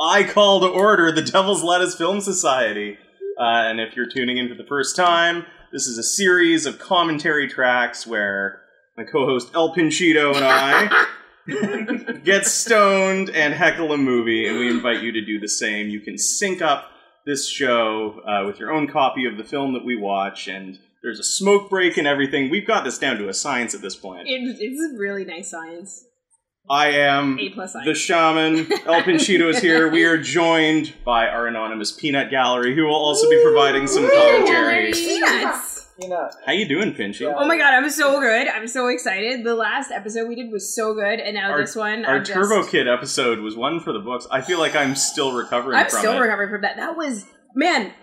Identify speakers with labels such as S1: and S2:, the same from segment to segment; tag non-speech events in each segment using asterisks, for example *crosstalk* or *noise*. S1: I call to order the Devil's Lettuce Film Society. Uh, and if you're tuning in for the first time, this is a series of commentary tracks where my co-host El Pinchito and I get stoned and heckle a movie, and we invite you to do the same. You can sync up this show uh, with your own copy of the film that we watch, and there's a smoke break and everything. We've got this down to a science at this point.
S2: It, it's really nice science.
S1: I am
S2: A plus science.
S1: the shaman. El Pinchito is here. We are joined by our anonymous peanut gallery, who will also be providing some
S2: Ooh.
S1: commentary.
S2: Peanuts.
S3: You know,
S1: How you doing, Pinchy?
S3: Yeah.
S2: Oh my god, I'm so good. I'm so excited. The last episode we did was so good, and now
S1: Our-
S2: this one.
S1: Our
S2: I'm just-
S1: Turbo Kid episode was one for the books. I feel like I'm still recovering
S2: I'm
S1: from
S2: still
S1: it.
S2: recovering from that. That was man.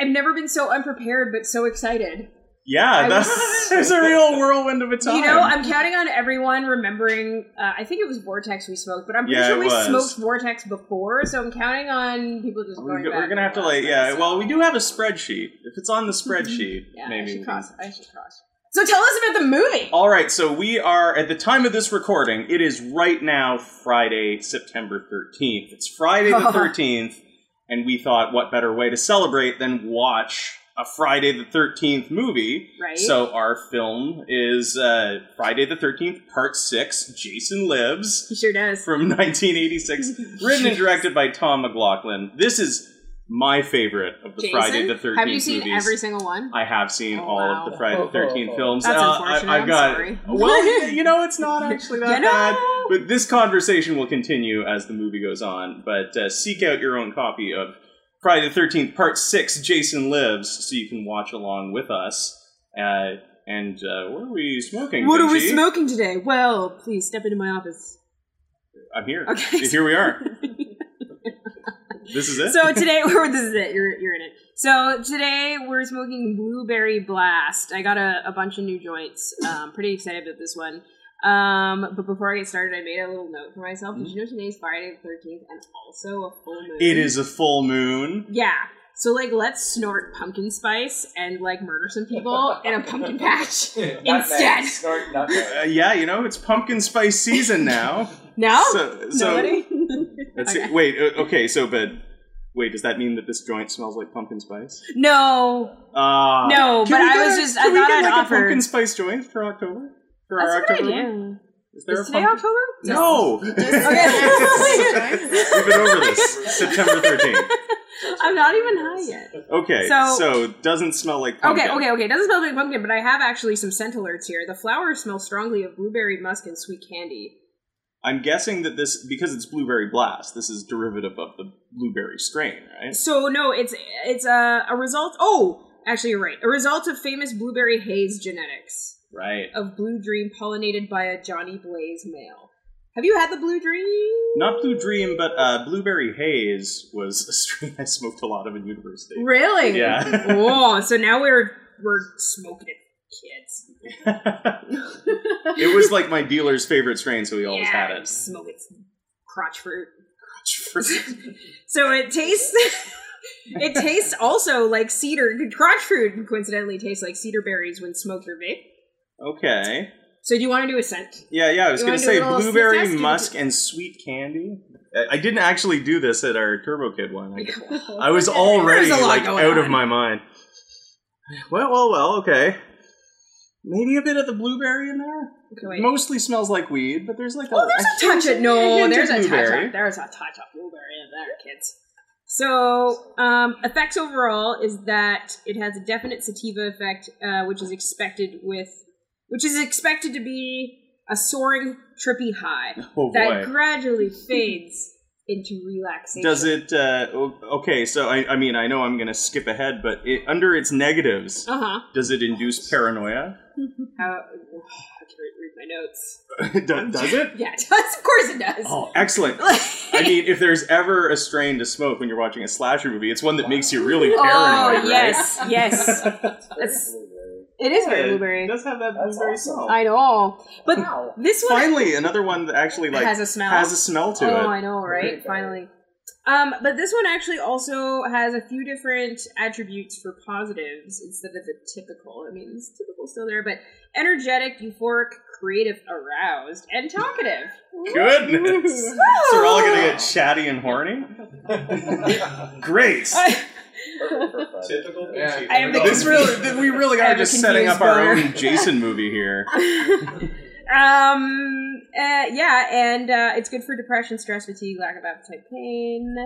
S2: I've never been so unprepared, but so excited.
S1: yeah, *laughs*
S2: I
S1: that's
S2: was-
S1: there's a real whirlwind of a time.
S2: You know, I'm counting on everyone remembering. Uh, I think it was Vortex we smoked, but I'm pretty
S1: Yeah,
S2: sure
S1: it
S2: we
S1: was.
S2: smoked Vortex before, so I'm counting on people just
S1: we're,
S2: going
S1: go-
S2: back.
S1: we're gonna have to
S2: the
S1: like
S2: last
S1: yeah.
S2: episode.
S1: Well, we do have a spreadsheet. If it's on the spreadsheet,
S2: Mm-hmm. yeah,
S1: maybe.
S2: I
S1: we can- Oh,
S2: should cross. I should cross. So tell us about the movie.
S1: All right, so we are at the time of this recording. It is right now Friday, September 13th. It's Friday the
S2: *laughs*
S1: 13th, and we thought what better way to celebrate than watch a Friday the 13th movie.
S2: right.
S1: So our film is uh, Friday the 13th, Part 6, Jason Lives *laughs*
S2: he sure does.
S1: from
S2: *laughs*
S1: 1986, written and directed by Tom McLaughlin. This is my favorite of the
S2: Jason?
S1: Friday the 13th
S2: Have you seen
S1: movies.
S2: every single one?
S1: I have seen
S2: Oh,
S1: all
S2: wow.
S1: of the Friday the Thirteenth films.
S2: That's
S1: Uh,
S2: unfortunate.
S1: I,
S2: I'm
S1: have got,
S2: sorry.
S1: *laughs* Well, you know, it's
S2: *laughs*
S1: not actually that
S2: You know?
S1: bad. But this conversation will continue as the movie goes on. But uh, seek out your own copy of Friday the Thirteenth Part Six: Jason Lives, so you can watch along with us. Uh, and uh, what are we smoking?
S2: What are we
S1: Benji?
S2: smoking today? Well, please step into my office.
S1: I'm here.
S2: Okay.
S1: *laughs* Here we
S2: *laughs*
S1: are. this is it.
S2: So today, *laughs* or this is it. You're, you're in it. So today we're smoking blueberry blast. I got a, a bunch of new joints. Um, pretty excited about this one. Um, but before I get started, I made a little note for myself. Did you know today's Friday the thirteenth and also a full moon?
S1: Mm-hmm. it is a full moon.
S2: Yeah. So like, let's snort pumpkin spice and like murder some people in a
S1: *laughs*
S2: pumpkin patch. Instead.
S3: nutmeg. Snort *laughs* nutmeg.
S1: Uh, yeah, you know, it's pumpkin spice season
S2: *laughs*
S1: now.
S2: No,
S1: so,
S2: Oh,
S1: *laughs*
S2: nobody.
S1: That's
S2: Okay.
S1: it. Wait, uh, okay, so, but wait, does that mean that this joint smells like pumpkin spice?
S2: no,
S1: Ah.
S2: no.
S1: Can
S2: But
S1: we
S2: I
S1: get
S2: was
S1: a-
S2: just.
S1: Can
S2: I
S1: we
S2: thought
S1: get
S2: I'd
S1: like
S2: offer.
S1: a pumpkin spice joint for October? For our
S2: That's a
S1: October
S2: good
S1: one?
S2: idea.
S1: Is there
S2: Is
S1: a
S2: today
S1: pumpkin?
S2: October?
S1: No. *laughs*
S2: Okay.
S1: We've been over
S2: *laughs*
S1: this. September 13th.
S2: I'm not even high yet.
S1: Okay,
S2: So-
S1: so, doesn't smell like pumpkin.
S2: Okay, okay, okay. It doesn't smell like pumpkin, but I have actually some scent alerts here. The flowers smell strongly of blueberry musk and sweet candy.
S1: I'm guessing that this, because it's blueberry blast, this is derivative of the blueberry strain, right?
S2: So no, it's it's a, a result. Oh, actually, you're right. A result of famous blueberry haze genetics
S1: Right.
S2: of blue dream pollinated by a Johnny Blaze male. Have you had the blue dream?
S1: Not Blue Dream, but uh, Blueberry Haze was a *laughs* strain I smoked a lot of in university.
S2: Really?
S1: Yeah.
S2: *laughs* oh, so now we're we're smoking it, kids.
S1: It was like my dealer's favorite strain, so he always
S2: yeah,
S1: had it.
S2: Smoke it, crotch fruit. So it tastes. *laughs* it tastes also like cedar. Crotch fruit coincidentally tastes like cedar berries when smoked or vape.
S1: okay.
S2: So do you want to do a scent?
S1: Yeah, yeah. I was
S2: You
S1: going to
S2: wanna do a
S1: say
S2: little sniff
S1: blueberry
S2: test?
S1: musk and sweet candy. I- I didn't actually do this at our Turbo Kid one.
S2: *laughs*
S1: I, I was
S2: There's
S1: already
S2: a lot
S1: like
S2: going
S1: out of
S2: on.
S1: my mind. Well, well, well. Okay. Maybe a bit of the blueberry in there.
S2: Okay, wait.
S1: Mostly smells like weed, but there's like
S2: Oh, there's a touch of no.
S1: hint
S2: There's
S1: of
S2: a touch
S1: blueberry.
S2: of there's a touch of blueberry in there, kids. So um, effects overall is that it has a definite sativa effect, uh, which is expected with, which is expected to be a soaring trippy high
S1: oh
S2: that
S1: boy.
S2: gradually fades into relaxation.
S1: Does it? Uh, o- okay, so I, I mean, I know I'm going to skip ahead, but it, under its negatives,
S2: Uh huh.
S1: does it induce paranoia? *laughs*
S2: How? oh, I can't read my notes.
S1: does, does it?
S2: Yeah, it does. *laughs* Of course, it does.
S1: Oh, excellent.
S2: *laughs*
S1: I mean, if there's ever a strain to smoke when you're watching a slasher movie, it's one that makes you really
S2: Oh,
S1: paranoid.
S2: yes,
S1: *laughs*
S2: yes.
S3: It's very
S2: That's-
S3: blueberry.
S2: It
S1: right?
S2: is very blueberry.
S1: It does have that
S3: That's
S1: blueberry
S3: awesome.
S1: smell.
S2: I know, but
S3: Wow.
S2: this one
S1: Finally, another one that actually like
S2: has a smell.
S1: has a smell to
S2: oh,
S1: it. *laughs*
S2: I know, right? Finally. Um, but this one actually also has a few different attributes for positives instead of the typical. I mean, it's typical still there, but energetic, euphoric, creative, aroused, and talkative.
S1: Goodness. So we're all gonna
S2: *laughs*
S1: get chatty and *laughs* horny? Great.
S3: Typical
S4: Yeah.
S3: Pinchy.
S2: I am the-
S1: This really, th- we really
S2: I
S1: are
S2: have a
S1: just setting up
S2: confused
S1: our
S2: boner.
S1: own Jason movie here.
S2: *laughs* um. Uh, yeah, and uh, it's good for depression, stress, fatigue, lack of appetite, pain.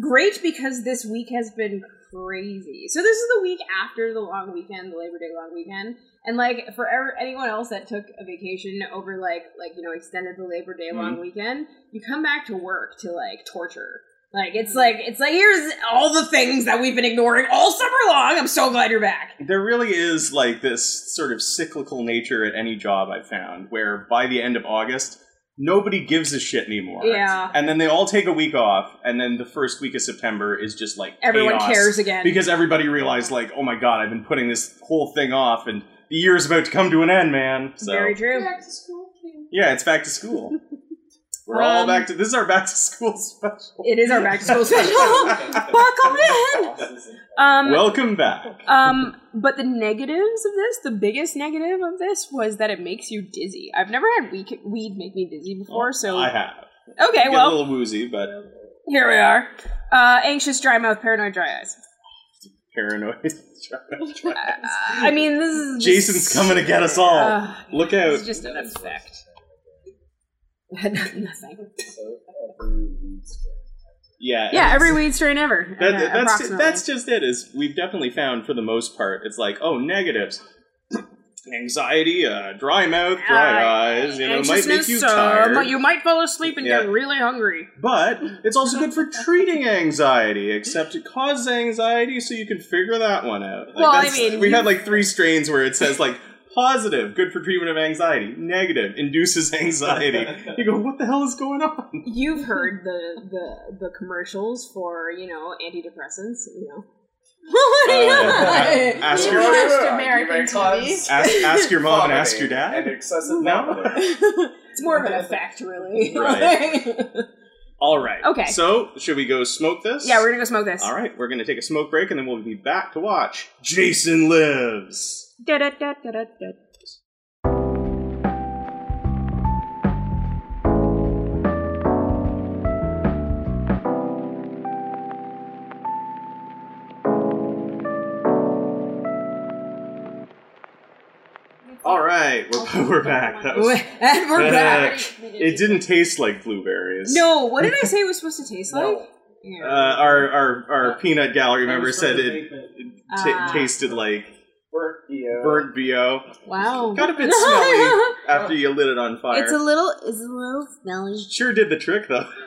S2: Great because this week has been crazy. So this is the week after the long weekend, the Labor Day long weekend, and like for ever, anyone else that took a vacation over like like you know extended the Labor Day
S1: Mm-hmm.
S2: long weekend, you come back to work to like torture. Like it's like it's like here's all the things that we've been ignoring all summer long. I'm so glad you're back.
S1: There really is like this sort of cyclical nature at any job I've found, where by the end of August, nobody gives a shit anymore.
S2: Yeah.
S1: And then they all take a week off, and then the first week of September is just like
S2: Everyone
S1: chaos.
S2: cares again.
S1: because everybody realized like, oh my god, I've been putting this whole thing off, and the year's about to come to an end, man. So
S2: Very true.
S1: yeah, it's back to
S2: *laughs*
S1: school. We're all
S2: Um,
S1: back to this is our back to school special.
S2: It is our back to
S1: *laughs*
S2: school special. Buckle in.
S3: *laughs*
S2: Um,
S1: Welcome back.
S2: um, but the negatives of this, the biggest negative of this was that it makes you dizzy. I've never had weed, weed make me dizzy before, so
S1: I have.
S2: okay,
S1: Get a
S2: well
S1: little woozy, but
S2: here we are. Uh, anxious, dry mouth, paranoid, dry eyes.
S1: paranoid. *laughs*
S2: *laughs* I mean, this is just-
S1: Jason's coming to get us all.
S2: Uh,
S1: Look
S2: it's
S1: out.
S2: just an effect. *laughs* Nothing.
S1: Yeah.
S2: Yeah,
S1: it's-
S2: every weed strain ever.
S1: that-
S2: uh,
S1: that's,
S2: approximately.
S1: that's just it. Is we've definitely found for the most part, it's like oh negatives, anxiety, uh, dry mouth, dry eyes. You know, might make you
S2: Anxiousness, uh,
S1: tired.
S2: but you might fall asleep and
S1: Yeah.
S2: get really hungry.
S1: But it's also good
S2: *laughs*
S1: for treating anxiety, except it causes anxiety, so you can figure that one out. Like,
S2: Well, I
S1: that's-
S2: mean,
S1: we've
S2: you-
S1: had like three strains where it says like positive, good for treatment of anxiety, negative, induces
S2: *laughs*
S1: anxiety. You go, what the hell is going on?
S5: *laughs*
S2: You've heard the the, the commercials for you know antidepressants. You know.
S1: yeah. Uh,
S2: *laughs*
S1: Ask your-
S5: American
S1: Ask,
S5: TV.
S1: ask your mom and ask your
S3: And
S1: dad.
S3: excessive
S1: No.
S3: vomiting.
S2: it's more of an effect, really. *laughs*
S1: Right. All right.
S2: Okay.
S1: So should we go smoke this?
S2: yeah, we're gonna go smoke this.
S1: All right, we're gonna take a smoke break, and then we'll be back to watch Jason Lives.
S2: Da-da-da-da-da-da.
S1: All right, we're, *laughs* we're back.
S2: *laughs*
S1: That was
S2: And we're back.
S1: It didn't taste like blueberries.
S2: No, what did I say it was supposed to taste like?
S3: No.
S1: Uh, our, our our peanut gallery
S3: I
S1: member
S3: was
S1: said
S3: trying to
S1: it
S3: think that
S1: t-
S2: Ah.
S1: tasted like
S3: Burnt EO.
S1: burnt bo.
S2: wow.
S1: *laughs* Got a
S2: *laughs*
S1: bit smelly
S2: Oh.
S1: after you lit it on fire.
S5: It's a little, it's a little smelly.
S1: sure did the trick though.
S2: *laughs*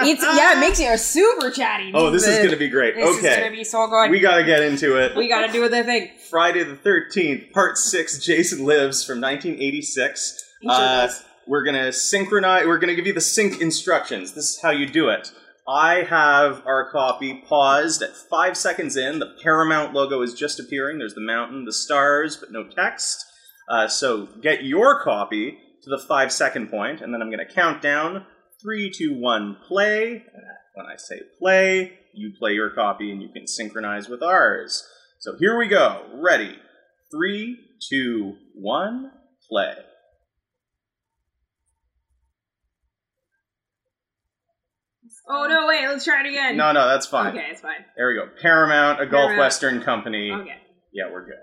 S2: It's yeah, it makes you super chatty.
S1: Oh, this is
S2: good.
S1: gonna be great.
S2: This is gonna
S1: okay,
S2: be so good.
S1: we gotta get into it.
S2: We gotta do the thing.
S1: Friday the Thirteenth, Part Six. Jason lives from 1986. Uh, we're gonna synchronize. We're gonna give you the sync instructions. This is how you do it. I have our copy paused at five seconds in. The Paramount logo is just appearing. There's the mountain, the stars, but no text. Uh, so get your copy to the five second point, and then I'm gonna count down three, two, one, play. When I say play, you play your copy, and you can synchronize with ours. So here we go. Ready? Three, two, one, play.
S2: Oh no, wait, let's try it again.
S1: No, no, that's fine.
S2: Okay, it's fine.
S1: There we go. Paramount, a Gulf
S2: Paramount.
S1: Western company.
S2: Okay.
S1: Yeah, we're good.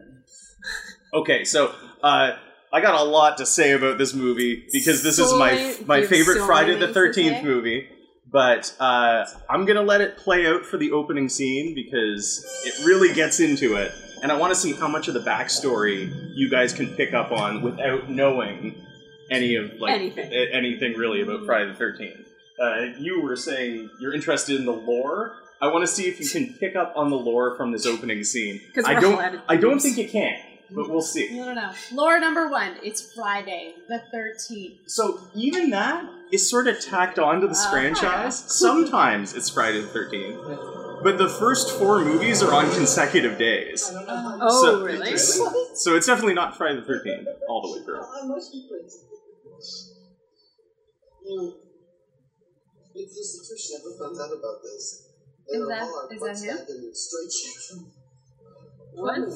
S1: Okay, so uh, I got a lot to say about this movie because this is
S2: So
S1: my
S2: many-
S1: my
S2: you have
S1: favorite
S2: so
S1: Friday
S2: many
S1: the
S2: things to
S1: Thirteenth
S2: say.
S1: movie. But uh, I'm gonna let it play out for the opening scene because it really gets into it, and I want to see how much of the backstory you guys can pick up on without knowing any of like
S2: Anything.
S1: a- anything really about Friday the Thirteenth. Uh, you were saying you're interested in the lore. I want to see if you can pick up on the lore from this opening scene.
S2: 'Cause
S1: I
S2: we're
S1: don't.
S2: all out of
S1: I don't
S2: things.
S1: think you can, but we'll see.
S5: No, no, no. Lore number one. It's Friday, the thirteenth.
S1: So even that is sort of tacked onto this
S5: Uh,
S1: franchise.
S2: *laughs*
S1: Sometimes it's Friday the Thirteenth, but the first four movies are on consecutive days.
S2: Oh,
S1: so,
S2: really?
S1: So it's definitely not Friday the Thirteenth all the way
S4: Mm.
S1: through.
S4: Because Trish never found out about this. They
S5: Is
S4: were
S5: that-
S4: all our
S5: is
S4: butts
S5: that him?
S4: back in straight shoes.
S2: What?
S4: You didn't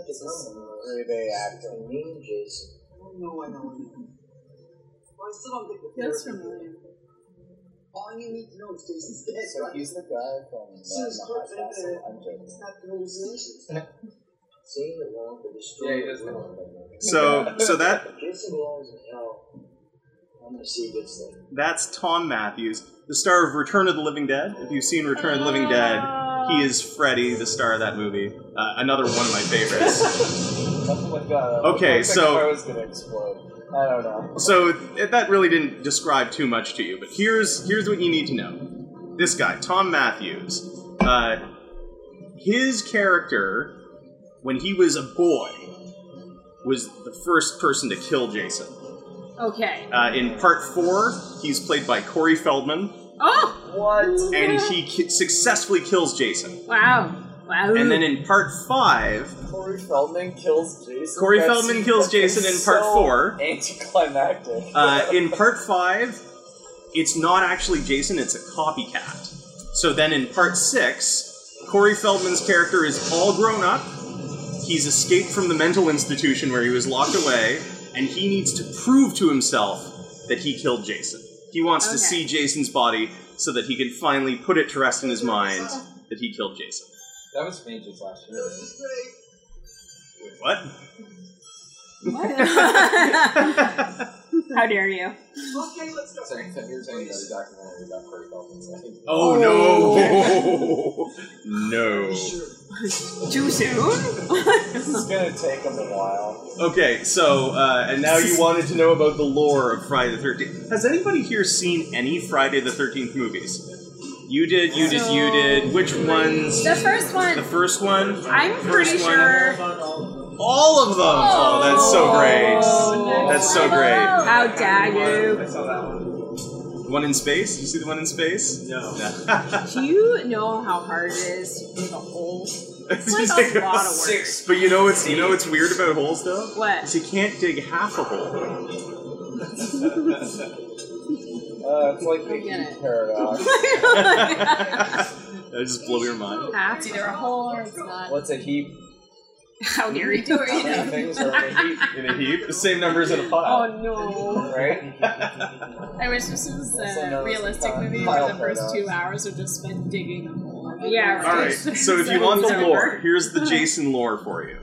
S4: have to tell me.
S3: they acting?
S4: mean, Jason. Oh, no, I know, I know. Well, I still don't get the
S5: That's
S4: therapy.
S5: familiar.
S4: All you need to know is *laughs* Jason's dead,
S3: So
S4: right?
S3: he's the guy from uh,
S4: So it's
S3: the High
S4: good that,
S3: Castle.
S4: uh,
S3: I'm joking.
S4: It's not the hallucinations. Seeing the wrong could destroy
S3: Yeah, he does
S4: the world.
S1: So so that
S4: *laughs* Jason Wall is in hell. I'm gonna see this thing.
S1: that's Tom Matthews, the star of Return of the Living Dead. If you've seen Return of the Living Dead,
S2: Uh,
S1: he is Freddy, the star of that movie. Uh, another one of my favorites.
S3: That's what, uh,
S1: Okay,
S3: looks like
S1: so-
S3: I was gonna explode. I don't know.
S1: so th- that really didn't describe too much to you, but here's here's what you need to know. This guy, Tom Matthews, uh, his character when he was a boy was the first person to kill Jason.
S2: Okay.
S1: Uh, in part four, he's played by Corey Feldman,
S2: Oh!
S3: What?
S1: and he ki- successfully kills Jason.
S2: Wow. Wow.
S1: And then in part five,
S3: Corey Feldman kills Jason.
S1: Corey
S3: That's-
S1: Feldman kills
S3: that's
S1: Jason in part
S3: so
S1: four.
S3: Anticlimactic.
S1: uh, in part five, it's not actually Jason, it's a copycat. So then in part six, Corey Feldman's character is all grown up. He's escaped from the mental institution where he was locked away, and he needs to prove to himself that he killed Jason. He wants
S2: Okay.
S1: to see Jason's body so that he can finally put it to rest in his mind that he killed Jason.
S6: That was me just last year.
S4: This is great.
S1: Wait, what? *laughs*
S2: What? *laughs* How dare you?
S4: Okay, let's go.
S6: Saying that you're saying about a documentary about Corey Feldman. saying-
S1: oh no! *laughs* no.
S4: Sure.
S2: Too soon? *laughs*
S3: this is gonna take him a while.
S1: Okay, so uh, and now you wanted to know about the lore of Friday the Thirteenth. Has anybody here seen any Friday the Thirteenth movies? You did, you did, you did. Which ones?
S5: The first one.
S1: The first one.
S2: I'm pretty
S1: First one.
S2: sure.
S1: All of them. Oh, that's so great. That's so great.
S2: How dare you?
S3: I saw that one.
S1: One in space. You see the one in space? *laughs* No.
S2: Do you know how hard it is with a hole?
S1: it's
S2: It's
S1: just
S2: like
S1: like *laughs*
S2: a lot of work.
S3: Six.
S1: But you know what's you know what's weird about holes though? Is
S5: *laughs*
S2: What?
S1: you can't dig half a
S2: *laughs*
S1: hole. *laughs*
S3: Uh, it's like the
S2: I get
S3: heat
S2: it.
S3: paradox.
S1: that just blow your mind.
S5: It's either a hole or it's not.
S3: What's a heap?
S2: How dare you?
S3: How many things are in a heap,
S1: In a heap, the same numbers in a pile.
S2: *laughs* Oh no.
S3: right?
S5: I wish this was
S3: That's another
S5: a realistic
S3: time.
S5: movie where the
S3: Pile
S5: first
S3: paradox.
S5: two hours are just spent digging a hole.
S2: Yeah,
S1: All
S5: *laughs*
S1: right. So if you want the
S2: Sorry.
S1: lore, here's the Jason lore for you.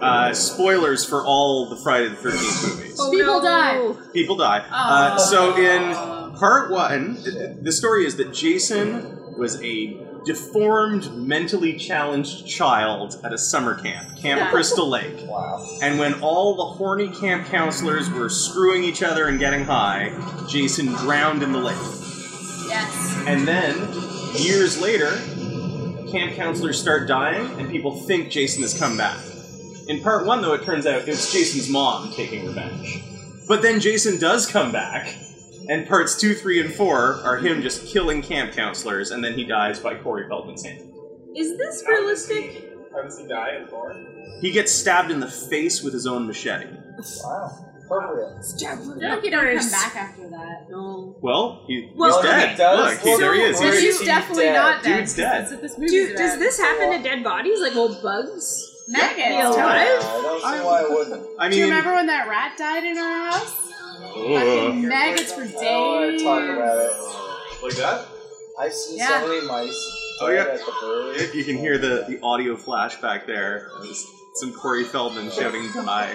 S1: Uh, spoilers for all the Friday the Thirteenth movies.
S2: Oh,
S5: People
S1: People die. Uh, so in part one, th- th- the story is that Jason was a deformed, mentally challenged child at a summer camp, Camp
S2: Yeah.
S1: Crystal Lake.
S3: Wow.
S1: And when all the horny camp counselors were screwing each other and getting high, Jason drowned in the lake.
S5: Yes.
S1: And then, years later, camp counselors start dying, and people think Jason has come back. In part one, though, it turns out it's Jason's mom taking revenge. But then Jason does come back, and parts two, three, and four are him just killing camp counselors, and then he dies by Corey Feldman's hand.
S2: Is this realistic?
S3: How does he die in four?
S1: He gets stabbed in the face with his own machete.
S3: Wow. Appropriate.
S5: I feel like you don't come back after that.
S2: No.
S1: Well, he,
S2: Well,
S1: he's dead.
S3: he
S1: Look,
S3: does.
S1: he, there he is.
S3: Well,
S1: He's-
S3: Dude,
S5: Dude's
S3: he's
S5: definitely
S3: dead.
S5: not dead.
S1: Dude's dead.
S5: That's what this movie's
S2: Dude, does
S5: about.
S2: this happen to dead bodies like old bugs?
S5: Maggots?
S2: Yeah.
S5: totally.
S3: Yeah, I don't see why I wouldn't.
S1: I
S5: Do you
S1: mean,
S5: remember when that rat died in our house?
S1: ugh.
S5: Fucking maggots for
S3: I don't want
S5: days.
S3: to talk about it.
S6: Like that?
S3: I've seen
S5: Yeah.
S3: so many mice.
S1: Oh, yeah.
S3: dead At the brewery.
S1: If you can hear the, the audio flash back there, It's some Corey Feldman shouting die.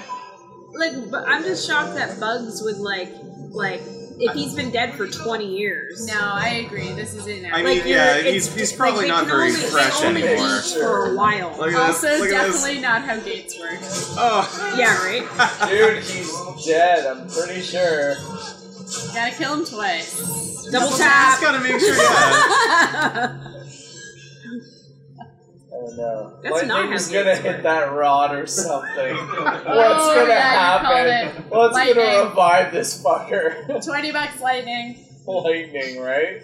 S2: Like, but I'm just shocked that bugs would like, like, if he's been dead for 20 years.
S5: No, I agree. This is it now.
S1: I
S2: Like,
S1: mean,
S2: you're-
S1: yeah,
S2: it's-
S1: he's, he's
S2: like,
S1: probably
S2: they
S1: not
S2: can
S1: very
S2: only- they
S1: fresh
S2: only
S1: anymore.
S2: eat for a while.
S1: Look at
S5: also,
S1: this. Look at this.
S5: definitely not how gates work.
S1: Oh,
S2: yeah, right.
S3: Dude, he's dead. I'm pretty sure.
S5: Gotta kill him twice.
S2: Double
S1: just
S2: tap.
S1: gotta make sure. Yeah.
S2: *laughs*
S3: Oh no.
S2: That's
S3: Lightning
S2: not how
S3: was
S2: gates
S3: gonna
S2: work.
S3: hit that rod or something. What's
S5: Oh,
S3: gonna
S5: yeah, you called
S3: happen? What's
S5: Lightning.
S3: gonna revive this fucker? *laughs*
S5: Twenty bucks lightning,
S3: lightning, right?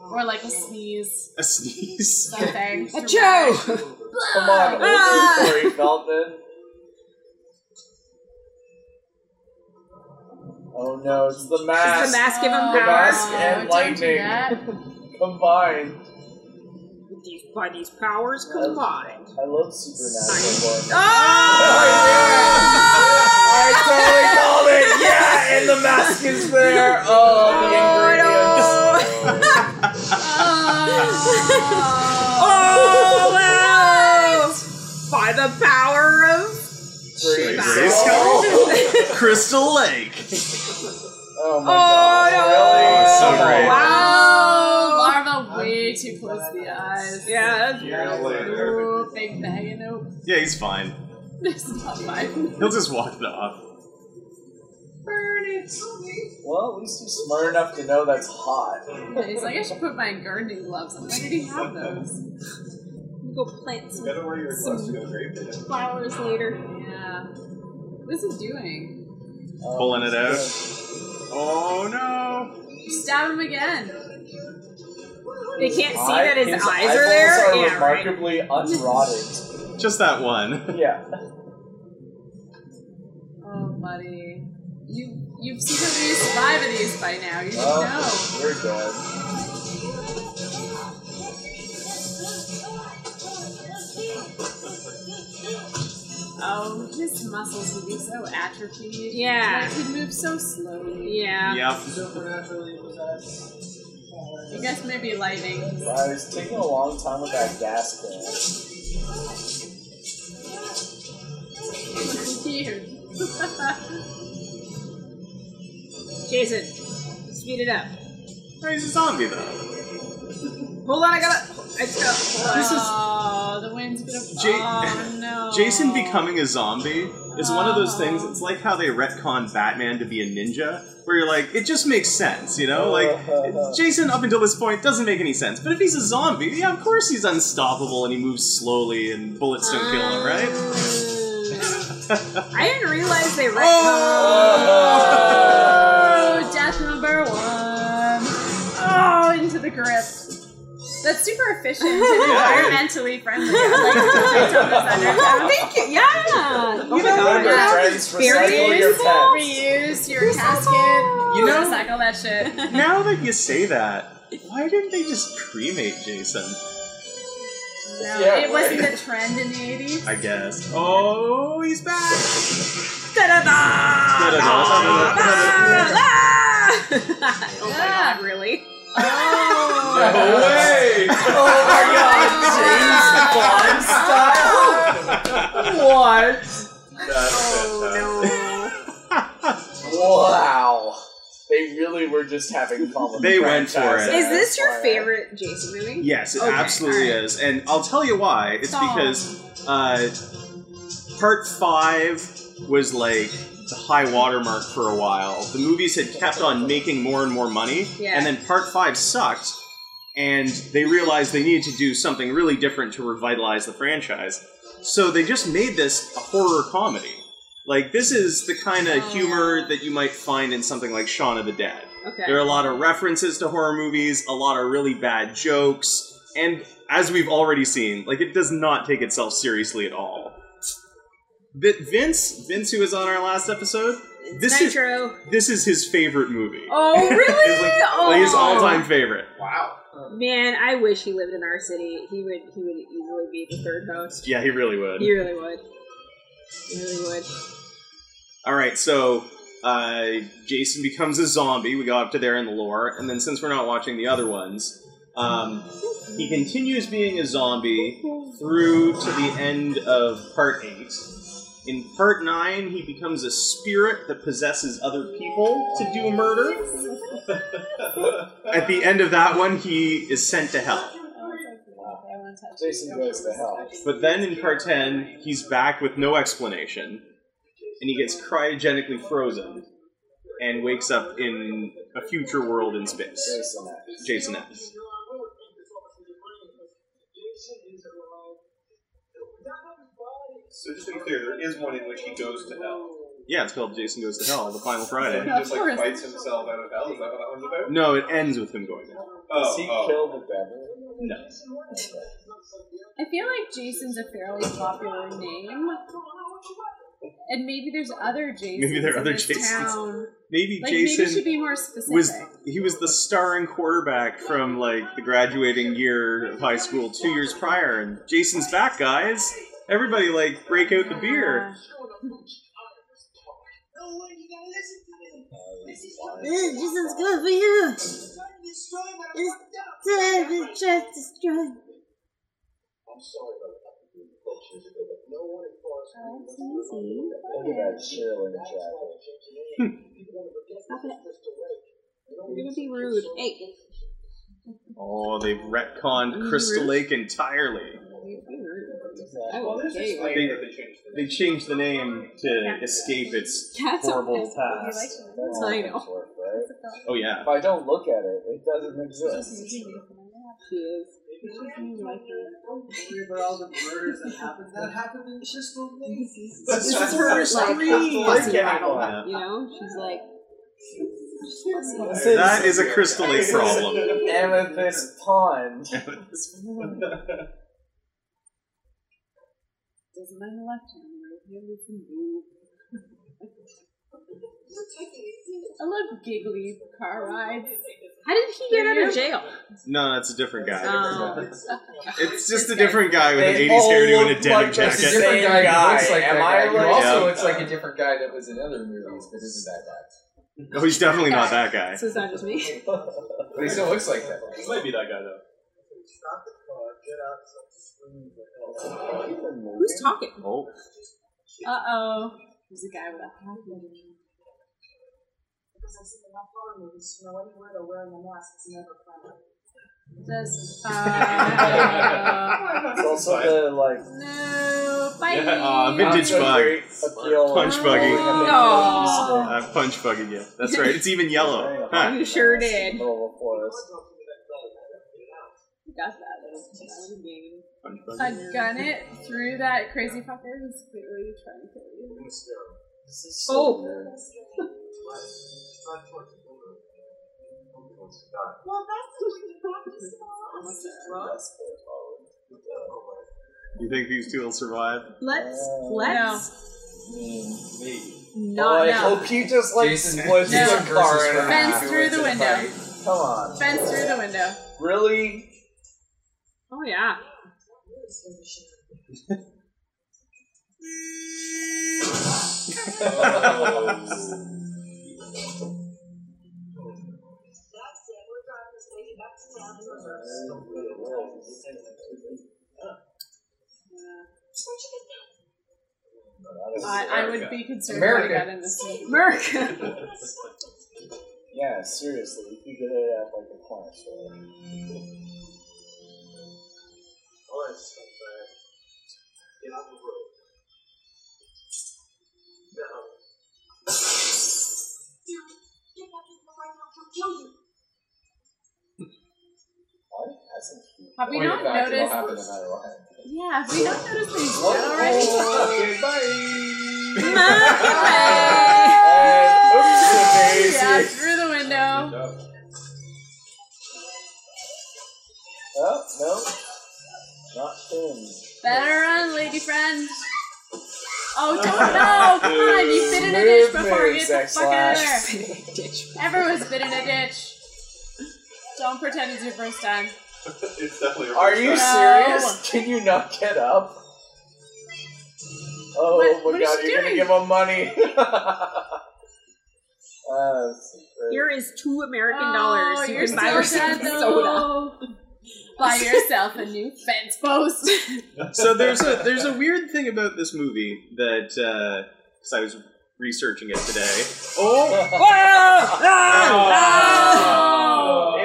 S5: or like a sneeze,
S1: a sneeze.
S5: something.
S3: Come on, older
S2: Ah.
S3: Corey Feldman. Oh no, it's the mask.
S2: Does the mask give him
S5: Oh,
S2: power?
S3: mask and
S5: don't do
S3: lightning.
S5: that.
S3: Combined.
S2: With these, by these powers combined.
S3: I love
S1: *laughs*
S3: Supernatural.
S2: Oh!
S3: I totally called it! Yeah! And the mask is there! Oh, the ingredients. *laughs*
S5: *laughs*
S2: *laughs* Oh, wow! By the power of
S3: Three.
S2: *laughs*
S1: Grayskull? *laughs* Crystal Lake.
S3: Oh my
S2: Oh,
S3: god.
S2: no.
S1: Oh, So
S2: Oh,
S3: Really?
S1: great.
S2: wow.
S5: Larva way too close to the eyes.
S2: Yeah, that's
S6: You're gonna lay there.
S5: Ooh, big bag of nope. *laughs*
S1: Yeah, he's fine.
S5: This is not mine.
S1: He'll just walk it off.
S5: Burn it.
S3: Well, at least he's smart enough to know that's hot.
S5: It's like I should put my gardening gloves on. I already have those.
S2: go plant
S6: You gotta wear your gloves to go grave digging.
S2: flowers later.
S5: Yeah. What is he doing?
S3: Um,
S1: Pulling it out. Oh no.
S5: Stab him again.
S2: They can't see
S3: Eye-
S2: that his, eyes are
S3: eyeballs
S2: there.
S3: Are
S2: yeah, right.
S3: remarkably unrotted.
S1: Just that one.
S3: yeah.
S5: Oh, buddy. You, you've secretly survived these by now. You should know.
S3: Oh, we're good.
S5: Oh, his muscles would be so atrophied.
S2: Yeah.
S5: Like, he'd move so slowly.
S2: Yeah.
S1: Yep.
S3: Supernaturally possessed.
S5: I guess maybe lightning.
S3: I was taking a long time with that gas can.
S5: Huge.
S2: Jason, speed it up.
S1: Hey, He's a zombie though.
S2: Hold on, I gotta. I just gotta. Hold on.
S1: This is-
S5: oh, the wind's gonna.
S1: Ja-
S2: Um,
S5: oh no.
S1: Jason becoming a zombie is one of those things. It's like how they retcon Batman to be a ninja, where you're like, it just makes sense, you know? Like, Jason up until this point doesn't make any sense, but if he's a zombie, yeah, of course he's unstoppable and he moves slowly and bullets don't kill him, right?
S2: Mm. *laughs* I didn't
S1: *laughs*
S2: realize they retcon.
S1: Oh,
S5: Oh, death number one. Oh, into the grip. That's super efficient
S1: *laughs*
S5: and environmentally friendly.
S1: *laughs*
S5: I like
S2: Thank you.
S1: Oh
S2: Yeah. You
S3: my
S2: know,
S3: God.
S2: you *laughs* have
S3: Friends, recycle your
S2: experience.
S5: to
S3: pets.
S5: reuse your casket.
S1: You know-
S5: recycle that
S1: *laughs*
S5: shit.
S1: Now that you say that, why didn't they just cremate Jason?
S5: No,
S3: Yeah,
S5: it wasn't
S3: right.
S5: a trend in the 80s.
S1: I guess. Oh, he's back!
S2: Da-da-da.
S1: Da-da-da.
S2: Ah, ah. Oh my god, really? Ah. Oh.
S1: No way!
S3: Oh my god, James Bond style!
S2: What?
S1: That's
S2: Oh
S3: Wow. They really were just having fun with the
S1: They went for
S3: franchise.
S1: it.
S2: no. Is this your
S3: That's why I-
S2: favorite Jason movie?
S1: Yes, it
S2: Okay,
S1: absolutely
S2: alright.
S1: is. And I'll tell you why. It's because uh, part five was like the high watermark for a while. The movies had kept on making more and more money,
S2: Yeah.
S1: and then part five sucked, and they realized they needed to do something really different to revitalize the franchise. So they just made this a horror comedy. Like this is the kind of
S5: Oh.
S1: humor that you might find in something like Shaun of the Dead. There
S2: Okay.
S1: are a lot of references to horror movies, a lot of really bad jokes, and as we've already seen, like it does not take itself seriously at all. Vi- Vince, Vince, who was on our last episode, this is
S2: Nitro.
S1: this is his favorite movie.
S2: Oh
S1: *laughs* It's
S2: really?
S1: like-
S2: oh.
S1: like his all-time favorite.
S6: Wow.
S2: Man, I wish he lived in our city. He would he would easily be the third host.
S1: Yeah, he really would.
S2: He really would. He really would.
S1: All right, so uh, Jason becomes a zombie. We got up to there in the lore, and then since we're not watching the other ones, um, he continues being a zombie through to the end of part eight. In part nine, he becomes a spirit that possesses other people to do murder. *laughs* At the end of that one, he is sent to hell.
S3: Jason goes to hell.
S1: But then in part 10, he's back with no explanation, and he gets cryogenically frozen and wakes up in a future world in space.
S3: Jason X.
S1: Jason X.
S6: So just to be clear, there is one in which he goes to hell.
S1: Yeah, it's called Jason Goes to Hell, the final Friday.
S6: He
S3: *laughs*
S6: just
S5: Of course.
S6: like fights himself out of hell. Is that what that one's about?
S1: No, it ends with him going to hell.
S6: Oh,
S3: Does he
S6: oh.
S3: kill the devil?
S1: No.
S5: I feel like Jason's a fairly popular name. And maybe there's other Jasons.
S1: Maybe there are
S5: in
S1: other
S5: this
S1: Jasons.
S5: Town.
S1: Maybe
S5: Like
S1: Jason
S5: maybe she'd be more specific.
S1: was he was the starring quarterback from like the graduating year of high school two years prior, and Jason's back, guys. Everybody like break out the beer.
S4: No way, you gotta listen to me. This is the
S7: This is good for you.
S4: time to destroy my
S7: It's
S4: fucked
S7: time
S4: up.
S7: to just destroy.
S8: I'm sorry about what happened to you four years ago, but no one in Forest
S5: Oh, it's easy.
S8: Look at that Cheryl in the jacket.
S2: Stop it. You're gonna be rude. Hey.
S1: Oh, they've retconned
S2: Mhm.
S1: Crystal Lake entirely.
S2: I will okay.
S1: They, they changed the name to escape its
S2: Cats are
S1: horrible
S5: You like
S1: past.
S5: them?
S8: That's
S2: I
S8: how
S2: know.
S8: things work, right?
S1: Oh yeah.
S8: If I don't look at it, it doesn't exist.
S2: She is.
S4: Remember all the murders that happened? That happened in Crystal Lake.
S2: This is her scream.
S1: Like,
S2: You know, she's like.
S1: That is a Crystal
S3: *laughs*
S1: Lake problem.
S3: Amethyst
S1: *laughs*
S3: pond.
S5: Doesn't mind the left hand, right hand, we can move. *laughs* I love giggly car rides.
S2: How did he get out of jail?
S1: No, that's a different guy.
S2: Um,
S1: It's just a different guy with an
S3: They
S1: 80s
S3: all
S1: hairdo and a
S3: look like
S1: denim
S3: they're
S9: There's
S1: jacket.
S9: a
S3: same-
S9: different guy,
S3: guy,
S9: who looks like
S3: am
S9: that
S3: I
S9: guy. who
S3: right?
S9: also
S1: Yeah.
S9: looks like a different guy that was in other movies, but isn't that guy.
S1: No, he's definitely not that guy.
S2: Um, so it's not just
S5: *laughs*
S2: me.
S9: But he still looks like that guy.
S1: Might be that guy though.
S8: Stop the car, get out some screens.
S2: Who's talking?
S5: *laughs*
S1: Oh,
S5: Uh oh. There's a guy with a hat.
S4: Because I see enough horror movies to know anywhere they're wearing a mask is never fun.
S5: Just uh,
S8: It's also the like
S5: no. Oh, Bye.
S1: Yeah, uh, vintage bug.
S8: appeal.
S1: Punch
S8: of-
S1: buggy.
S2: No.
S1: I Uh, punch bugging you. That's right. It's even yellow. Huh.
S2: You sure did.
S8: Middle of a forest.
S5: Got that. That was- that was a game.
S1: Punch
S5: I
S1: buggy.
S5: gun it through that crazy fucker who's clearly trying to kill you.
S2: Oh.
S4: Well, that's what we practice on.
S1: You think these two will survive?
S2: *laughs* Let's
S5: No.
S2: let's
S3: Oh,
S2: not
S3: I
S2: now.
S3: hope you just like
S9: Jason-
S3: split
S5: No.
S3: the car in half.
S9: Versus
S5: Fence through the window.
S3: Come on.
S5: Fence through the window.
S3: Really?
S2: Oh yeah.
S4: That's it. We're driving this lady back to town in reverse.
S5: I, I would be concerned
S9: America.
S5: if I got in
S3: *laughs*
S5: this scene.
S2: Merc.
S8: Yeah, seriously, if you get it at like a corner store.
S4: Get back in the car and I'll kill you.
S8: Why hasn't he?
S5: Have we
S9: Point
S5: not
S9: it back, it'll happen
S5: noticed?
S9: no matter what.
S5: Yeah, have we not noticed that he's dead
S3: Oh.
S2: Merc.
S3: *laughs* And
S5: *laughs* already?
S3: oops,
S5: Yeah,
S3: amazing.
S5: through the window.
S8: Oh, no. Not him.
S5: Better run, lady friend. Oh, don't know! Come on, you bit in a ditch before you get the
S3: Movement,
S5: fuck out of
S3: Zack
S5: there. Everyone's been in a ditch. Don't pretend it's your first time.
S6: It's definitely. a
S3: Are you
S6: first
S3: serious? Can you not get up? Oh
S5: What-
S3: my
S5: what is
S3: god,
S5: she
S3: you're gonna
S5: doing?
S3: give him money. *laughs* uh,
S2: Here is two American
S3: Oh,
S2: dollars. You
S5: Oh, you're
S2: can buy
S5: so
S2: yourself
S5: dead,
S2: a soda.
S5: though. *laughs* Buy yourself a new fence *laughs* post.
S1: *laughs* so there's a there's a weird thing about this movie that because I was researching it today. Oh,
S5: *laughs*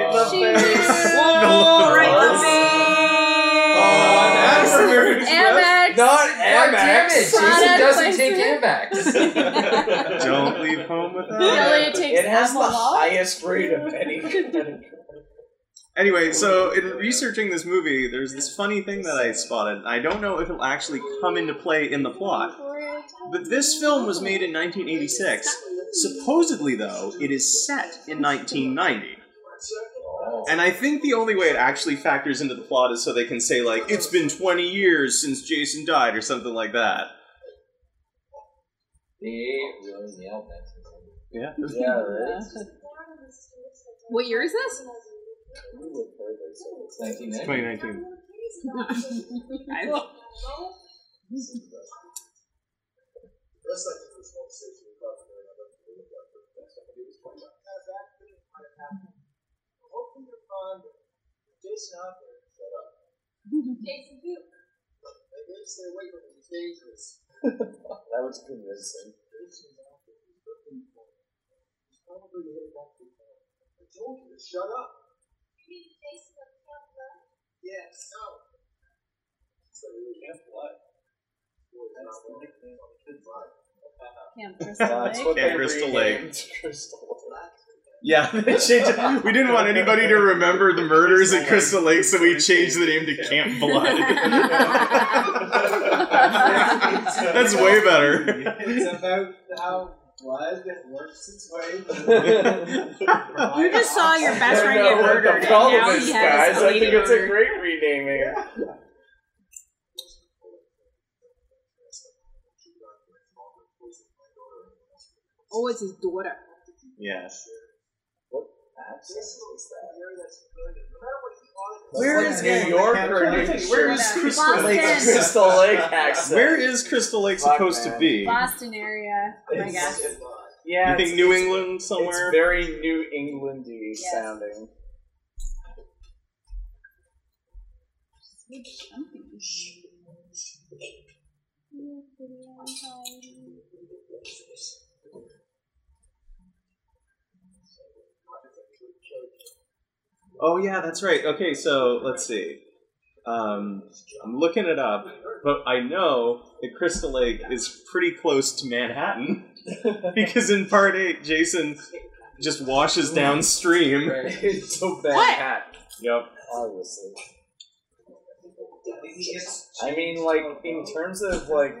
S9: Oh.
S3: in the
S5: She
S3: face.
S5: knew.
S1: *laughs* Oh,
S2: right in the
S3: Oh, that's rude.
S5: Amex.
S3: Not
S9: God damn it!
S3: Amex.
S9: Jason
S5: Product
S9: doesn't take
S5: placement.
S9: *laughs* Amex.
S1: don't leave home without.
S5: Really, it takes
S3: It has the
S5: Amalot.
S3: highest rate of
S8: *laughs*
S3: any.
S1: Anyway, so in researching this movie, there's this funny thing that I spotted. I don't know if it'll actually come into play in the plot, but this film was made in 1986. Supposedly, though, it is set in 1990. And I think the only way it actually factors into the plot is so they can say, like, it's been 20 years since Jason died or something like that.
S9: They really nailed that.
S1: Yeah.
S9: Yeah, right?
S2: What year is
S3: *laughs*
S2: this?
S9: It's 1990.
S1: 2019.
S2: I-
S8: Jason out there, shut up.
S7: Jason Duke.
S8: Maybe I stay away from him. He's dangerous.
S9: That was convincing.
S8: Jason's out there. He's looking for him. He's probably headed back to town. I told you to shut up.
S7: You mean the Jason of Camp Blood?
S8: Yes. No. So you can't blood. Boy, that's the nickname on the kid's life.
S5: Camp
S9: *laughs*
S5: Crystal
S9: That's
S5: Lake.
S9: what
S1: Yeah,
S9: they
S1: Crystal
S9: renamed Crystal
S8: *laughs*
S9: Lake.
S1: Yeah, *laughs* they changed- we didn't want anybody to remember the murders at Crystal Lake, so we changed the name to Camp
S3: *laughs*
S1: Blood. That's way better.
S8: It's about how blood works its way.
S3: *laughs*
S2: You just saw your best friend
S3: I
S2: get
S3: don't know what
S2: murdered,
S3: the
S2: and
S3: problem
S2: now
S3: is,
S2: he has
S3: guys.
S2: his
S3: I think
S2: lady
S3: it's a
S2: murdered.
S3: great renaming.
S2: Oh, it's his daughter.
S1: Yes.
S9: Access was that?
S3: Where is New York or New
S1: Where is Crystal
S5: Boston.
S1: Lake?
S3: Crystal Lake accent?
S1: Where is Crystal Lake
S3: Fuck,
S1: supposed to
S3: man.
S1: be?
S5: Boston area. Oh my gosh.
S3: Yeah,
S1: You think
S3: it's-
S1: New
S3: it's-
S1: England somewhere?
S3: It's very New Englandy
S5: Yes.
S3: sounding.
S1: Oh yeah, that's right. Okay, so let's see. Um, I'm looking it up, but I know that Crystal Lake is pretty close to Manhattan
S3: *laughs*
S1: because in part eight, Jason just washes downstream.
S3: *laughs* it's so bad.
S2: What?
S1: Yep.
S9: Obviously.
S3: I mean, like in terms of like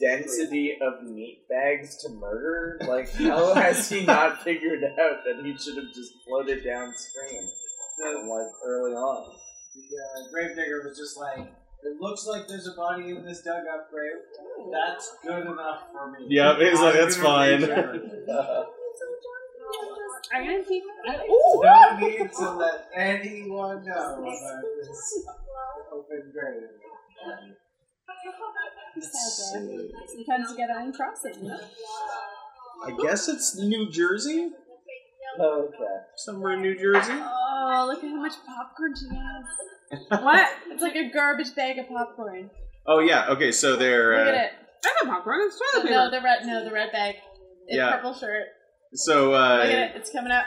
S3: density of meat bags to murder, like how has he not *laughs* figured out that he should have just floated downstream, from, like early on?
S8: The uh, gravedigger was just like, it looks like there's a body in this dug up grave. That's good enough for me. *laughs*
S1: Yeah, he's like, "That's fine."
S2: I'm gonna keep.
S8: Don't need to let anyone know about this open grave.
S5: So good. Sometimes you gotta uncross it. you know?
S1: I guess it's New Jersey,
S3: Okay.
S1: somewhere in New Jersey.
S5: Oh, look at how much popcorn she has.
S2: What?
S5: It's like a garbage bag of popcorn.
S1: Oh yeah. Okay, so they're
S5: Look
S1: uh,
S5: at it.
S2: I have popcorn. It's toilet paper.
S5: No, the red. No, the red bag. The
S1: Yeah.
S5: purple shirt.
S1: so
S5: Look
S1: uh,
S5: at it. It's coming up.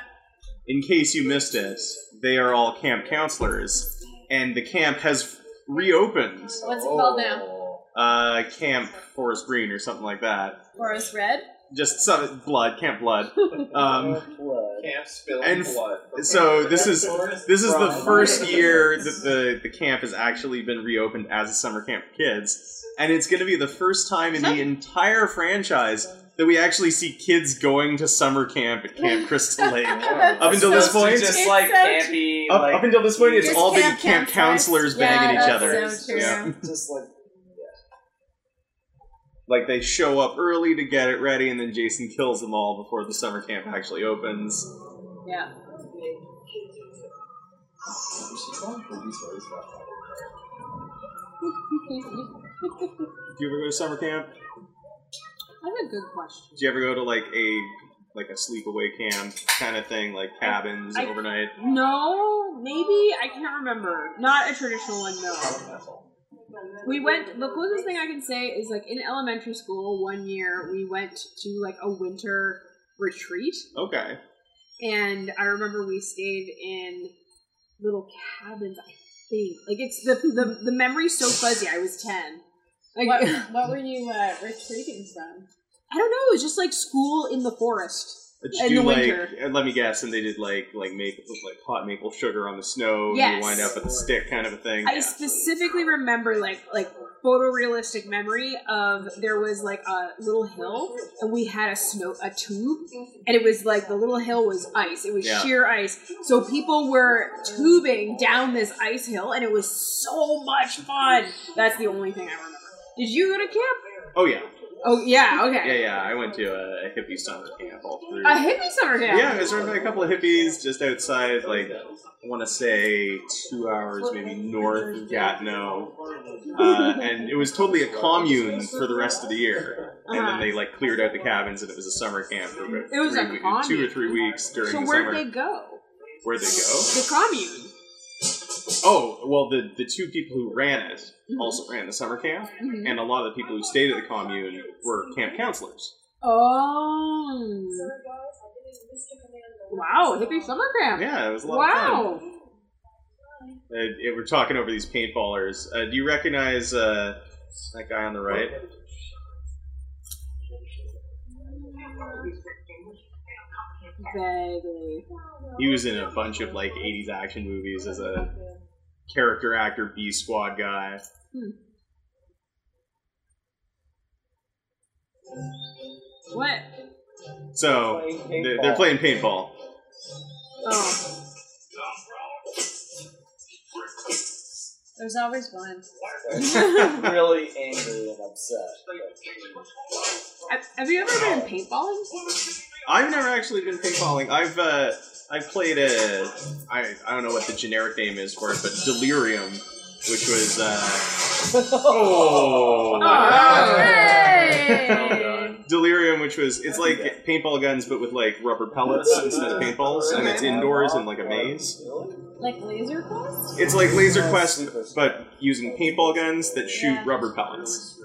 S1: in case you missed it, they are all camp counselors, and the camp has reopened.
S5: What's it called now?
S9: *laughs*
S1: Uh, camp Forest Green or something like that.
S5: Forest red.
S1: just some blood, camp
S5: *laughs*
S1: blood. Um,
S3: Blood.
S6: Camp spilling
S1: And f-
S6: blood.
S1: so this is this is the
S3: Right.
S1: first year that the the camp has actually been reopened as a summer camp for kids, and it's going to be the first time in the entire franchise that we actually see kids going to summer camp at
S5: *laughs*
S1: Camp Crystal Lake. Up until this
S3: So
S1: point,
S3: it's just
S5: It's
S3: like
S5: so
S3: campy,
S1: up,
S3: like
S1: up until this point, it's
S5: Just
S1: all been
S5: camp
S1: camp,
S5: campsites.
S1: counselors banging
S5: yeah,
S1: each
S5: that's
S1: other.
S5: So true.
S1: Yeah.
S3: *laughs* just like
S1: Like they show up early to get it ready, and then Jason kills them all before the summer camp actually opens.
S2: Yeah.
S9: She's telling creepy stories about that.
S1: Do you ever go to summer camp?
S2: I have a good question.
S1: Do you ever go to like a like a sleepaway camp kind of thing, like cabins
S2: I-
S1: overnight?
S2: No, maybe I can't remember. Not a traditional one, no. We went. The closest thing I can say is like in elementary school. One year we went to like a winter retreat,
S1: Okay.
S2: and I remember we stayed in little cabins. I think like it's the the the memory's so fuzzy. I was ten. Like
S5: What, what were you uh, retreating from?
S2: I don't know. It was just like school in the forest.
S1: Did
S2: In
S1: you Uh, do
S2: the
S1: like
S2: winter.
S1: and let me guess, and they did like like make like hot maple sugar on the snow and
S2: Yes.
S1: you wind up with a stick kind of a thing.
S2: I specifically remember like like photorealistic memory of there was like a little hill and we had a snow a tube and it was like the little hill was ice. It was
S1: Yeah.
S2: sheer ice. So people were tubing down this ice hill and it was so much fun. That's the only thing I remember. Did you go to camp?
S1: oh yeah.
S2: Oh yeah, okay.
S1: Yeah, yeah. I went to a, hippie summer camp all through.
S2: A hippie summer camp.
S1: Yeah, I was surrounded by a couple of hippies just outside, like, I want to say two hours maybe north of Gatineau. Uh, and it was totally a commune for the rest of the year. And then
S2: Uh-huh.
S1: they, like, cleared out the cabins and it was a summer camp for about
S2: It was
S1: three
S2: a
S1: weeks-
S2: commune.
S1: two or three weeks during
S2: so
S1: the
S2: where'd
S1: summer.
S2: they go?
S1: Where'd they go?
S2: The commune.
S1: Oh, well, the, the two people who ran it
S2: Mhm.
S1: also ran the summer camp.
S2: Mhm.
S1: And a lot of the people who stayed at the commune were camp counselors.
S2: Oh wow, hippie summer camp.
S1: Yeah, it was a lot of fun.
S2: Wow.
S1: Uh, it- we're talking over these paintballers. Uh, do you recognize uh, that guy on the right?
S2: Vaguely.
S1: He was in a bunch of like '80s action movies as a character actor, B squad guy.
S2: What?
S1: So Oh, they're, they're playing paintball.
S2: Oh.
S5: There's always one.
S2: *laughs*
S1: *laughs*
S3: I'm really angry and upset.
S2: Have have you ever been
S1: Oh,
S2: paintballing?
S1: I've never actually been paintballing. I've uh, I've played a I I don't know what the generic name is for it, but Delirium, which was uh, oh.
S5: Hey!
S1: Delirium, which was it's like paintball guns but with like rubber *laughs* pellets instead of paintballs, and it's indoors in like a maze.
S5: like laser quest?
S1: It's like Laser Quest, but using paintball guns that shoot
S5: Yeah.
S1: rubber pellets.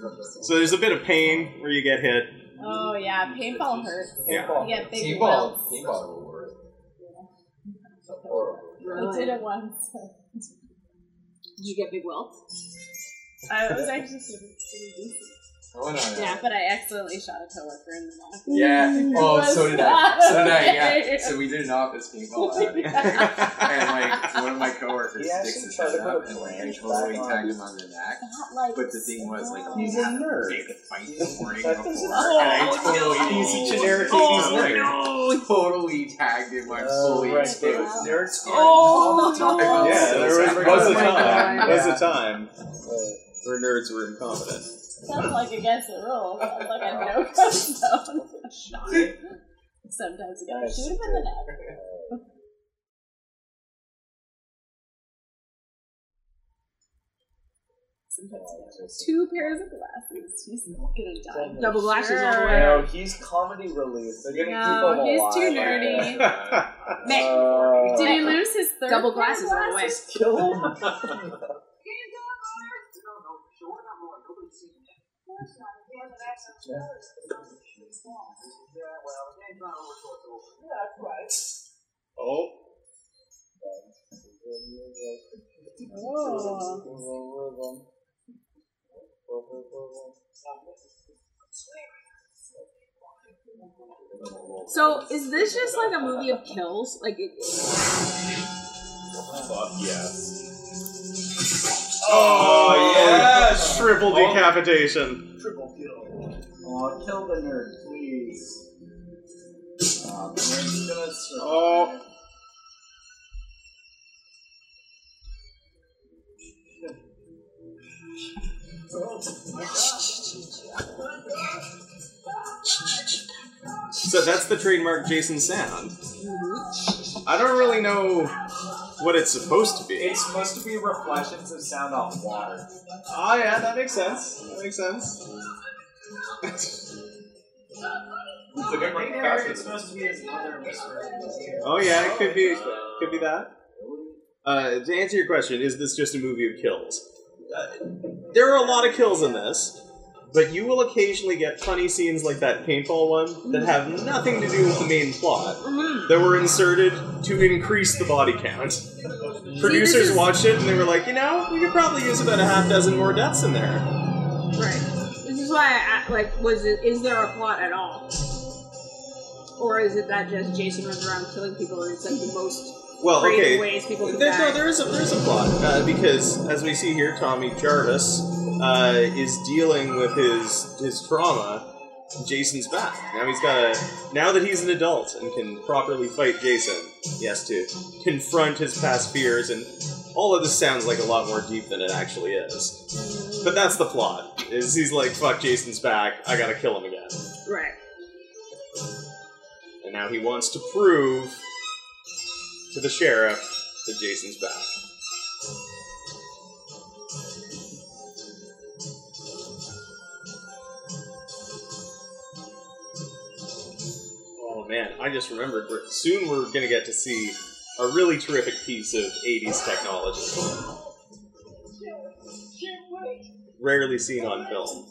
S1: So there's a bit of pain where you get *laughs* hit.
S5: Oh yeah, paintball hurts.
S1: Yeah.
S5: You get big
S9: Paintball,
S5: welts.
S9: paintball will work. Horrible.
S5: I did it *laughs* once.
S2: Did you get big welts?
S5: I was actually pretty pretty decent.
S9: I went on a-
S5: Yeah, but I accidentally shot a coworker in the back.
S9: Yeah. *laughs* Oh,
S5: was
S9: so did I. So did I.
S5: okay.
S9: Yeah. So we did an office paintball *laughs* alley, and like one of my coworkers
S3: He actually
S9: sticks his
S3: tried
S9: head
S3: to put
S9: up,
S3: a
S9: and like I
S3: flange
S9: totally
S3: back on.
S9: tagged him on the neck.
S5: Not like
S9: But the thing was, like,
S5: Oh.
S9: he's
S3: He's a nerd.
S9: big fight the morning before,
S3: That
S9: and
S3: doesn't-
S9: I
S3: Oh,
S9: totally,
S3: no.
S1: He's a generic
S9: Oh,
S1: 80s
S9: no. totally tagged him.
S1: Uh, *laughs*
S9: I'm fully
S3: Oh, right, there
S9: exposed.
S3: was nerd skin.
S5: Oh,
S9: no.
S1: Yeah,
S9: so
S1: there was,
S9: sorry.
S1: was a
S2: Oh my
S1: time.
S2: God.
S1: Was a time
S5: Oh.
S3: Right.
S1: where nerds were incompetent.
S5: Sounds like against the rules. Sounds like I *laughs* know goes down. Sometimes you gotta shoot him in the neck. Sometimes you gotta wear two pairs of glasses. He's not gonna die.
S2: Double glasses all the way.
S3: No, he's comedy relief. They're gonna
S5: No,
S3: keep him
S5: he's
S3: alive.
S5: too
S1: *laughs*
S5: nerdy.
S2: Nick,
S3: Uh,
S5: Did he lose his third
S2: double
S5: pair of
S2: glasses all the way.
S3: Kill
S5: *laughs*
S3: him.
S1: Oh,
S5: Oh.
S2: So is this just like a movie of kills? Like it,
S1: fuck yes. Oh yes, triple decapitation.
S3: Triple kill. Oh, kill the nerd, please. Aw, the nerd's gonna survive.
S1: Oh. So that's the trademark Jason sound. I don't really know what it's supposed to be.
S3: It's supposed to be reflections of sound off water.
S1: Oh yeah, that makes sense. That makes sense.
S6: Look at my
S8: Or It's
S6: capacity.
S8: supposed to be his mother whispering.
S1: Oh yeah, it could be could be that. Uh, to answer your question, is this just a movie of kills? Uh, there are a lot of kills in this, but you will occasionally get funny scenes like that paintball one that have nothing to do with the main plot
S2: Mm-hmm.
S1: that were inserted to increase the body count. Producers
S2: is-
S1: watched it and they were like, you know, we could probably use about a half dozen more deaths in there.
S2: right. This is why I a- like was it, is there a plot at all? Or is it that just Jason runs around killing people and it's like the most
S1: Well,
S2: creative
S1: Oh, okay,
S2: ways people can
S1: There, no,
S2: die?
S1: there is a there is a plot uh, because as we see here, Tommy Jarvis uh, is dealing with his his trauma. Jason's back now. He's got a now that he's an adult and can properly fight Jason. He has to confront his past fears and All of this sounds like a lot more deep than it actually is. But that's the plot. Is he's like, fuck Jason's back, I gotta kill him again.
S2: Right.
S1: And now he wants to prove to the sheriff that Jason's back. Oh man, I just remembered. we're- Soon we're gonna get to see a really terrific piece of 80s technology, rarely seen on film.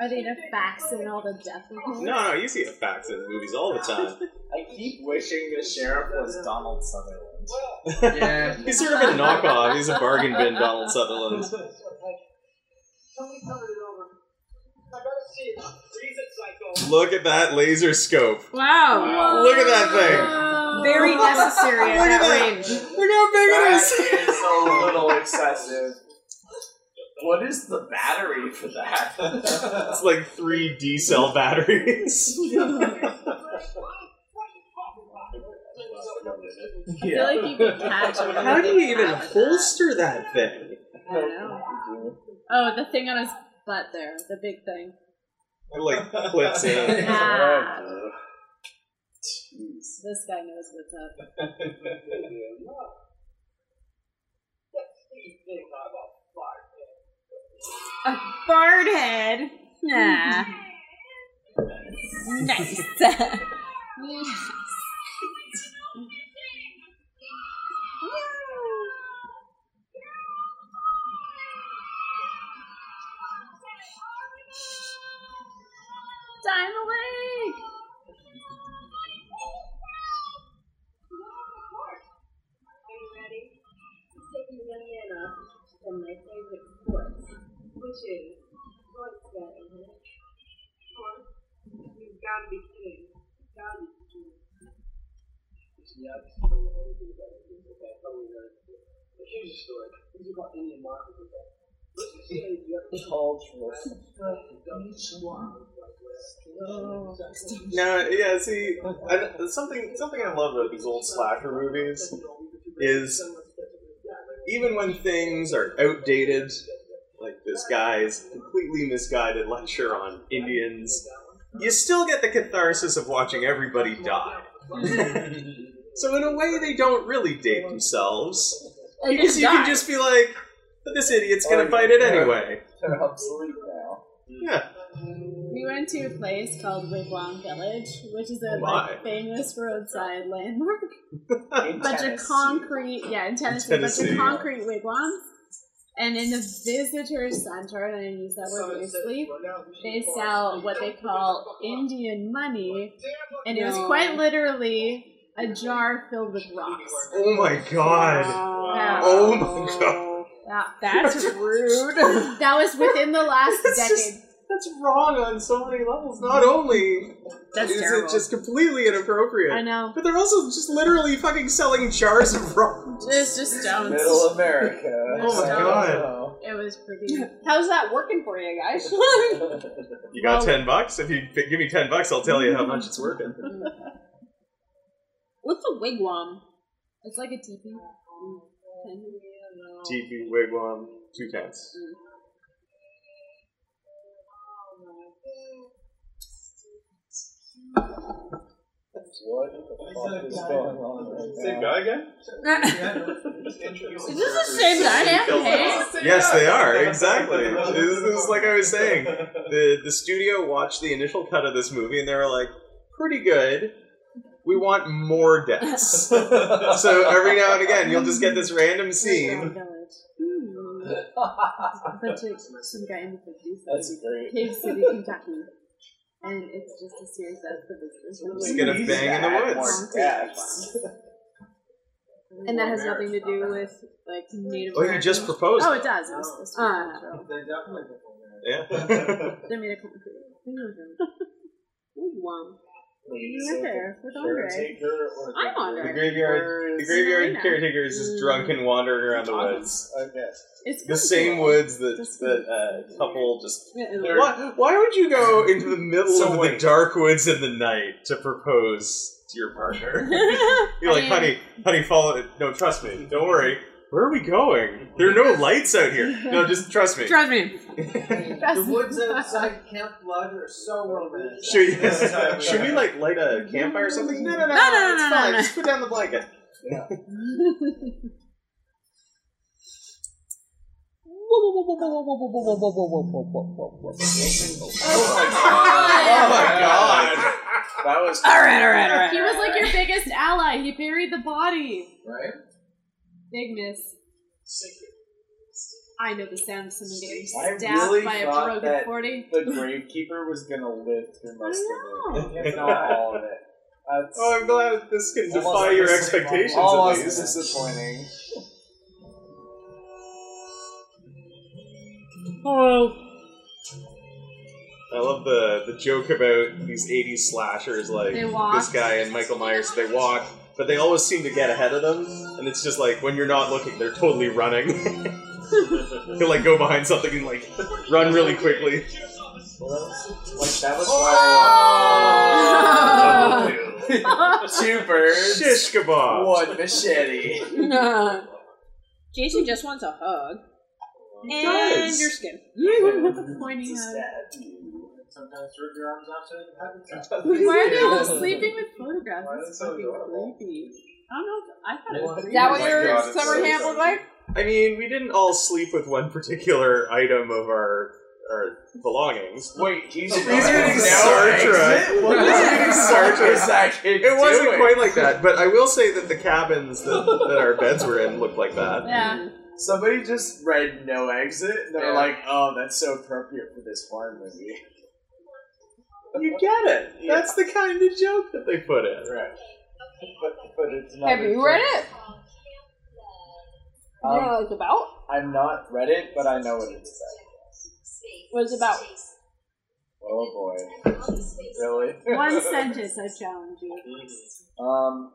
S5: Are they gonna fax in all the death reports?
S1: No, no, you see it facts in movies all the time.
S3: I keep wishing the sheriff was Donald Sutherland.
S9: Yeah.
S1: He's sort of a knockoff. He's a bargain bin Donald Sutherland. Look at that laser scope.
S2: Wow.
S1: Wow. Look at that thing.
S5: Oh.
S2: Very necessary *laughs* at
S1: Look at
S2: that,
S1: that.
S2: range.
S1: Look how big it
S3: That
S1: is.
S3: is a little excessive. What is the battery for that?
S1: It's like three D cell batteries.
S5: I feel like you could catch it.
S1: How do you even holster that thing?
S5: I don't know. Oh, the thing on his butt there, the big thing.
S1: It like clips in.
S5: Ah. This guy knows what's up.
S2: A bard head. Nah.
S5: *laughs*
S2: nice.
S5: Time away!
S1: No, yeah. See, I, something something I love about these old slasher movies is even when things are outdated, like this guy's completely misguided lecture on Indians, you still get the catharsis of watching everybody die. *laughs* so in a way, they don't really date themselves because you can just be like, this idiot's gonna
S3: Oh,
S1: fight
S3: yeah.
S1: it anyway.
S3: They're obsolete now.
S1: Yeah.
S5: We went to a place called Wigwam Village, which is a
S1: Why?
S5: like, famous roadside landmark.
S3: In
S5: bunch of concrete, yeah, in Tennessee,
S1: Tennessee.
S5: bunch of concrete wigwams. And in the visitor center, and I use that word loosely, they sell what they call Indian money, and it was
S2: No.
S5: quite literally a jar filled with rocks.
S1: Oh my god.
S5: Yeah.
S1: Oh my god.
S5: Yeah.
S2: That's rude. *laughs*
S5: That was within the last
S1: That's
S5: decade.
S1: just- That's wrong on so many levels. Not only
S2: That's
S1: is
S2: terrible.
S1: it just completely
S5: I
S1: inappropriate,
S5: know.
S1: but they're also just literally fucking selling jars of rum.
S5: It's just stones.
S3: Middle America.
S5: Oh my
S1: God.
S5: It was pretty.
S2: How's that working for you guys? *laughs*
S1: You got ten bucks? If you give me ten bucks, I'll tell you how much it's *laughs* working.
S5: What's a wigwam? It's like a teepee.
S1: TV wigwam, two tents.
S3: What the fuck is going on right
S6: Same
S3: now?
S6: guy again?
S5: Is this the same guy
S6: Killed
S5: now?
S6: us.
S1: Yes, they are *laughs* exactly. this is like I was saying. the the studio watched the initial cut of this movie and they were like, pretty good. We want more deaths. *laughs* so every now and again, you'll just get this random scene.
S2: Hmm.
S5: *laughs* A bunch of some guy in the fifties.
S3: That's great.
S5: Cave City, Kentucky. And it's just a series of the
S1: Just
S5: visitors.
S1: get a bang in the woods.
S3: More deaths.
S5: And that has nothing to do with like Native
S1: Oh, you just
S5: Americans.
S1: proposed.
S5: Oh, it does. It was supposed to be
S2: Uh.
S5: a show.
S8: They're definitely before
S1: Yeah.
S5: They made a concrete. Wigwam.
S3: Please,
S5: You're there with Andre.
S3: caretaker or-
S5: I'm Andre.
S1: the graveyard, the graveyard caretaker is just drunk and wandering around the woods.
S3: Okay.
S5: It's
S1: The same
S5: *laughs* woods.
S1: woods that that uh, couple just.
S2: That's
S1: Why, why would you go into the middle
S6: So
S1: of the
S6: wait.
S1: dark woods in the night to propose It's your partner. *laughs*
S2: I
S1: You're like,
S2: mean-
S1: honey, honey, follow it. No, trust me. Don't worry. Where are we going? There are no lights out here. *laughs* No, just trust me.
S2: Trust me.
S8: The woods
S4: *laughs*
S8: outside Camp Blood are so romantic.
S1: Should, *laughs* should we like light a campfire or something? No, no, no,
S2: No, no,
S1: it's
S2: no, no,
S1: fine.
S2: no.
S1: Just put down the blanket.
S5: Oh,
S1: *laughs* Oh my god!
S3: That was
S2: All right, all right, all right.
S5: He was like your biggest ally. He buried the body.
S8: Right?
S5: Big miss. I know the sound of someone getting
S3: I
S5: stabbed
S3: really
S5: by a
S3: thought
S5: broken
S3: that-
S5: 40.
S3: the gravekeeper was gonna live through most
S5: I
S3: of
S5: know.
S3: it, *laughs* if not all of it. That's
S1: Oh, I'm glad this can
S3: Almost
S1: defy
S3: like
S1: your
S3: a
S1: expectations at
S3: almost
S1: least.
S3: Oh, disappointing.
S5: *laughs*
S1: I love the the joke about these '80s slashers, like
S5: They walk.
S1: this guy and Michael Myers. They walk, but they always seem to get ahead of them, and it's just like when you're not looking, they're totally running. *laughs* He'll like go behind something and like run really quickly.
S3: Well, that was, like that
S1: Oh!
S3: was why.
S1: *laughs*
S3: Two birds,
S1: Shish kebab.
S3: one machete.
S2: *laughs* Jason just wants a hug.
S1: does.
S2: skin.
S5: Pointing out.
S8: Sometimes rip your arms off so you can have it.
S5: Why are they all sleeping with photographs?
S8: Why are they
S5: That's
S8: so
S5: fucking
S8: adorable?
S5: creepy. I don't know. I thought it was creepy.
S2: Is that what
S9: my
S2: your
S9: God, it's
S2: summer
S9: so
S2: camp was like?
S1: I mean, we didn't all sleep with one particular item of our our belongings.
S3: Wait, he's,
S1: He's reading Sartre.
S3: What
S1: He's reading Sartre.
S3: is that kid
S1: It wasn't
S3: doing?
S1: quite like that, but I will say that the cabins that, that our beds were in looked like that.
S5: Yeah.
S3: Somebody just read No Exit, and they're
S8: Yeah.
S3: like, "Oh, that's so appropriate for this horror movie."
S1: You get it.
S3: Yeah.
S1: That's the kind of joke that they put in.
S3: Right. But, but it's not.
S2: Have
S3: a
S2: you read
S3: joke.
S2: it? You know
S3: Um,
S2: what it's about?
S3: I've not read it, but I know what it's about.
S2: What it's about?
S3: Oh boy, really? *laughs*
S5: One sentence, I challenge you.
S3: Um,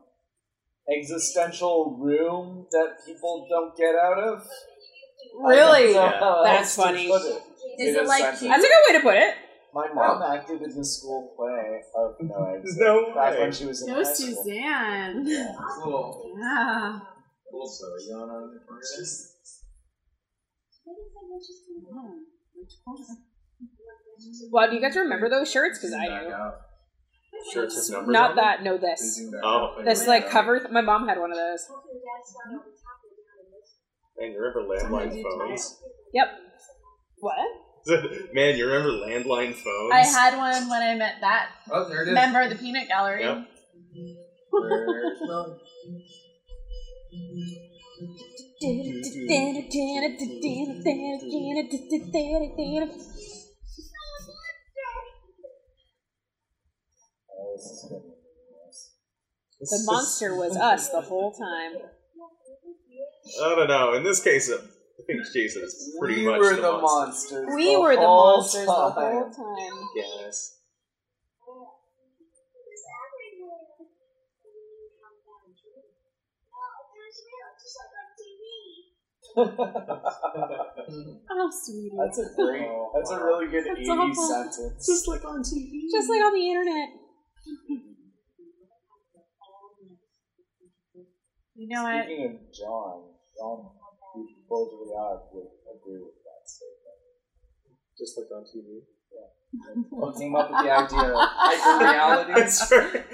S3: existential room that people don't get out of. *laughs*
S2: Really?
S3: I don't know how
S2: That's
S3: else to
S2: funny.
S3: put it.
S5: Is
S3: In
S5: it
S3: a
S5: like
S3: sentence.
S2: That's a good way to put it.
S3: My mom acted in the school play of No Exit
S1: No
S3: back
S1: way.
S3: when she was in
S5: No,
S3: high school.
S5: Suzanne.
S8: Cool.
S5: Yeah.
S8: Also, you want on the first?
S2: *laughs* Well, do you guys remember those shirts? Because I do.
S1: Shirts with numbers.
S2: Not that. No, this.
S1: Oh,
S2: This like cover. my mom had one of those.
S1: man, you remember landline phones?
S2: Yep. What?
S1: man, you remember landline phones?
S5: I had one when I met that
S8: Oh, there it is.
S5: member of the peanut gallery.
S1: Yeah.
S8: Where's Mo?
S3: Oh, this is gonna be nice.
S2: The monster was us the whole time.
S1: I don't know. In this case, I think Jason is pretty
S3: we
S1: much
S3: were
S1: the,
S3: the
S1: monster.
S3: monsters.
S2: We were the
S3: whole
S2: monsters the whole
S3: *laughs* time.
S2: time.
S1: Yes.
S5: Oh, sweetie.
S3: That's a great.
S8: Oh,
S3: That's a really good
S5: That's
S3: 80s
S5: awful.
S3: sentence.
S1: like on TV.
S2: Just like on the internet.
S5: You know what?
S3: Speaking of John, John Baudrillard would agree with that statement.
S1: Just like on TV.
S3: Well, came up with the idea of
S2: *laughs*
S3: hyperreality.
S1: That's right.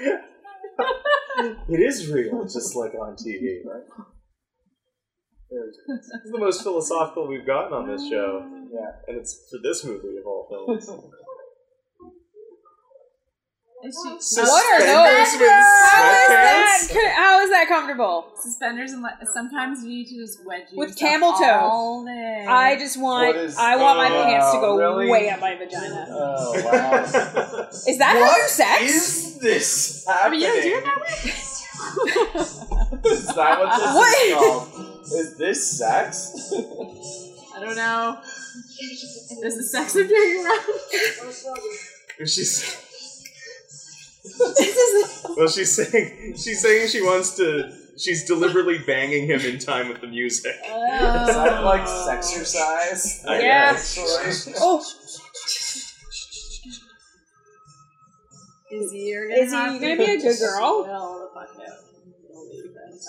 S1: it is real, just like on TV.
S3: There's-
S1: This is the most philosophical we've gotten on this show,
S3: yeah,
S1: and it's for this movie of all films.
S5: Is she-
S2: What are those?
S1: Suspenders with
S2: How is that?
S1: sweatpants?
S2: co- How is that comfortable?
S5: Suspenders and le- sometimes you need to just wedge
S2: With
S5: yourself
S2: camel toe.
S5: all day.
S2: I just want
S3: What is-
S2: I want my
S1: Oh,
S2: pants to go
S3: really?
S2: way up my vagina.
S3: Oh wow.
S2: Is that how you sex?
S3: Is this
S5: I
S3: happening?
S5: mean, you don't Oh, do it that way.
S3: *laughs* Is that what this
S2: What?
S3: is called? Is this sex?
S5: I don't know. Is the sex of doing wrong?
S1: And she's
S2: This is
S1: *laughs* well, she's saying she's saying she wants to. She's deliberately banging him in time with the music.
S2: *laughs*
S3: Is that like sexercise?
S1: I
S2: Yeah.
S1: guess.
S2: oh.
S5: Izzy, you're gonna
S2: Izzy,
S5: have
S2: you gonna be a good girl?
S5: Well, the fuck out.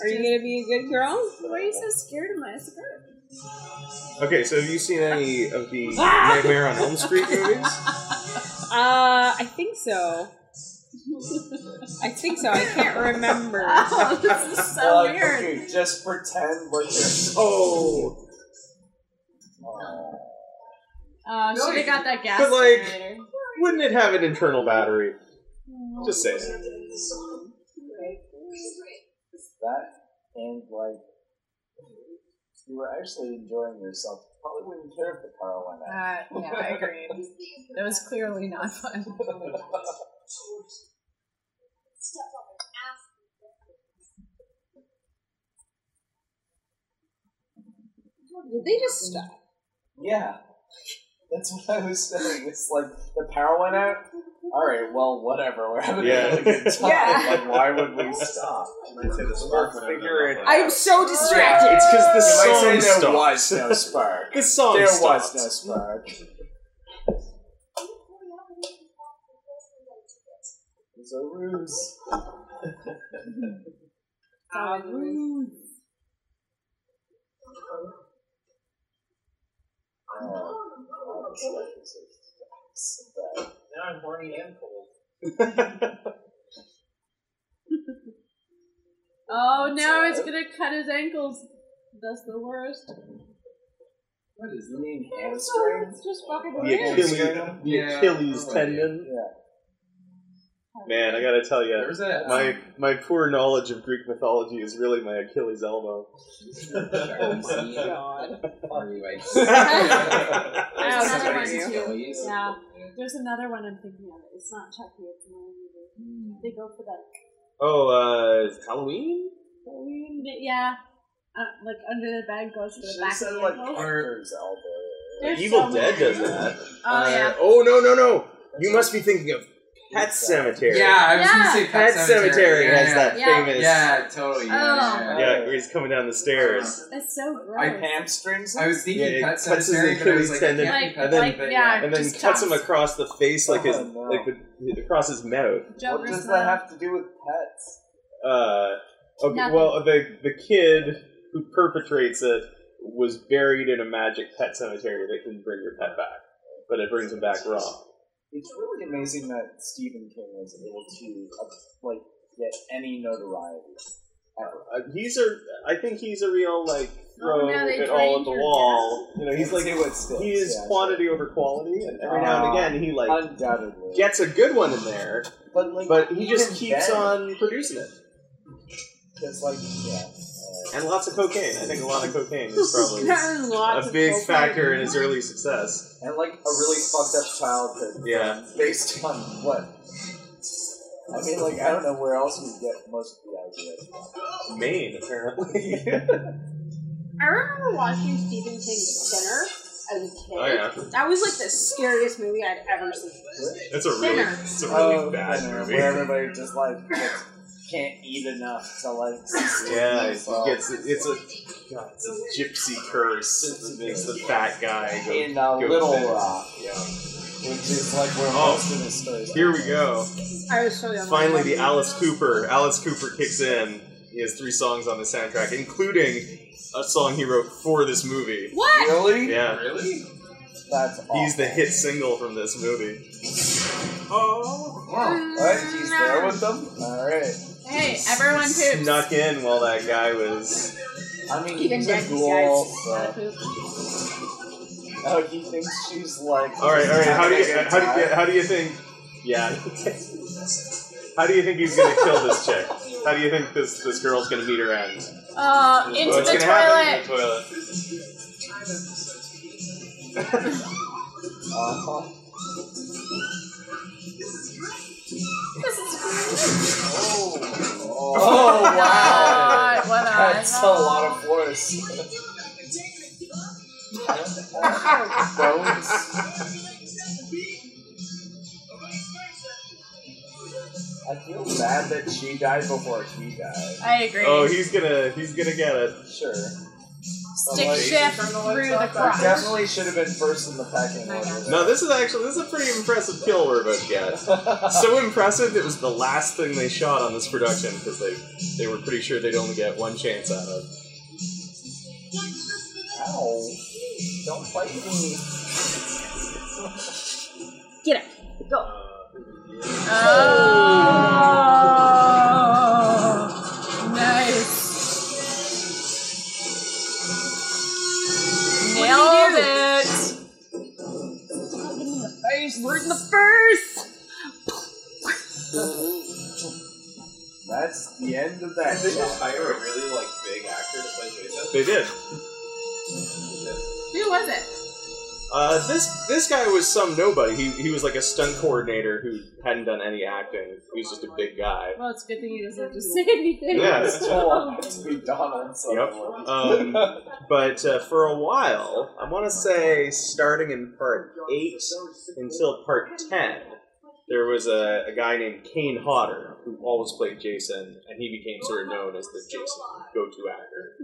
S2: Are you gonna be a good girl?
S5: Why are you so scared of my skirt?
S1: Okay, so have you seen any of the Nightmare on Elm Street movies?
S2: Uh, I think so. I think so. I can't remember.
S5: *laughs* Oh, this is so
S3: Well,
S5: weird.
S3: okay, just pretend like you're
S1: Oh,
S5: Oh, should have got that gas
S1: But, like-
S5: generator.
S1: wouldn't it have an internal battery? Just say it.
S3: that and like you were actually enjoying yourself. Probably wouldn't care if the car went out.
S5: Uh, yeah, I agree. That was clearly not fun.
S2: Did they just stop?
S3: *laughs* Yeah. That's what I was saying. It's like the power went out. All right, well, whatever. We're having
S1: Yeah.
S3: a really good
S5: *laughs*
S3: time.
S2: Yeah.
S3: Like, why would we stop?
S9: I'd say the spark went out of
S3: Figure it
S9: that
S2: I'm so distracted.
S1: It's because the
S3: You
S1: song
S3: might say there was
S1: stopped.
S3: no spark.
S1: The song
S3: there
S1: stopped.
S3: was no spark. It's a ruse.
S5: Um,
S3: Oh, God, this life is so bad.
S8: Now I'm horny and cold.
S5: Oh, now it's gonna cut his ankles. That's the worst.
S3: What is the name?
S8: *laughs*
S5: So
S3: Hamstring?
S5: it's just fucking
S1: The
S5: weird.
S1: Achilles, the Achilles tendon.
S3: Yeah.
S1: Man, I gotta tell you,
S9: There's a
S1: my my poor knowledge of Greek mythology is really my Achilles *laughs* elbow.
S9: Are you like
S1: Oh,
S2: Wow,
S5: There's another
S2: that's funny.
S5: one too. Yeah, there's another one I'm thinking of. It's not Chucky. It's another movie. They go for that.
S1: Oh, uh, Halloween?
S5: Halloween, Yeah, uh, like under the bed goes for the
S3: Should have
S5: back of
S3: said
S5: the
S3: like
S5: ankle.
S3: Hector's elbow.
S5: There's so
S1: Evil
S5: many.
S1: Dead does that.
S5: Oh
S1: Uh,
S5: yeah.
S1: Oh no no no! You must be thinking of Pet Cemetery.
S9: Yeah, I was
S5: Yeah.
S9: gonna say
S1: Pet Cemetery, has
S9: yeah,
S1: that
S5: Yeah.
S1: famous.
S9: Yeah, yeah, totally. Yeah,
S5: Oh.
S9: yeah, yeah.
S1: Yeah, where he's coming down the stairs.
S5: That's so gross.
S9: I
S3: Hamstrings?
S9: I was thinking
S1: Yeah, it
S9: Pet
S1: cuts his
S9: Cemetery, but I
S1: Achilles
S9: was like,
S1: tendon,
S9: it can't
S5: like,
S9: be Pet
S5: like,
S9: Cemetery.
S5: yeah,
S1: And then
S5: just
S1: cuts him
S5: chunks.
S1: across the face like his
S3: Oh, no.
S1: like the, across his mouth.
S5: Joker's
S3: what does
S5: mouth.
S3: that have to do with pets?
S1: Uh, okay,
S5: Nothing.
S1: well, the the kid who perpetrates it was buried in a magic pet cemetery that can bring your pet back, but it brings him back raw. Uh,
S3: It's really amazing that Stephen King was able to uh, like get any notoriety.
S1: Uh, he's a, I think he's a real like
S5: Oh,
S1: throw
S5: no, they
S1: it all
S5: drained
S1: at the
S5: your
S1: wall. You know, he's like
S3: See what sticks,
S1: he is
S3: yeah.
S1: quantity over quality, and every now and
S3: Ah.
S1: again he like
S3: undoubtedly.
S1: gets a good one in there,
S3: but like,
S1: but he just
S3: even
S1: keeps
S3: then,
S1: on producing it.
S3: It's like, yeah.
S1: And lots of cocaine. I think a lot of cocaine
S5: *laughs*
S1: is probably
S2: That was lots
S1: a
S2: of
S1: big
S2: cocaine.
S1: factor in his early success.
S3: And like a really fucked up childhood.
S1: Yeah.
S3: Based on what? I mean, like, I don't know where else you get most of the ideas.
S1: Maine,
S3: *laughs*
S1: apparently.
S2: I remember watching Stephen King's Sinner as a kid.
S1: oh yeah,
S2: That was like the scariest movie I'd ever seen.
S1: it's a really,
S2: Sinner.
S1: it's a really
S3: Oh,
S1: bad
S3: you know,
S1: movie.
S3: Where everybody just like gets- can't eat enough to like. sustain
S1: *laughs* Yeah, it
S3: themselves.
S1: gets it's a God, it's a gypsy curse that makes the fat guy go.
S3: in uh,
S1: go
S3: Little
S1: thin.
S3: Rock,
S1: Yeah.
S3: which is like where
S1: Oh.
S3: most of the stories.
S1: Here we go.
S2: I was so young.
S1: Finally, the Alice Cooper. Alice Cooper kicks in. He has three songs on the soundtrack, including a song he wrote for this movie.
S2: What?
S5: Mm,
S3: Really?
S1: Yeah,
S9: Really?
S3: That's awesome.
S1: he's the hit single from this movie.
S9: Wow.
S3: What? He's there with them. All right.
S5: Hey, everyone poops.
S1: Snuck in while that guy was.
S3: I mean,
S5: Even
S3: he's a
S5: Jackie's
S3: ghoul.
S5: guys.
S3: so-
S1: uh,
S3: Oh, he thinks she's like.
S1: All right, all right. How do you
S3: having a good
S1: how do you
S3: time.
S1: how do you think? Yeah. How do you think he's gonna kill this chick? How do you think this this girl's gonna meet her end?
S5: Uh, into
S1: What's
S5: the
S1: gonna happen in
S5: toilet.
S1: the toilet?
S3: Uh-huh. Oh, oh, wow.
S5: God, what a-
S3: That's a lot of force. Bones. I feel bad that she died before he died.
S5: I agree.
S1: Oh, he's gonna he's gonna get it.
S3: Sure.
S5: Stick shift through the
S3: I
S5: crotch.
S3: definitely should have been first in the pecking
S5: I know.
S3: order.
S1: No, this is actually this is a pretty impressive kill we're about to get. So impressive it was the last thing they shot on this production because they they were pretty sure they'd only get one chance out of. it.
S3: Ow. Don't fight me.
S5: Get up. Go. Oh. Nice. Nailed it. Word in the first.
S3: That's the end of that.
S6: They
S3: chat.
S6: just hire a really like big actor to play Jason.
S1: They did.
S5: Who was it?
S1: Uh, this this guy was some nobody. He he was like a stunt coordinator who hadn't done any acting. He was just a big
S5: *laughs*
S1: guy.
S5: Well, it's a good thing he doesn't have to *laughs* say anything.
S1: Yes.
S3: Oh, it's McDonald's.
S1: Yep.
S3: *laughs*
S1: Um, but uh, for a while, I want to say starting in part eight until part ten, there was a, a guy named Kane Hodder who always played Jason, and he became sort of known as the Jason go-to actor.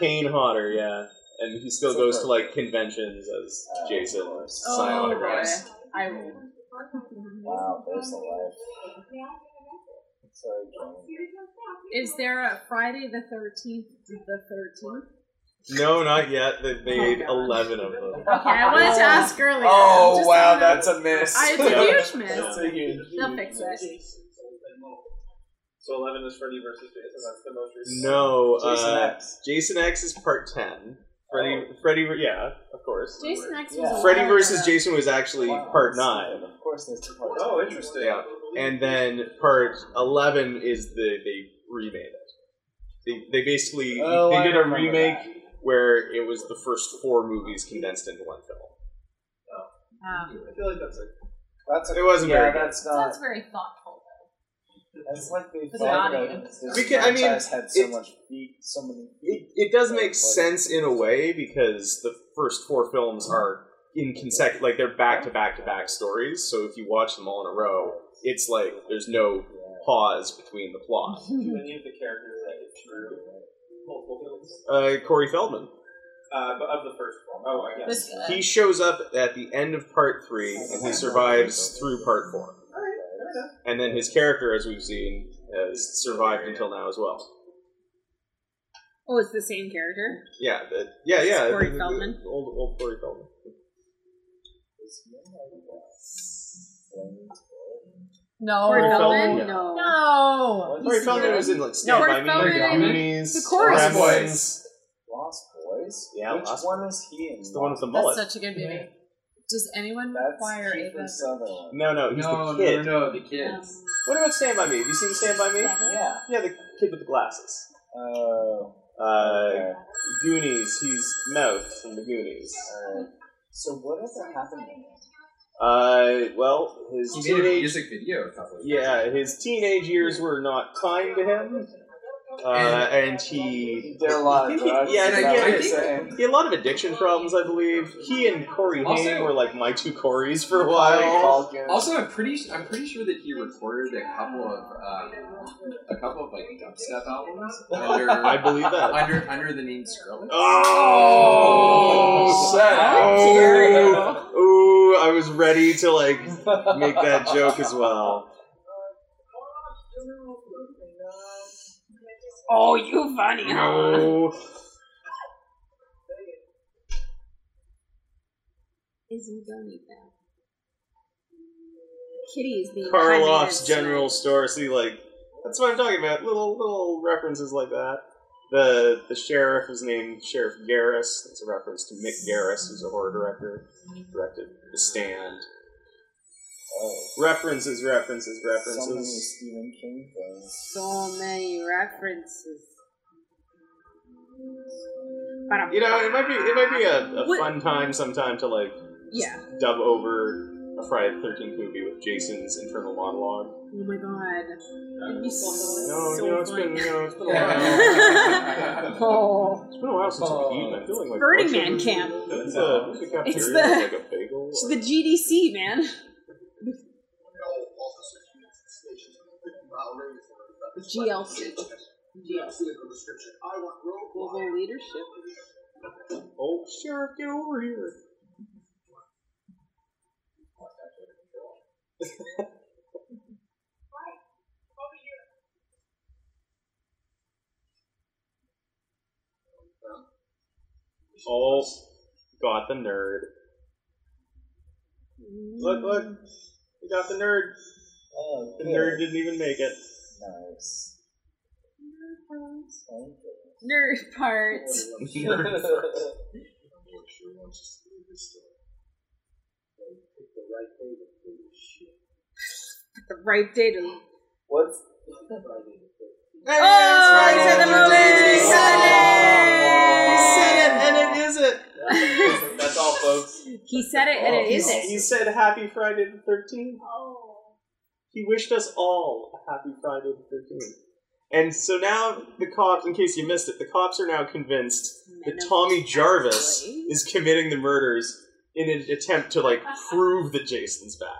S1: Kane Hodder, yeah, and he still goes to like conventions as Jason, sign
S5: Oh,
S1: autographs.
S5: boy. I will.
S3: Wow, there's a life. Sorry, John.
S5: Is there a Friday the 13th to the 13th?
S1: No, not yet. They've made
S5: Oh, God.
S1: eleven of them.
S5: Okay, I wanted to ask earlier.
S3: Oh,
S5: just
S3: wow,
S5: so you know.
S3: that's a miss.
S5: I-
S1: *laughs*
S5: It's a huge miss.
S3: That's a huge
S5: They'll fix it.
S6: So eleven is Freddy versus Jason. That's the most recent.
S1: No,
S3: Jason
S1: uh,
S3: X.
S1: Jason X is part ten. Freddy, Freddy, yeah, of course.
S5: Jason X
S3: Yeah.
S5: was
S1: Freddy
S5: alive.
S1: versus Jason was actually
S3: Wow,
S1: part
S3: that's
S1: nine,
S3: stupid. Of course, there's two parts.
S6: Oh, interesting.
S1: Yeah. and then part eleven is the they remade it. They, they basically
S3: Oh,
S1: they
S3: I
S1: did a
S3: remember
S1: remake
S3: that.
S1: where it was the first four movies condensed into one film.
S2: Um,
S6: I feel like that's a
S3: That's a,
S1: It wasn't
S3: yeah,
S1: very good.
S3: That's not.
S5: Sounds very thoughtful.
S3: That's like they
S5: the
S3: thought about
S5: audience.
S3: this
S1: Because, I mean,
S3: franchise had so
S1: it-
S3: much feet, so many.
S1: It, it does make sense in a way because the first four films are in consecutive, like they're back to back to back stories. So if you watch them all in a row, it's like there's no pause between the plot.
S3: Mm-hmm.
S6: do any of the characters that get through multiple films?
S1: Uh, Corey Feldman.
S6: Uh, but of the first one. Oh, I guess.
S5: This, uh,
S1: He shows up at the end of part three and he survives through part four. And then his character, as we've seen, has survived until now as well.
S2: oh, it's the same character.
S1: Yeah, the, yeah, yeah.
S2: Corey
S1: the- the-
S2: Feldman.
S1: Old, old Corey Feldman.
S5: no.
S2: Corey Feldman?
S1: Feldman?
S2: No.
S5: No.
S1: Corey Feldman was in like Stand
S5: Corey
S1: By Me,
S5: Feldman
S1: The
S5: and
S1: Goonies,
S5: the Chorus
S1: Gremlins.
S3: Boys. Lost Boys.
S1: Yeah,
S3: Which
S1: Lost
S3: one is he in?
S1: It's the one with the
S5: That's
S1: mullet.
S5: such a good movie. Does anyone
S3: That's
S5: require a
S3: Kiefer Sutherland.
S1: no, no, he's the kid.
S9: no, the kids.
S1: What about Stand By Me? Have you seen Stand By Me?
S3: Yeah.
S1: Yeah, the kid with the glasses.
S3: Oh.
S1: Uh,
S3: okay.
S1: Goonies, he's Mouth from the Goonies.
S3: Alright. So what does that happen?
S1: Uh, well, his
S9: He made a
S1: teenage
S9: music video a couple of years
S1: Yeah, his teenage years were not kind to him, uh, and
S3: He
S1: he
S3: did a lot
S1: I
S3: *laughs* of
S1: think he-
S3: drugs.
S1: yeah,
S3: is
S1: I
S3: that what
S1: think-
S3: you're saying?
S1: he had a lot of addiction problems, I believe. He and Corey
S9: Also-
S1: Haim were like my two Corys for a
S3: Macaulay
S1: while.
S3: Culkin. *laughs*
S9: Also, I'm pretty I'm pretty sure that he recorded a couple of um, a couple of like dubstep albums under
S1: I believe that.
S9: under under the name Skrillex. *laughs*
S1: Oh,
S3: shut up.
S1: Oh,
S3: dare you.
S1: ooh, I was ready to like make that joke as
S3: *laughs*
S1: well.
S2: Oh, you funny, huh?
S1: No.
S2: Is he don't eat that? Kitty is being
S1: Karloff's
S2: kindness.
S1: General Store. See, like that's what I'm talking about. Little little references like that. The the sheriff is named Sheriff Garris. It's a reference to Mick Garris, who's a horror director, directed The Stand.
S3: Oh,
S1: References, references,
S3: so many
S1: references.
S3: Stephen King things.
S2: So many references.
S1: You know, it might be it might be a, a
S2: What-
S1: fun time sometime to like
S2: Yeah.
S1: dub over a Friday the Thirteenth movie with Jason's internal monologue.
S2: Oh my god. That'd be so,
S1: No,
S2: so
S1: no, it's been
S2: fun.
S1: no, it's been a
S2: *laughs*
S1: while.
S9: Yeah.
S2: Oh.
S1: It's been a while since I've eaten. I'm feeling like
S2: Burning
S1: lunch
S2: Man
S1: is-
S2: camp.
S1: It's the, the cafeteria
S2: It's the-
S1: with, like a bagel.
S2: It's
S1: or-
S2: the GDC, man. GLC. Evil leadership.
S1: Oh, Sheriff, get over here. oh, got the nerd. Look, look. We got the nerd.
S3: Oh,
S1: The
S3: cool.
S1: nerd didn't even make it.
S3: Nice.
S2: Nerd parts. The right data.
S3: What's
S2: Oh,
S1: right,
S2: he said the
S1: you did. it
S2: movie! He
S1: is it.
S2: said
S3: that's all, folks.
S2: it! He said it and it
S1: Oh, He-
S2: isn't.
S1: He said Happy Friday the 13th.
S2: Oh.
S1: He wished us all a Happy Friday the 13th. And so now the cops, in case you missed it, the cops are now convinced that Tommy Jarvis is committing the murders in an attempt to
S2: *laughs*
S1: like prove that Jason's back.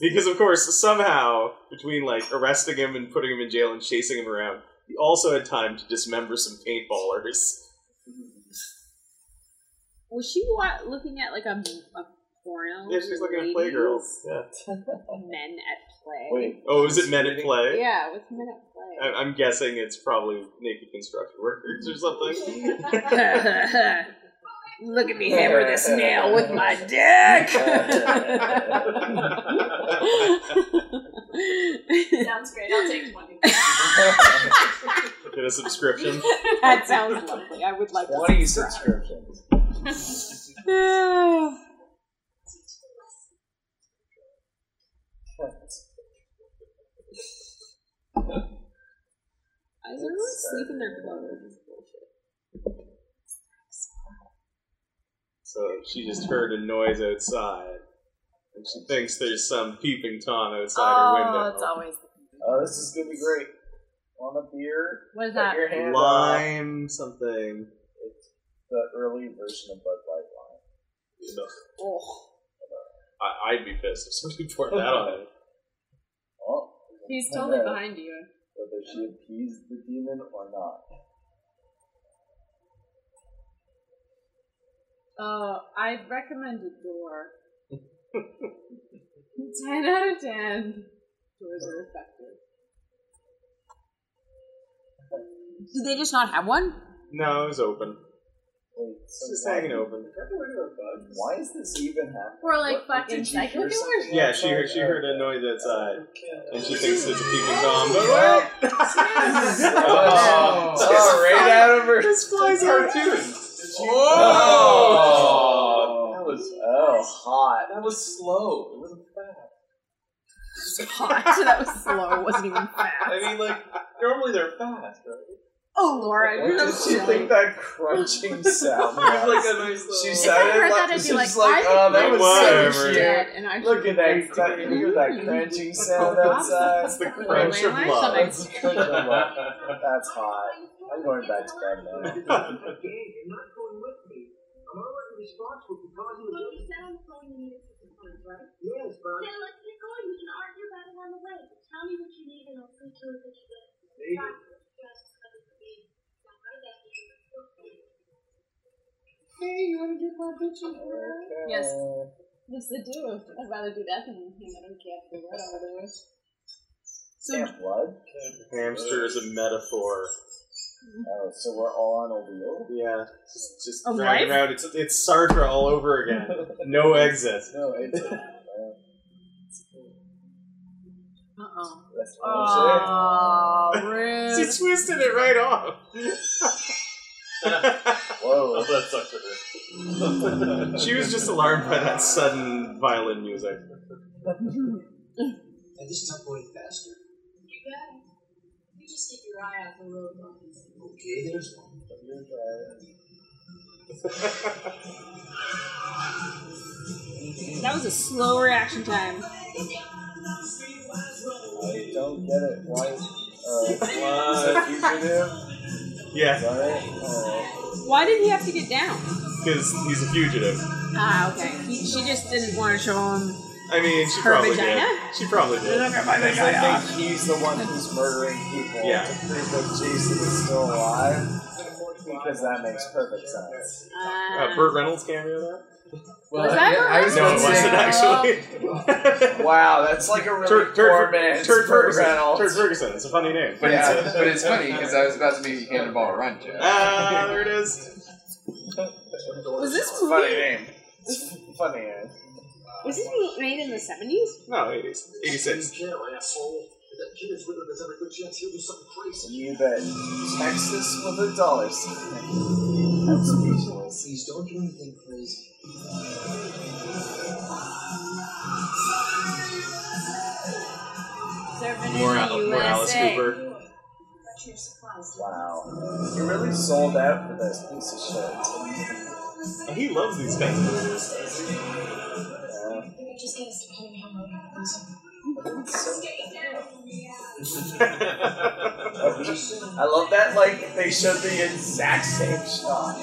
S1: Because of course, somehow between like arresting him and putting him in jail and chasing him around, he also had time to dismember some paintballers.
S2: Was she wa- looking at like a, a porno?
S1: Yeah, she's
S2: for
S1: looking at
S2: Oh, ladies?
S1: Playgirl. Yeah.
S2: Men at play.
S3: Wait.
S1: Oh, is it Men at Play?
S2: Yeah, what's men at play?
S1: I- I'm guessing it's probably naked construction workers or something.
S3: *laughs*
S2: Look at me hammer this nail with my
S5: *laughs*
S2: dick.
S5: Sounds great. I'll take
S4: *laughs*
S5: twenty.
S1: Get a subscription.
S2: *laughs* that sounds lovely. I would like to.
S3: Twenty subscriptions.
S2: Is everyone asleep in their clothes?
S1: So she just heard a noise outside, and she thinks there's some peeping tom outside her
S5: Oh,
S1: window.
S5: it's always.
S3: Oh, this is gonna be great. Want a beer?
S5: What is
S3: Put
S5: that?
S3: your hand on
S1: Lime something.
S3: It's the early version of Bud Light Lime.
S1: You know.
S5: Oh.
S1: I- I'd be pissed if somebody poured that on it.
S3: Oh,
S5: He's
S3: I
S5: totally
S3: know.
S5: behind you.
S3: Whether she appeased the demon or not.
S5: Oh, I recommend a door. *laughs* ten out of ten. Doors are effective.
S2: Did they just not have one?
S1: No, it was open.
S3: Wait, so
S1: It's just
S3: why-
S1: hanging open.
S3: Why is this even happening?
S5: We're like
S3: What- did
S5: fucking
S3: she hear
S5: psycho
S3: *laughs*
S5: killers?
S3: something
S1: Yeah, she heard, she
S3: outside?
S1: heard a noise outside, and she thinks it's a peeping tom. But *laughs*
S3: Oh, oh, right out of her.
S1: this flies
S5: *laughs*
S1: out too.
S3: Oh, that was oh hot.
S6: That was slow. It wasn't
S2: Hot. that was slow. It wasn't even
S3: *laughs*
S2: fast.
S6: I mean, like, normally they're fast, right?
S2: Oh, Laura,
S3: What
S2: you're
S3: did she think that *laughs* crunching sound
S6: There's like a
S3: was?
S6: nice little.
S3: She
S5: I heard
S3: sounded
S5: that,
S3: like
S5: I'd be
S3: she's
S5: like,
S3: like,
S5: I
S3: oh, that
S1: think
S3: was
S1: so
S3: so
S1: much
S3: cute.
S2: dead, and I
S3: Look at that, cr-
S5: Mm-hmm.
S3: you hear that crunching sound outside.
S1: It's the crunch of
S5: my
S1: love.
S3: That's a crunch of love. That's hot. I'm going back to bed now.
S4: Yes, but
S5: Yes. Yes, I do. I'd rather do that than hang out in camp for what over there.
S3: Damn blood.
S1: Hamster is a metaphor.
S3: Oh, so we're all on a wheel.
S1: Yeah, just, just
S2: Of
S1: round
S2: life?
S1: and round. It's it's Sartre all over again.
S3: *laughs*
S1: No exit.
S3: No, it's
S5: Uh oh.
S3: that's bullshit.
S5: Oh,
S2: Uh,
S1: She
S5: rude.
S1: twisted it right
S3: *laughs*
S1: off.
S3: Whoa.
S6: that sucks for her.
S1: *laughs* she was just alarmed by that sudden violin music.
S8: And this stuff going faster. Okay, there's one.
S2: That was a slow reaction time.
S3: I don't get it. Why? Uh, he's a fugitive?
S1: Yeah,
S3: Right? Uh,
S2: Why did he have to get down?
S1: because he's a fugitive.
S2: Ah, okay. He, she just didn't want to show him.
S1: I mean, she
S2: Her
S1: probably
S2: vagina?
S1: did. Uh, She probably did.
S3: I think he's the one who's murdering people
S1: Yeah.
S3: to think that Jason is still alive because that makes perfect sense.
S1: Uh, Burt Reynolds cameo there?
S3: Well,
S5: Was that
S3: I, I was
S5: Burt
S1: No,
S3: going
S1: it
S3: to
S5: Reynolds?
S1: wasn't
S3: say, *laughs*
S1: actually.
S3: wow, that's like a really
S1: Turd- Turd-
S3: poor man's
S1: Turd
S3: Burt
S1: Ferguson.
S3: Reynolds.
S1: Turd Ferguson. It's a funny name.
S9: But,
S3: Yeah.
S9: it's, but it's funny because I was about to make a cannonball run, Jeff.
S1: Ah, there it is.
S2: Was this
S3: It's a funny
S2: movie?
S3: name. It's a funny name.
S2: Was this movie made in the seventies?
S1: No, 80s. 86.
S3: You bet. Texas with a dollar sign. That's speechless.
S4: Please don't do anything crazy.
S1: More, Al- more Alice Cooper.
S3: Wow. You really sold out for this piece of shit.
S1: And he loves these kinds
S3: *laughs*
S1: of movies.
S3: Yeah.
S7: Just get us to cutting
S3: I love that, like, they showed the exact same shot.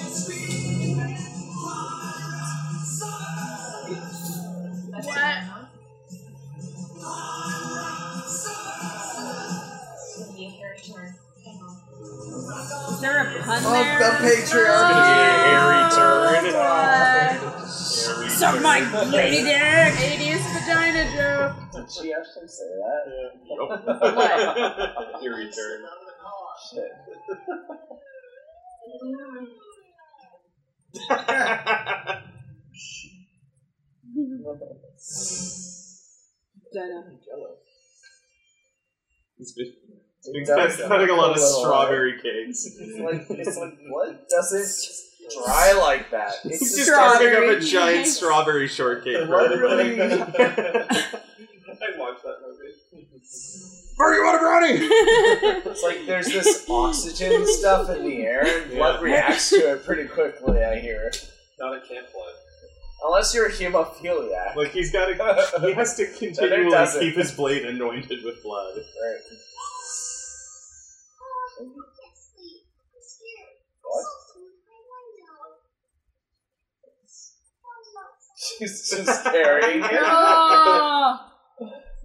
S2: Is there a pun
S3: Oh,
S2: there?
S3: the patriarchy.
S1: It's gonna be a hairy turn.
S5: Uh,
S1: Hairy
S2: Suck
S1: turn.
S2: my lady dick.
S5: 80s vagina joke.
S3: Did she actually say that?
S1: *laughs* What? Hairy turn.
S3: Shit.
S1: It's been- it's been
S3: It does
S1: cutting a lot of
S3: look
S1: strawberry cakes.
S3: It's like, it's like, what? Doesn't dry like that. It's
S1: He's
S3: just,
S1: just carving up a
S5: Strawberry
S1: giant
S5: cakes.
S1: strawberry shortcake for
S3: What
S1: everybody.
S3: really-
S6: I watched that movie.
S1: Bernie, want a brownie?
S2: *laughs*
S3: it's like there's this oxygen stuff in the air, and blood reacts to it pretty quickly, I hear.
S6: Not a camp blood.
S3: Unless you're a
S1: *laughs*
S3: hemophiliac.
S1: Like he's got to, he
S3: *laughs*
S1: has to continually
S3: doesn't.
S1: keep his blade anointed with blood.
S3: Right. What? She's just carrying it.
S2: *laughs*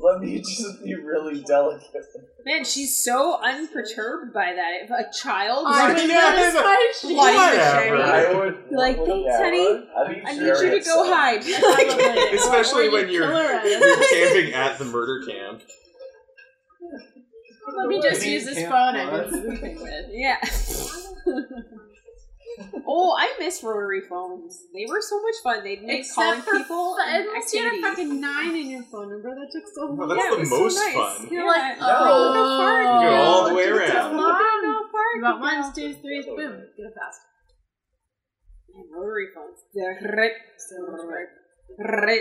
S2: Oh
S3: Let me just be really delicate.
S2: man, she's so unperturbed by that. If a child,
S5: I
S2: would
S5: would
S1: Yeah,
S5: notice my shit.
S1: Whatever.
S3: I would.
S2: Like, thanks,
S3: yeah,
S2: honey.
S3: I'd be
S2: I need you to
S3: furious.
S2: go hide. Like,
S1: Especially
S5: Or you
S1: when you're,
S5: kill her at it.
S1: *laughs* you're camping at the murder camp.
S5: Let me just use this phone I've been sleeping with.
S2: yeah. *laughs* oh, I miss rotary phones. They were so much fun. They'd make calling
S5: Except for
S2: people
S5: fu-
S2: and
S5: unless you had a
S2: activities.
S5: fucking nine in your phone number, that took so long.
S1: Well, that's
S2: Yeah, it
S1: the
S2: was so
S1: most
S2: nice.
S1: fun.
S5: You're
S2: Yeah.
S5: like,
S1: No.
S5: oh,
S1: You go all the way
S5: just as
S1: around.
S5: long. You
S2: About
S5: got
S2: one
S5: ones, twos, threes, boom, get it fast.
S2: rotary phones. Zerrit, zerrit,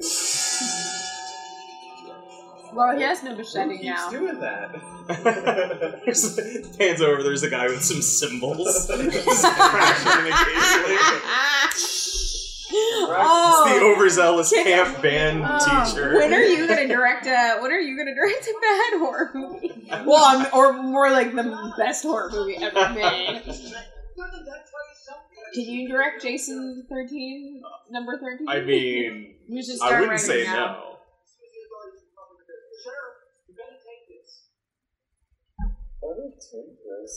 S2: zerrit.
S5: Well, he has no machete
S6: Keeps
S5: now.
S6: doing that.
S1: There's- Pans over, there's a guy with some *laughs* symbols. Just crashing occasionally. It's the
S2: oh,
S1: overzealous camp band
S5: Oh,
S1: teacher.
S2: when are you gonna direct a? When are you gonna direct a bad horror movie? Well, I'm, or more like the best horror
S1: *laughs*
S2: movie ever made. Can you direct Jason thirteen, number thirteen?
S1: I mean,
S5: You should start
S1: I wouldn't
S5: writing
S1: say
S5: now.
S1: no.
S3: I would take this.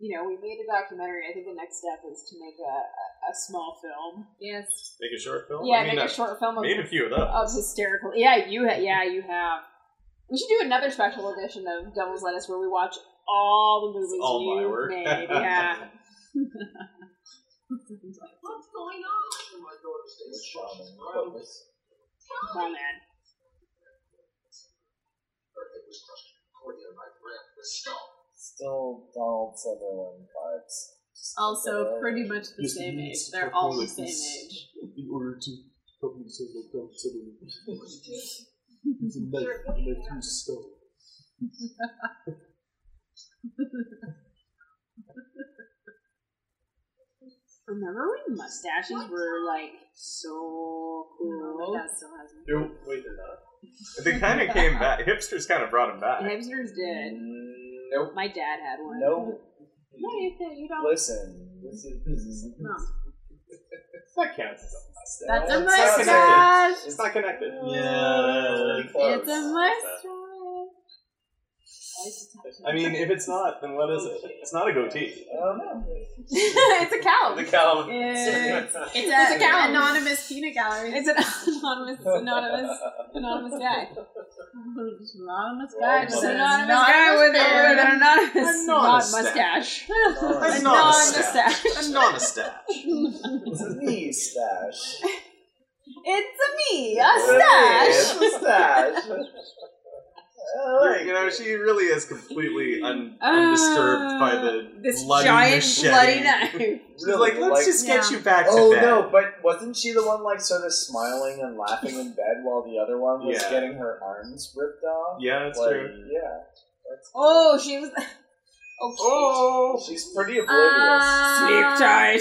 S2: You know, we made a documentary. I think the next step is to make a a small film.
S5: Yes.
S1: Make a short film?
S2: yeah,
S1: I mean,
S2: make
S1: I've
S2: a short Oh. film of,
S1: made a few of those.
S2: of hysterical. Yeah, you ha- yeah you have. We should do another special edition of Devil's Lettuce where we watch all the movies
S1: all my
S2: you've
S1: work.
S2: made.
S1: *laughs*
S2: Yeah. *laughs*
S7: What's going on?
S2: Oh, man.
S3: Still Donald Sutherland vibes.
S5: Also,
S3: Uh,
S5: pretty much the
S1: Yes,
S5: same
S1: we need
S5: age.
S1: to
S5: They're
S1: talk
S5: all
S1: more
S5: the
S1: like
S5: same
S1: this.
S5: age.
S1: in order to help me save the dumb sitting
S2: *laughs* Remember when mustaches were like so cool?
S5: That still has me.
S1: No, wait, they're not. They kind
S2: *laughs*
S1: of came back. Hipsters kind of brought them back.
S2: Hipsters did.
S3: Mm, Nope.
S2: My dad had one.
S3: Nope.
S2: No, you think you don't.
S3: Listen. This is, this is
S5: No.
S1: That counts.
S5: That's
S3: It's
S5: a
S3: not
S1: mustache.
S5: mustache.
S1: It's not connected.
S3: connected.
S1: Yeah.
S3: Close.
S5: It's a mustache.
S1: I mean, if it's not, then what is it? It's not a goatee.
S3: I don't know.
S2: *laughs*
S5: it's a cow.
S6: The cow.
S2: It's,
S5: It's
S2: a-
S5: a cow. Anonymous peanut gallery.
S2: it's an anonymous, anonymous, anonymous guy.
S5: anonymous guy.
S2: It's
S5: with
S2: an
S5: an
S2: anonymous guy with, a, with an anonymous,
S1: Anonymous
S2: not mustache.
S3: Anonymous.
S2: Anon
S1: Anonymous.
S2: mustache.
S1: I'm not a stash.
S3: It's a me stash.
S5: It's a me, a
S3: It's
S5: stash.
S3: a me, It's a stash. I like
S1: You know, she really is completely un-
S2: Uh,
S1: undisturbed by the
S2: this
S1: bloody
S2: giant
S1: machete.
S2: bloody knife.
S1: She's like, let's just get
S5: Yeah.
S1: you back to
S3: Oh
S1: bed.
S3: no! But wasn't she the one like sort of smiling and laughing in bed while the other one was
S1: Yeah.
S3: getting her arms ripped off?
S1: Yeah, that's
S3: like,
S1: true.
S3: Yeah,
S2: Oh, she *laughs* was. Okay.
S3: she's pretty oblivious. Ah.
S5: Uh,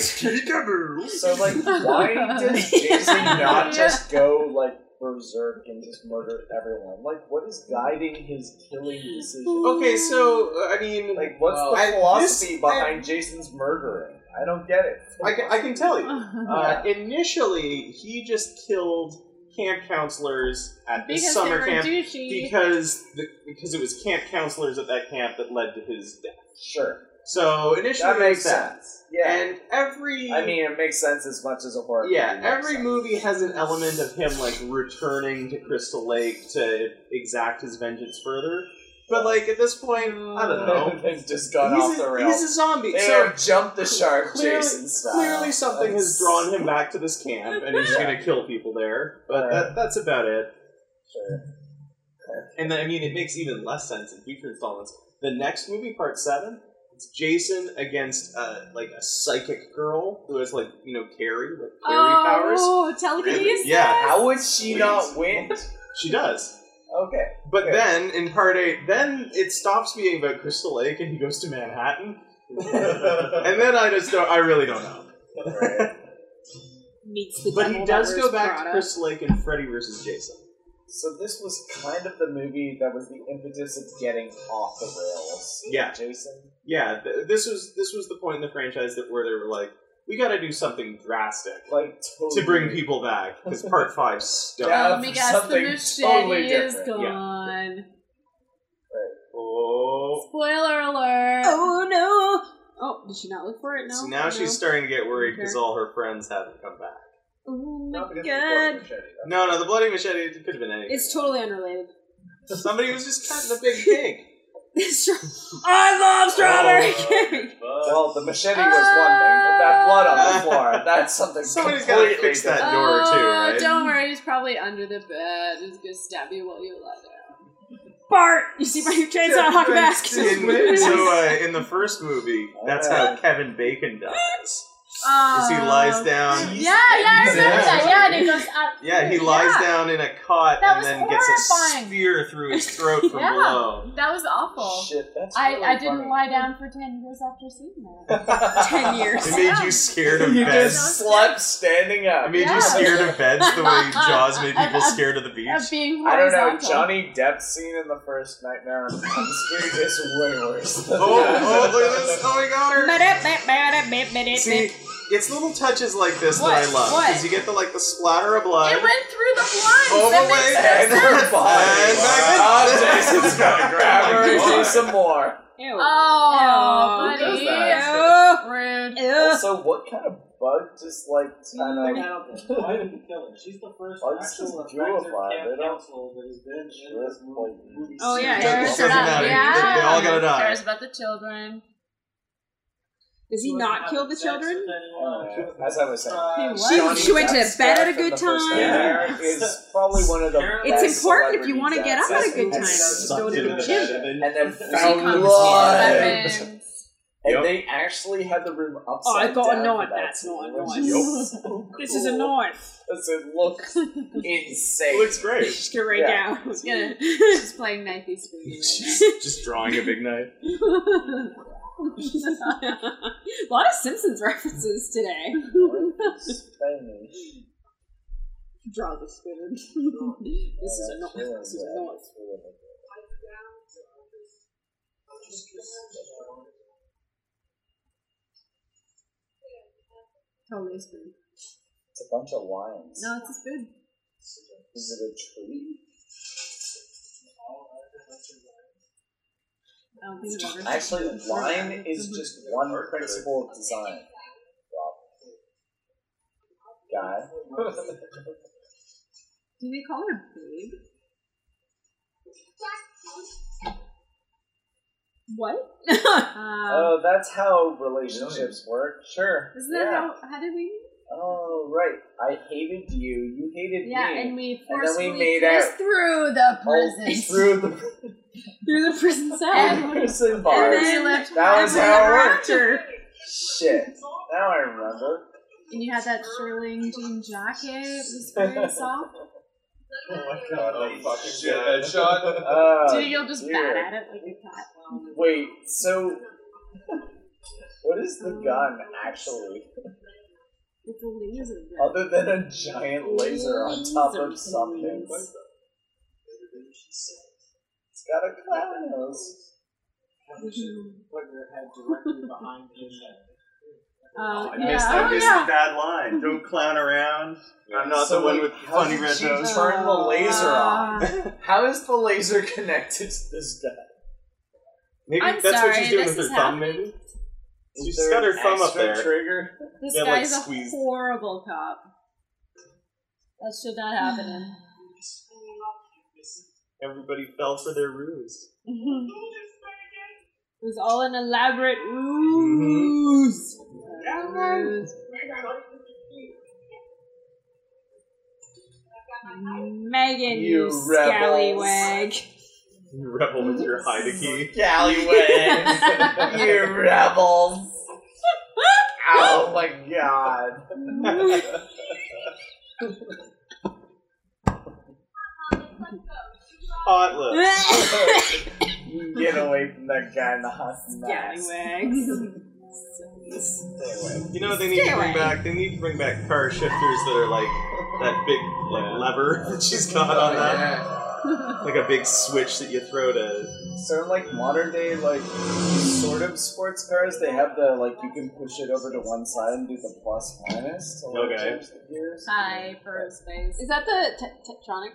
S3: so like, why does Jason not just go like berserk and just murder everyone? Like, what is guiding his killing decision?
S1: *laughs* Okay, so uh, I mean,
S3: Like, what's
S9: Well,
S3: the
S1: I-
S3: philosophy
S1: this-
S3: behind Jason's murdering? I don't get it.
S1: I can, I can tell you. Uh,
S3: Yeah.
S1: initially, he just killed camp counselors at this
S5: because they
S1: summer
S5: were
S1: camp
S5: douchey.
S1: because the, because it was camp counselors at that camp that led to his death.
S3: Sure,
S1: So initially,
S3: that
S1: it was
S3: makes sense. Yeah,
S1: And every
S3: I mean, it makes sense as much as a horror.
S1: Yeah,
S3: movie makes
S1: every
S3: sense.
S1: movie has an element of him like returning to Crystal Lake to exact his vengeance further. But like at this point, I don't
S3: *laughs*
S1: know.
S3: They've just gone
S1: he's,
S3: Mm. off
S1: a,
S3: the
S1: he's
S3: rails.
S1: a zombie,
S3: They
S1: so
S3: have jumped the shark,
S1: Clearly-
S3: Jason style.
S1: clearly something has
S3: That's-
S1: drawn him back to this camp, and he's just gonna kill people there. But that, that's about it.
S3: Sure.
S1: And then, I mean, it makes even less sense in future installments. The next movie, Part Seven, it's Jason against uh, like a psychic girl who has like you know Carrie, like Carrie powers.
S5: Oh, telekinesis.
S1: Yeah,
S3: How would she not win?
S1: she does.
S3: Okay.
S1: But
S3: Okay.
S1: then in part eight, then it stops being about Crystal Lake and he goes to Manhattan. *laughs* and then I just don't, I really don't know.
S3: Alright.
S2: Meets the
S1: But he
S2: Devil
S1: does
S2: Lover's
S1: go back
S2: Prada.
S1: to Crystal Lake and Freddy versus Jason.
S3: So this was kind of the movie that was the impetus of getting off the rails.
S1: Yeah.
S3: Jason.
S1: Yeah, th- this was this was the point in the franchise that where they were like, we got to do something drastic
S3: Like totally.
S1: to bring people back
S2: *laughs*
S1: because part five stunk.
S3: Yeah.
S5: Oh my gosh, the
S3: Something
S5: machete
S3: totally
S5: is
S3: different.
S1: Yeah.
S5: gone.
S1: Oh,
S5: Spoiler alert.
S2: Oh no! Oh, did she not look for it? No.
S1: so now
S2: no.
S1: she's starting to get worried because
S2: Okay.
S1: all her friends haven't come back.
S2: Oh my
S3: Not because of the bloody
S2: god!
S3: machete, though.
S1: No, no, the bloody machete it could have been anything.
S2: It's totally unrelated.
S1: Somebody was just cutting a
S2: *laughs*
S1: big pig. Oh.
S2: I love strawberry cake.
S3: Well, the machete was one thing, but
S5: Ah.
S3: that blood on the floor, that's something
S1: Somebody's gotta
S3: completely
S1: fix that.
S3: different.
S1: door, too,
S5: Oh,
S1: right?
S5: Don't worry, he's probably under the bed. He's gonna stab you while you lie down.
S2: Bart, you see my chainsaw hockey mask?
S1: In, so uh, in the first movie, that's how
S3: Yeah.
S1: Kevin Bacon dies.
S5: Oh.
S1: Is he lies down?
S5: Yeah, yeah, I remember
S1: Yeah.
S5: that. Yeah, and it goes up.
S1: *laughs* Yeah, he lies
S5: Yeah.
S1: down in a cot and
S5: That was
S1: then gets a
S5: horrifying.
S1: spear through his throat from
S5: *laughs* Yeah.
S1: below.
S5: That was awful.
S3: Shit, that's
S5: I,
S3: really
S5: I didn't
S3: funny.
S5: lie down for 10 years after seeing that.
S3: *laughs*
S2: Ten years.
S1: It made you scared of
S3: You
S1: beds.
S3: just slept standing up.
S1: It made
S5: Yeah.
S1: you scared of beds the
S5: *laughs*
S1: way Jaws made people
S5: Of- of-
S1: scared of the beach.
S5: Of being
S3: I don't
S5: horizontal.
S3: know. Johnny Depp's scene in the first Nightmare on Elm Street is way worse. Than
S1: Oh,
S3: that.
S1: oh, look at this! Oh my god! See,
S2: See,
S1: it's little touches like this
S2: What?
S1: that I love
S2: What?
S1: because you get the like the splatter of blood.
S5: It went through the blinds.
S1: Oh,
S5: that
S1: but
S5: makes
S1: wait.
S5: *laughs* no
S1: *laughs*
S3: And
S5: sense.
S3: her body.
S1: And back in-
S3: oh, Jason's gonna grab her and do some more.
S2: Ew.
S5: Oh,
S2: Ew.
S5: buddy.
S3: Who does
S5: Rude.
S2: Ew.
S3: Also, what kind of bug just like
S8: I
S3: kind
S8: mean,
S3: of?
S8: I don't think- Why did he kill her? She's the first
S3: Well, this is
S8: actual effective
S3: glorified,
S8: camp
S3: they don't-
S8: counsel that has been in
S3: Sure,
S8: this movie.
S3: like-
S8: movie
S2: Oh, yeah,
S8: series.
S1: Doesn't-
S5: Cares
S1: doesn't
S5: about-
S1: matter.
S5: Yeah.
S1: They all gotta die.
S5: Cares about the children.
S2: Does he
S8: She
S2: not
S8: wasn't
S2: kill the
S8: having sex
S2: children?
S8: with anyone.
S3: Uh,
S8: She was-
S3: as I was
S6: Oh
S3: saying.
S8: Uh,
S5: He was.
S2: She-
S3: Johnny
S2: she went to
S3: Depp's
S2: bed at a
S3: death in
S2: good
S3: the first
S2: time.
S3: Nightmare is probably one of the.
S8: It's
S3: best
S2: important if you
S3: celebrity
S2: wanna get out at
S3: deaths
S2: a
S3: I've
S2: good time.
S3: seen.
S2: Just go to the gym.
S3: And then
S5: She comes
S3: found
S5: with
S3: blood.
S5: weapons.
S3: And
S1: Yep.
S3: they actually had the room upside
S2: Oh, I got
S3: down.
S2: annoyed.
S3: for that
S2: That's
S3: scene,
S2: not
S3: which
S2: annoyed.
S3: is so
S2: This is a
S3: cool.
S2: knife.
S3: Does it look insane?
S1: It *laughs* looks great.
S2: She's gonna write
S3: Yeah.
S2: down.
S5: She's
S2: *laughs*
S5: gonna- She's playing
S10: *laughs*
S5: knifey screen.
S1: She's just drawing a big knife.
S2: a *laughs* lot of Simpsons references today. *laughs*
S3: Spanish.
S2: Draw the spoon. *laughs* this is a knife. This is a knife. Totally a spoon.
S3: It's a bunch of lions.
S5: No, it's a spoon.
S3: Is it a tree?
S2: I don't think I've ever seen
S3: Actually,
S2: it.
S3: line is just one principle of design. Guy.
S2: Do they call her babe?
S5: *laughs*
S2: What? Uh,
S5: Um,
S3: Oh, that's how relationships work. Sure.
S5: isn't that
S3: yeah.
S5: how, how did we meet?
S3: Oh, right. I hated you. You hated
S10: Yeah,
S3: me.
S10: and we
S3: And then we
S10: forcefully
S3: made
S10: forced
S3: out.
S10: through the
S3: Oh,
S10: prison.
S3: *laughs* through the
S2: *laughs* Through the prison
S3: *laughs*
S2: cell.
S10: And-
S3: prison
S5: And
S3: bars.
S5: then
S10: you left
S3: That was
S5: forever
S3: how
S5: ever
S3: it worked.
S5: after.
S3: Shit. Now I remember.
S5: And you had that shirling jean jacket. It was
S1: *laughs*
S5: very soft.
S6: Oh my god,
S9: Oh,
S6: I
S9: fucking
S6: fucking
S9: shit,
S6: shit,
S9: headshot.
S3: Uh,
S5: Dude, you're just
S3: dear.
S5: bad at it like a cat.
S3: *laughs* Wait, so. What is the gun actually?
S2: It's a laser gun.
S3: Other than a giant laser on top of something. It's got a clown nose.
S8: Put your head directly behind his head.
S1: I
S2: Uh,
S1: missed,
S2: yeah.
S1: I
S5: Oh,
S1: missed
S5: yeah.
S1: that line. Don't clown around. I'm not
S3: So
S1: the one
S3: wait,
S1: with the
S3: how
S1: funny
S3: did
S1: red
S3: she
S1: nose.
S3: Turn the laser on. *laughs*
S5: Uh,
S3: How is the laser *laughs* connected to this guy?
S1: Maybe
S10: I'm
S1: that's what
S10: sorry,
S1: she's doing
S10: this
S1: with her
S10: is
S1: thumb, maybe?
S3: Is
S1: She's
S3: there
S1: got her
S3: an
S1: thumb up
S3: extra
S1: there.
S3: Trigger.
S10: This
S1: Yeah, like,
S10: guy's a
S1: squeeze.
S10: horrible cop. That should not happen.
S1: Everybody fell for their ruse.
S10: it Mm-hmm. was all an elaborate
S1: Mm-hmm. Ruse.
S10: Megan,
S3: You
S10: you,
S3: rebels.
S10: scallywag.
S1: You rebel with your Haida key.
S3: Gallywags, *laughs* you rebels! Oh my *laughs* god!
S1: Potluck.
S10: *laughs*
S3: Get away from that guy in the hot mess.
S2: *laughs* Scallywags.
S1: You know what they need to bring back? They need to bring back power shifters that are like that big like lever *laughs* that she's got
S6: *laughs*
S1: on that. Like a big switch that you throw to
S3: Sort of like modern day, like sort of sports cars. They have the like you can push it over to one side and do the plus minus to like
S1: Okay.
S3: change the gears.
S10: Hyperspace.
S2: Is that the te- Tektronic?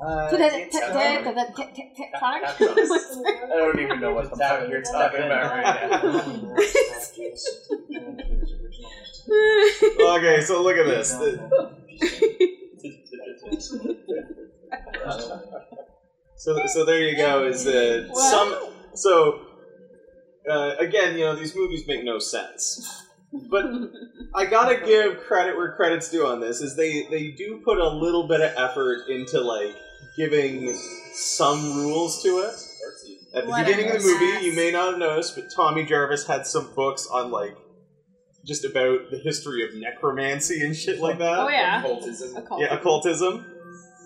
S3: Uh, it's fun.
S2: *laughs* Tektronic?
S3: I don't even know what the fuck you're talking about right now.
S10: *laughs*
S3: *laughs*
S1: Okay, so look at this. The- so so there you go, is the some so uh, again, you know, these movies make no sense. But I gotta give credit where credit's due on this, is they, they do put a little bit of effort into like giving some rules to it. At the
S10: What
S1: beginning of the
S10: an
S1: movie,
S10: ass.
S1: you may not have noticed, but Tommy Jarvis had some books on like just about the history of necromancy and shit like that.
S2: Oh, yeah.
S9: Occultism.
S1: Yeah, occultism.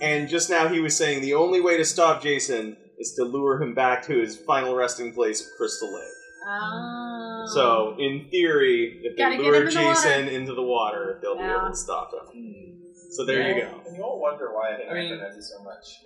S1: And just now he was saying the only way to stop Jason is to lure him back to his final resting place of Crystal Lake.
S10: Oh.
S1: So, in theory, if
S10: Gotta
S1: they
S10: get
S1: lure
S10: him in the
S1: Jason into the water, they'll be
S10: Yeah. Hmm.
S1: able to stop him. So there you go.
S6: And you all wonder why I hate
S9: I mean-
S6: Abernathy so much.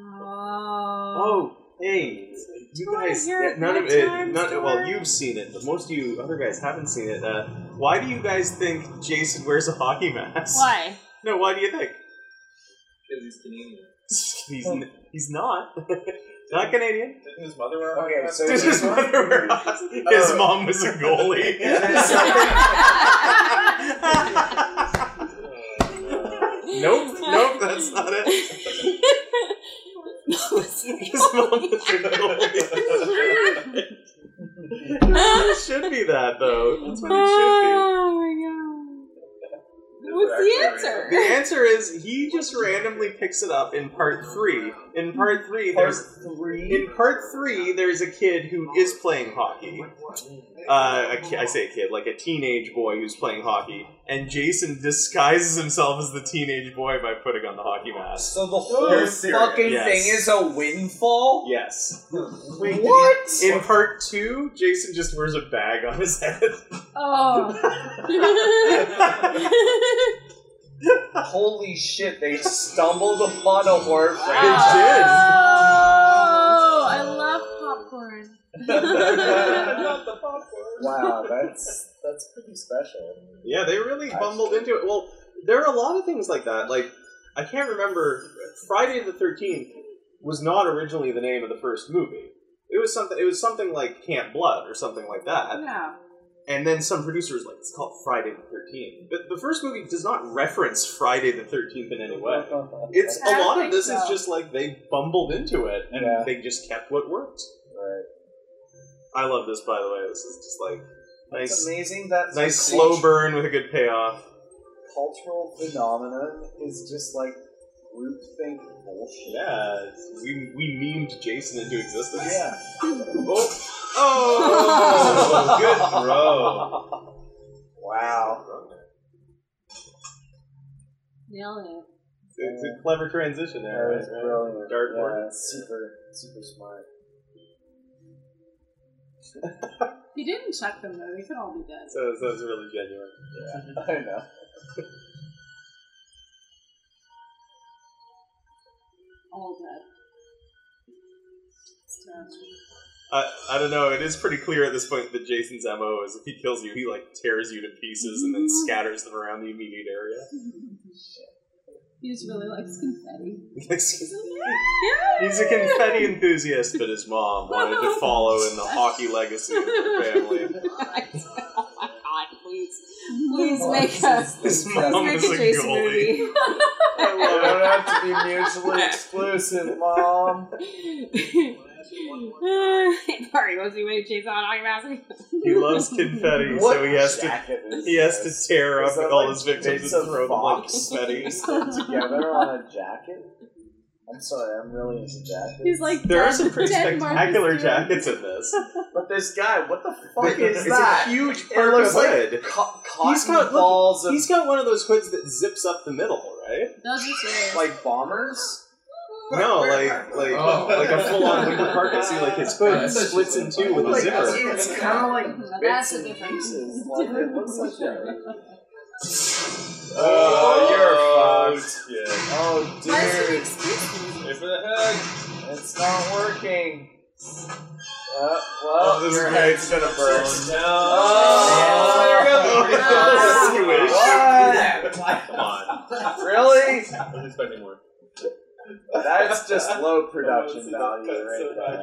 S2: Um,
S1: Oh, hey, you
S2: wanna
S1: guys.
S2: hear
S1: yeah,
S2: a
S1: none of
S2: good
S1: it.
S2: time
S1: None, well,
S2: story?
S1: you've seen it, but most of you other guys haven't seen it. Uh, why do you guys think Jason wears a hockey mask?
S2: Why?
S1: No, why do you think?
S9: Because he's Canadian.
S1: He's
S2: Oh.
S1: n- he's not. *laughs* not Canadian.
S6: Didn't his mother wear a
S3: Okay,
S6: mask?
S3: so-
S1: Did his mother wear a hockey? His
S3: Oh.
S1: mom was a goalie. *laughs*
S3: *laughs*
S1: *laughs* nope,
S10: *laughs*
S1: nope, that's not
S2: *laughs*
S1: it. His mom was a goalie. *laughs* it should be that though. That's what it should be.
S2: Oh my god. What's the answer?
S1: The answer is he just randomly picks it up in part three. In part three, there's
S3: Part three.
S1: in part three there's a kid who is playing hockey. Uh, a ki- I say a kid, like a teenage boy who's playing hockey, and Jason disguises himself as the teenage boy by putting on the hockey mask.
S3: So the
S1: You're
S3: whole
S1: serious.
S3: fucking
S1: Yes.
S3: thing is a windfall.
S1: Yes.
S3: what?
S1: In part two, Jason just wears a bag on his head. *laughs*
S10: Oh.
S3: Holy shit! They stumbled upon a horror franchise.
S10: Oh, I love popcorn.
S6: Not the popcorn.
S3: Wow, that's that's pretty special.
S1: Yeah, they really bumbled into it. Well, there are a lot of things like that. Like I can't remember Friday the Thirteenth was not originally the name of the first movie. It was something. It was something like Camp Blood or something like that.
S5: No.
S1: And then some producers were like it's called Friday the Thirteenth, but the first movie does not reference Friday the Thirteenth in any way. It's a
S5: I don't
S1: lot of
S5: think
S1: this is
S5: so.
S1: just like they bumbled into it and
S3: Yeah.
S1: they just kept what worked.
S3: Right.
S1: I love this, by the way. This is just like
S3: It's
S1: nice,
S3: amazing that
S1: nice
S3: such
S1: slow
S3: a
S1: burn with a good payoff.
S3: Cultural phenomenon is just like groupthink bullshit.
S1: Yeah, we we memed Jason into existence.
S3: Yeah.
S1: Oh, *laughs* oh, good
S3: *laughs*
S1: throw.
S3: Wow.
S10: Nailed
S1: It's a clever transition there.
S3: That was
S1: right?
S3: brilliant.
S1: Dart
S3: Yeah,
S1: work.
S3: super, super smart. *laughs*
S5: If you didn't check them though, they could all be dead.
S1: So so that was really genuine.
S3: I know.
S1: *laughs*
S5: All dead. It's terrible.
S1: I, I don't know. It is pretty clear at this point that Jason's mo is if he kills you, he like tears you to pieces and then scatters them around the immediate area. *laughs*
S5: He just really likes confetti.
S1: He's a confetti enthusiast, but his mom wanted to follow in the hockey legacy of her family.
S10: it. oh my god, please. Please make us.
S1: His
S3: Let's
S1: mom
S2: make
S1: is
S2: a
S1: a
S2: Jason
S1: goalie.
S2: movie.
S3: I don't have to be
S1: *laughs*
S3: mutually exclusive, Mom.
S10: *laughs*
S2: Sorry, what's he made Jason on Hockey
S1: He loves confetti,
S3: What
S1: so he has to
S3: jacket is
S1: he has
S3: this?
S1: to tear
S3: Is
S1: up
S3: that
S1: all
S3: like
S1: his victims and
S3: bits of
S1: throw them like
S3: fox?
S1: *laughs*
S3: *laughs*
S1: confetti.
S3: together on a jacket. I'm sorry, I'm really into jackets.
S5: He's like
S1: There are
S5: dead-
S1: some pretty
S5: dead Martha
S1: spectacular
S5: Stewart.
S1: jackets in this.
S3: but this guy, what
S1: *laughs*
S3: the fuck is
S1: it's
S3: that?
S1: a huge
S3: it
S1: purple
S3: looks like
S1: hood.
S3: co- cotton
S1: He's got- look,
S3: balls of
S1: He's got one of those hoods that zips up the middle, right?
S10: Those are serious.
S3: like bombers.
S1: No, like like
S9: Oh.
S1: like a full on Winter Parker. See, like his
S9: Yeah,
S1: hood
S9: that's actually
S1: splits in two
S9: fine.
S1: with a
S9: Like,
S1: zipper.
S9: that's-
S3: it's kind of like
S10: Now
S3: bits
S10: that's a
S3: and
S10: difference. *laughs*
S3: pieces. Like, it looks like a-
S1: Oh,
S3: you're fucked.
S1: Yeah.
S3: Oh,
S5: Why is he
S3: dude,
S5: excuse me?
S6: Wait for the hug.
S3: it's not working. Uh, well,
S1: Oh, this is
S3: your
S1: great. Oh,
S3: head's gonna burst.
S6: No.
S1: *laughs*
S3: Oh.
S1: Yeah.
S6: There we go.
S3: *laughs* What?
S1: Come on.
S3: Really?
S6: I was expecting more.
S3: That's just low production value right there.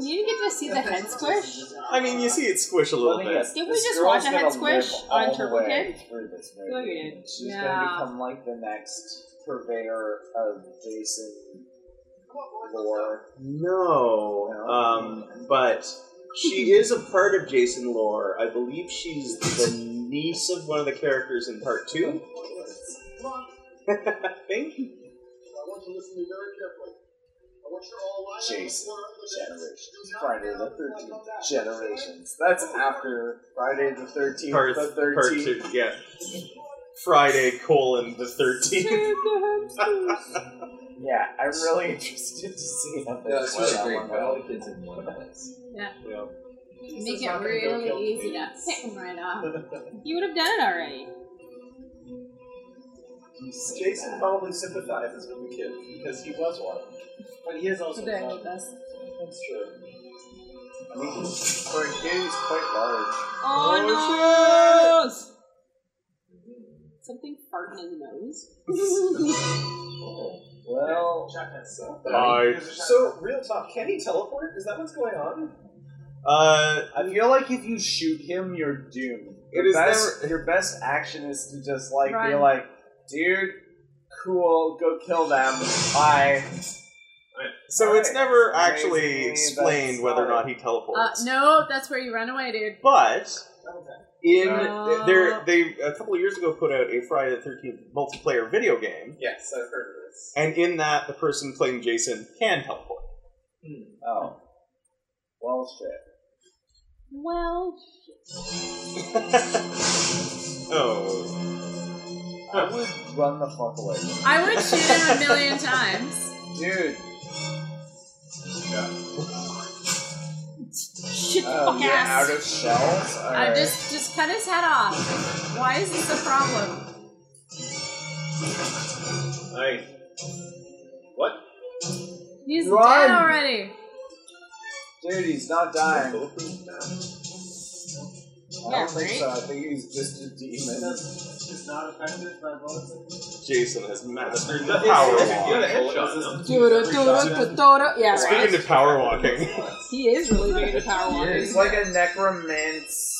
S10: You didn't get to see the head squish?
S1: I mean, you see it squish a little
S3: Let me
S1: bit.
S3: guess,
S2: Did we
S3: this
S2: just
S3: girl's
S2: watch a head
S3: gonna
S2: squish
S3: live
S2: on
S3: all the
S2: Turbo
S3: way
S2: Kid?
S3: through this movie.
S2: Sure we did.
S3: She's
S10: Yeah.
S3: gonna become like the next purveyor of Jason lore.
S1: No. Um, but she is a part of Jason lore. I believe she's the niece of one of the characters in part two. I think.
S3: Jason Generations. Friday the Thirteenth Generations. That's after Friday the Thirteenth.
S1: Part,
S3: The
S1: part
S3: Thirteenth.
S1: two, yeah. Friday colon the
S2: *laughs*
S1: 13th.
S3: Yeah, I'm really interested to see how
S9: No, it's
S3: this
S9: really
S3: that
S9: great.
S3: one
S9: Put all
S3: goes.
S9: the kids in one place.
S1: Yeah.
S10: Make it really easy to pick them right off. You would have done it already.
S3: You say
S6: Jason
S3: that.
S6: probably sympathizes with the kid because he was one.
S8: But he is also
S10: They're
S8: fun.
S10: with us.
S6: That's true.
S3: I mean, for a kid, he's quite large.
S2: Oh,
S10: nose! Something fart in his nose.
S3: Well,
S1: Bye.
S6: So, real talk, can he teleport? Is that what's going on?
S1: Uh,
S3: I feel like if you shoot him, you're doomed.
S1: It
S3: Your
S1: is
S3: best, your best action is to just like be
S5: Run.
S3: like, dude, cool, go kill them. Bye.
S1: so it's
S3: Alright.
S1: never actually
S3: Amazingly,
S1: explained
S3: that's
S1: whether or not he
S5: Uh,
S1: teleports.
S5: no, that's where you run away, dude.
S1: But in
S5: Uh,
S1: there, they a couple of years ago put out a Friday the Thirteenth multiplayer video game,
S6: Yes, I've heard of this.
S1: and in that, the person playing Jason can teleport.
S3: Oh. Well, shit.
S10: Well,
S1: Oh,
S3: I would run the fuck away,
S5: I would shoot him a million times.
S3: dude.
S10: shit the
S3: Oh,
S10: fuck
S3: you're
S10: ass.
S3: out of shells. All
S5: I
S3: right.
S5: just just cut his head off. Why is this a problem?
S6: Nice. What?
S5: He's
S3: Run!
S5: dead already.
S3: dude, he's not dying. I
S10: Yeah,
S3: don't think
S10: right?
S3: so. I think he's just a demon.
S8: It's not affected by bullets.
S1: Jason has mastered the
S6: It's-
S1: power
S6: it's a good headshot,
S1: walk.
S6: though.
S2: Yeah,
S1: Speaking
S2: right.
S1: to power walking, *laughs*
S2: He is really big into power walking.
S3: It's like a necromant's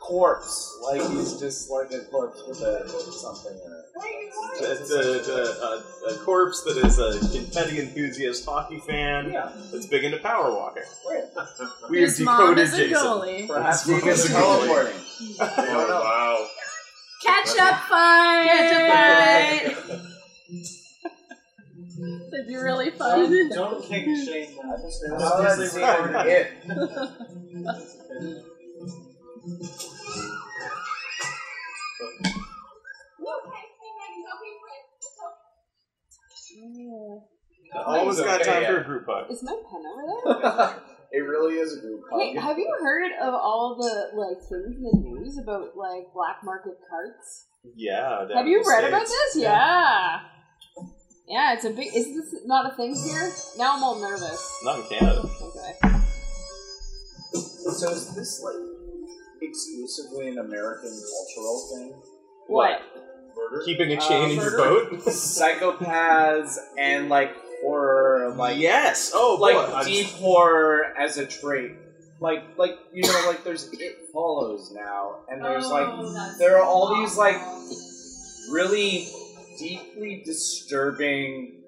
S3: corpse. Like he's just like a corpse with a something in it.
S1: it's a, uh, a, a, a corpse that is a confetti enthusiast hockey fan
S3: Yeah.
S1: that's big into power walking.
S3: Right.
S1: We
S5: His
S1: have
S5: mom
S1: decoded
S5: is a
S1: *laughs* Jason. Oh,
S5: goalie.
S3: Perhaps he
S1: It's
S3: is teleporting. I don't know.
S6: wow.
S5: Catch up fight!
S2: Catch
S5: That'd be really fun.
S8: Don't kick Shane now.
S3: How does that seem like it?
S1: Almost
S3: It's
S1: got
S3: okay,
S1: time
S3: yeah.
S1: for a group hug.
S2: Is my pen over there?
S3: it really is a group hug.
S2: Wait, have you heard of all the like things in the news about like black market carts?
S1: Yeah. down
S2: have you
S1: in the
S2: read about
S1: States.
S2: this? Yeah. Yeah, it's a big. Is this not a thing here? Now I'm all nervous.
S1: Not in Canada.
S2: Okay.
S3: So is this like exclusively an American cultural thing?
S2: What?
S6: Murder?
S1: Keeping a chain
S3: Um,
S1: in
S5: Uh,
S1: your boat?
S3: Psychopaths and like horror, like
S1: yes. Oh,
S3: like
S1: boy, I'm-
S3: deep horror as a trait. Like like you know like there's it follows now, and there's
S5: Oh,
S3: like there are all these like really deeply disturbing,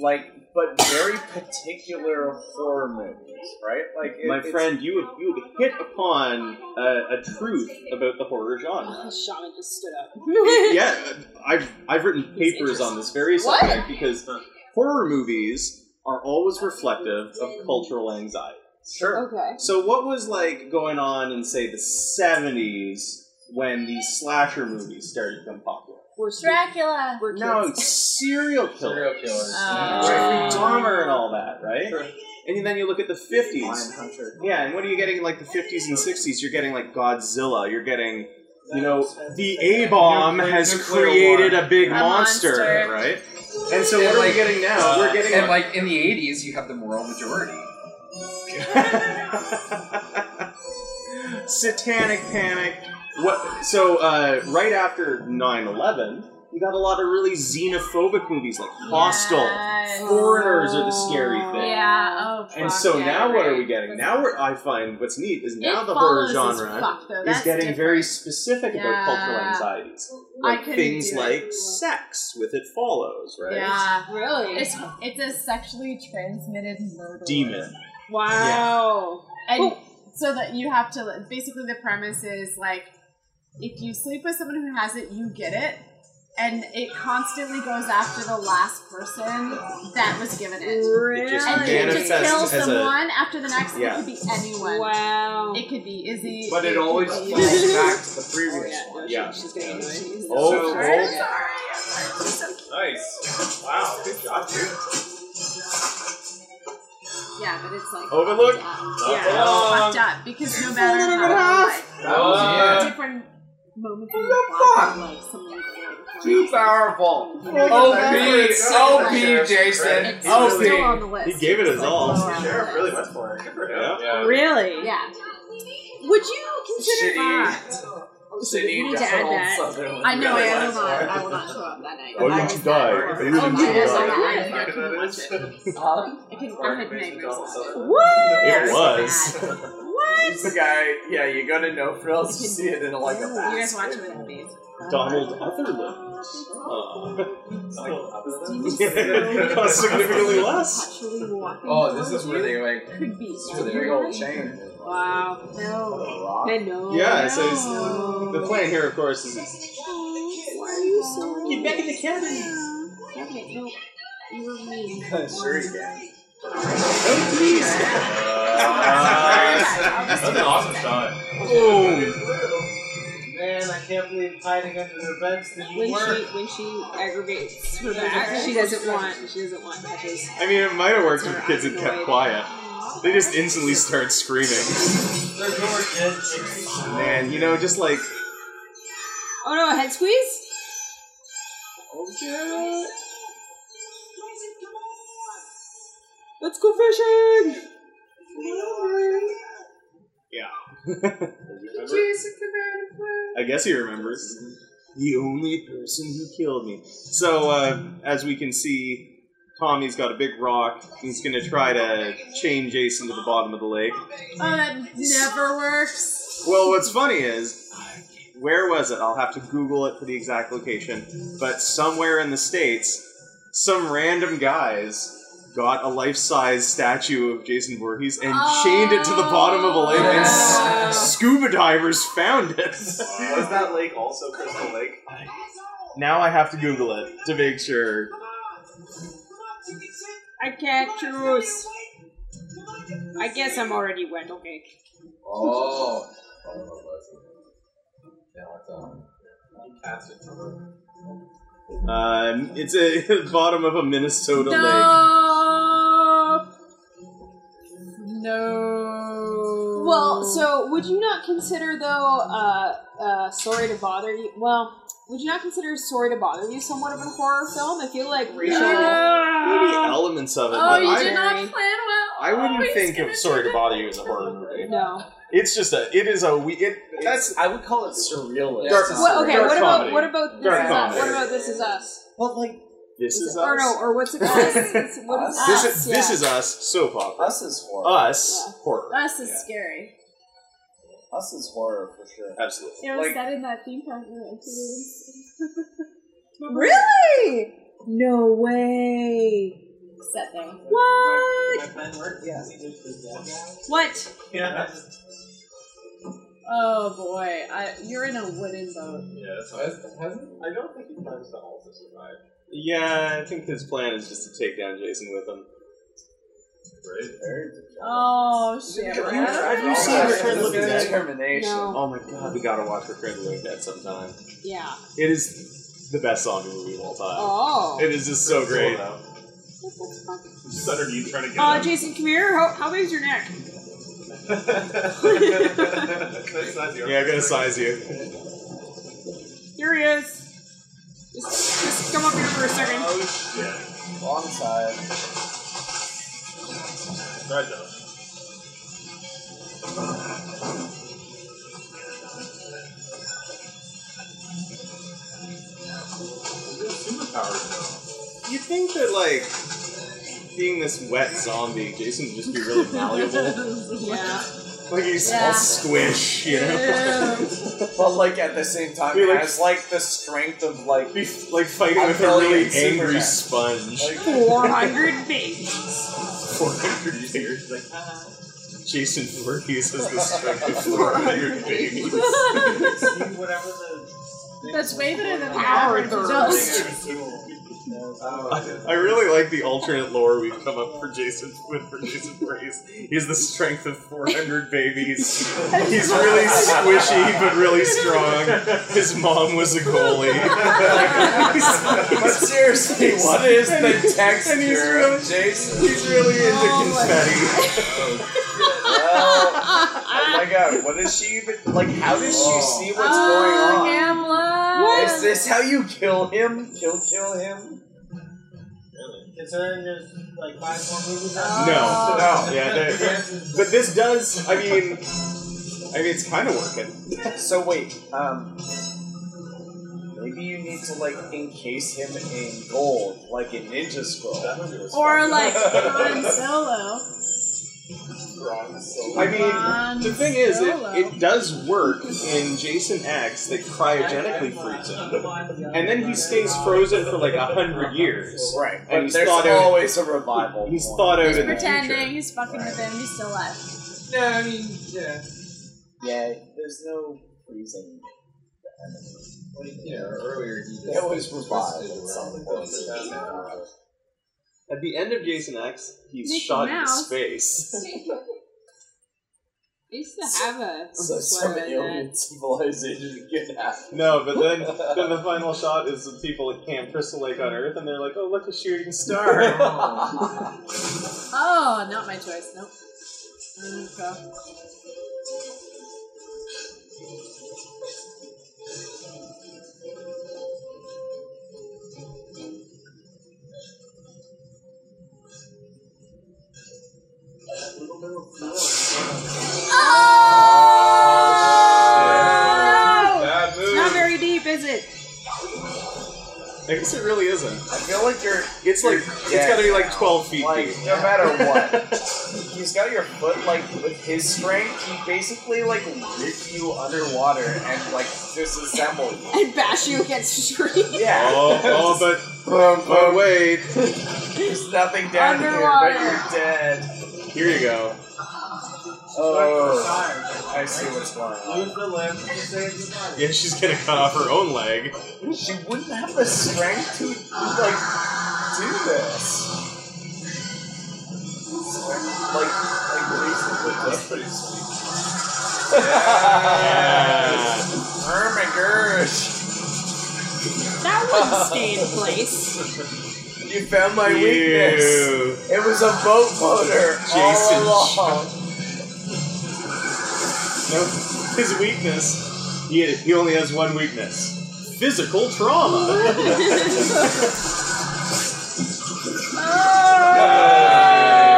S3: like but very particular horror movies, right? Like it-
S1: My
S3: it's- *laughs*
S1: friend, you have, you have hit upon a, a truth about the horror genre.
S2: Oh, shaman just stood up.
S1: yeah, I've I've written papers on this very
S2: What?
S1: subject because horror movies are always reflective of cultural anxiety.
S2: *laughs*
S3: Sure.
S2: Okay.
S1: So what was like going on in say the seventies when the slasher movies started to become popular?
S2: We're strapped.
S5: Dracula.
S2: We're
S1: No,
S2: kids.
S1: it's serial killers.
S9: killers.
S1: Jeffrey
S9: Um,
S5: Uh,
S1: Dahmer and all that, right?
S3: Sure.
S1: And then you look at the fifties.
S3: Mindhunter.
S1: Yeah, and what are you getting in like the fifties and sixties? You're getting like Godzilla. You're getting you know, the A bomb
S3: Nuclear-
S1: has
S3: nuclear
S1: created
S3: war.
S1: a big
S5: A
S1: monster,
S5: monster.
S1: right? And so what are we getting now? We're getting
S9: uh, And like in the 80s, you have the moral majority.
S1: *laughs* satanic panic. What? So uh, right after 9-11, we got a lot of really xenophobic movies like Hostel.
S5: Yes.
S1: Foreigners are the scary thing.
S5: Yeah. Oh. Fuck,
S1: And so
S5: yeah,
S1: now what are
S5: right.
S1: we getting? Now we're, I find what's neat is now
S5: it
S1: the horror
S5: follows as
S1: genre
S5: fuck, though.
S1: is
S5: That's
S1: getting
S5: different.
S1: very specific about
S5: Yeah.
S1: cultural anxieties.
S5: I
S1: Like
S5: couldn't
S1: things
S5: do it.
S1: like sex with it follows, right?
S5: Yeah.
S2: Oh, Really?
S5: It's it's a sexually transmitted murder.
S1: Demon.
S2: wow.
S5: And so that you have to basically the premise is like if you sleep with someone who has it, you get it. And it constantly goes after the last person that was given it.
S2: Really?
S1: It just
S5: And it just
S1: Manifests
S5: kills
S1: as a-
S5: someone after the next.
S1: Yeah.
S5: It could be anyone.
S2: Wow.
S5: It could be Izzy.
S3: But it always
S5: could be-
S3: falls back to
S5: *laughs*
S3: the
S2: Oh,
S3: previous
S2: yeah.
S3: one.
S2: No, she-
S1: Yeah.
S2: She's getting annoyed.
S1: Oh,
S3: So-
S1: oh,
S6: Nice. Wow. Good job, dude.
S5: Yeah, but it's like
S1: Overlook?
S5: fucked up.
S2: Yeah.
S5: It's
S6: Um,
S5: fucked up because no matter how like
S3: That was
S6: Uh,
S5: different moments in your life, like something like
S3: too powerful.
S5: Oh,
S9: OP,
S3: oh,
S9: OP, Jason.
S5: It's still
S9: OP.
S5: on the list.
S1: He gave it
S5: It's,
S1: his
S5: like,
S1: all.
S5: low
S1: The
S5: on the
S6: Sheriff
S5: list.
S6: really went for it. Good for him.
S1: Yeah.
S2: Really?
S5: Yeah,
S2: Would you consider
S3: Shitty.
S2: that? Oh, shit,
S3: City
S2: we need to add
S3: Donald
S2: that.
S3: Sutherland.
S5: I know. I will
S3: Really?
S5: not. I will not show up that night.
S1: Oh, you
S5: I was
S1: should
S5: that
S1: die.
S5: horrified.
S1: You
S5: Oh,
S1: should
S5: my God,
S1: die.
S5: I I couldn't watch it. I can. I had
S6: Amazing Donald
S5: nightmares. about it.
S6: Sutherland.
S2: Woo!
S5: Yeah,
S1: It
S5: so
S1: was.
S5: bad.
S3: He's the guy. Yeah, you go to No Frills, you see it in like a.
S5: You guys
S3: basket.
S5: watch it with me.
S1: Donald Otherland. Oh.
S3: *laughs*
S1: *laughs*
S5: It
S1: Cost
S2: *laughs*
S1: significantly less.
S5: Actually walking
S9: Oh, this
S5: towards
S9: is where
S5: you
S9: they like.
S5: could be.
S9: This is where
S3: Big
S9: they
S3: old chain.
S2: Wow.
S5: No.
S3: Rock.
S2: I know.
S1: Yeah, so it's-
S2: No.
S1: The plan here, of course,
S5: *laughs*
S1: is
S2: Why are you so
S1: Get back in the cabin.
S5: Okay, no. You were mean.
S3: *laughs* sure you can.
S1: Oh, please.
S6: That's an awesome shot.
S1: Oh.
S8: Man, I can't believe hiding under their beds didn't
S2: When
S8: work.
S2: she when she aggravates her back, she doesn't want she doesn't want touches.
S1: I mean, it might have worked if the kids had kept quiet. They just instantly start screaming.
S8: Their door did explode.
S1: Man, you know, just like.
S2: Oh no, head squeeze.
S1: Okay.
S2: Let's go fishing.
S1: Yeah. I guess he remembers. The only person who killed me. So, uh, as we can see, Tommy's got a big rock. He's going to try to chain Jason to the bottom of the lake.
S5: Oh,
S2: Uh,
S5: that never works.
S1: Well, what's funny is, where was it? I'll have to Google it for the exact location. But somewhere in the States, some random guys got a life size statue of Jason Voorhees and chained it to the bottom of a lake, and
S5: Oh.
S1: s- scuba divers found it.
S6: Was that lake also Crystal Lake?
S1: now I have to Google it to make sure.
S2: I can't choose. I guess I'm already wet. Okay.
S9: *laughs* Oh. Now it's on. Cast it from her.
S1: Um, it's a *laughs* bottom of a Minnesota lake.
S5: No. No.
S2: Well, so would you not consider though? Uh, uh, sorry to bother you. Well, would you not consider sorry to bother you somewhat of a horror film? I feel like racial.
S1: Maybe elements of it,
S5: oh,
S1: but
S5: you
S1: I,
S5: did not plan well.
S1: I wouldn't
S5: Always
S1: think of
S5: gonna
S1: Sorry
S5: do
S1: to Bother You as a horror movie.
S2: No.
S1: It's just a. It is a. We. It, that's.
S3: That's I would call it surrealist.
S1: Dark-
S3: It's
S2: What,
S1: Sorry.
S2: okay.
S1: Dark
S2: What about
S1: comedy.
S2: what about this
S1: Dark
S2: is us?
S1: comedy.
S2: What about this is us?
S3: But like
S1: This is
S2: Or no?
S1: us.
S2: Or what's it called?
S5: *laughs*
S2: It's- what is
S3: Us?
S1: This
S2: us?
S1: is this
S2: yeah.
S1: is us. Soap opera.
S3: us is horror.
S1: Us
S2: Yeah.
S1: horror.
S5: Us is scary.
S3: Us is horror for sure.
S1: Absolutely.
S5: It was
S3: Like-
S5: set in that theme park we went to.
S2: really? No way.
S5: Set there.
S2: What?
S8: My plan worked.
S3: Yeah.
S8: We just did that.
S2: What?
S8: Yeah.
S5: Oh boy, I, you're in a wooden boat.
S9: Yeah, so has, hasn't, I don't think he plans to also survive,
S1: Yeah, I think his plan is just to take down Jason with him.
S9: right?
S5: Oh shit.
S3: Have you-
S5: right?
S3: have you
S1: seen
S3: That's
S1: Return of the Living Dead?
S3: Determination.
S2: No.
S1: Oh my god, we gotta watch Return of the Living Dead sometime.
S2: Yeah.
S1: It is the best zombie movie of all time.
S2: Oh.
S1: It is just so great.
S6: Just underneath trying to get
S2: Uh,
S6: out.
S2: Jason, come here. How, how big is your neck?
S6: That's not the
S1: Yeah, I gotta size you.
S2: Here he is. Just, just come up here for a second.
S6: Oh shit.
S3: Long time.
S6: Right though. Superpowers
S1: You think that like being this wet zombie, Jason would just be
S2: *laughs*
S1: really malleable?
S8: Oh,
S2: Yeah. *laughs*
S1: like he's
S5: Yeah.
S1: all squish, you know?
S5: Ew.
S8: *laughs*
S3: But like at the same time,
S1: Be
S3: it
S1: like-
S3: has like the strength of
S1: *laughs*
S3: like
S1: Be like fighting
S3: I
S1: with
S3: feel
S1: a
S3: like
S1: really
S3: it's
S1: angry
S3: Superman.
S1: sponge.
S3: like
S2: 400 babies.
S1: 400 years. Like, Jason Voorhees has the strength of 400 babies.
S8: See whatever the.
S5: That's way better than the
S2: Power
S5: average
S2: third.
S5: *laughs* adult.
S1: I, I really like the alternate lore we've come up for Jason with for Jason Voorhees. He has the strength of 400 babies. He's really squishy but really strong. His mom was a goalie. Like, he's-
S3: But seriously, *laughs* what is
S1: And
S3: the texture
S1: and he's real-
S3: of Jason?
S1: He's really into
S2: Oh my-
S1: confetti.
S3: Well,
S5: Uh,
S3: oh my god, what is she even like? How does she see what's
S5: oh,
S3: going on?
S5: Gamla.
S3: Is this how you kill him? Kill, kill him?
S8: Considering there's like five more movies
S1: No,
S5: Uh,
S8: out
S1: no,
S8: there.
S1: yeah, no. But this does. I mean, I mean, it's kind of working.
S3: So wait, um, maybe you need to like encase him in gold, like a ninja scroll.
S1: *laughs*
S2: *laughs*
S5: Or like *laughs* Han Solo.
S1: I mean.
S5: Han
S1: The thing is, it,
S5: Solo.
S1: it does work in Jason X that cryogenically frees him. And then he stays frozen for like a hundred years.
S3: Right,
S1: And
S3: but
S1: he's
S3: there's
S1: thought out-
S3: always a revival.
S1: He's
S3: point.
S1: thought out
S5: He's
S1: in the
S5: pretending.
S1: future.
S5: He's fucking with him. He's still alive.
S8: No, I mean, yeah.
S3: Yeah, there's no freezing.
S9: Yeah, earlier he just
S3: They always revive at
S9: twisted around
S3: some
S9: the
S3: point.
S9: building and interrupted.
S1: At the end of Jason X, he's
S2: Mickey
S1: shot into
S2: Mouse.
S1: space. *laughs*
S2: I used to have a
S3: *laughs* So some
S2: sweater that.
S3: alien civilization could happen.
S1: No, but then, then the final shot is the people at Camp Crystal Lake on Earth, and they're like, "Oh, look, a shooting star."
S5: Oh, not my choice. Nope. Mm, go.
S3: Oh,
S1: I guess it really isn't.
S3: I feel like you're.
S1: It's like it's got to be like twelve feet
S3: Like,
S1: deep.
S3: no matter *laughs* what, he's got your foot, like, with his strength, he basically, like, rip you underwater and, like, disassemble you.
S10: And bash you against the tree.
S3: *laughs* Yeah.
S1: Oh, oh, but
S3: Boom,
S1: but
S3: *laughs* boom.
S1: wait,
S3: There's nothing down here, but
S10: Underwater.
S3: you're dead.
S1: here you go.
S3: Oh, I see what's going on.
S8: Move the limb to save the body.
S1: Yeah, she's gonna cut off her own leg.
S3: She wouldn't have the strength to, like, do this. Like, like reasonably
S6: That's pretty sweet.
S3: *laughs*
S1: Yeah.
S3: Oh my gosh.
S2: *laughs* That wouldn't stay in place.
S3: You found my weakness.
S1: Ew.
S3: It was a boat motor
S1: Jason
S3: all along.
S1: No, his weakness. He, he only has one weakness: physical trauma. *laughs* Uh,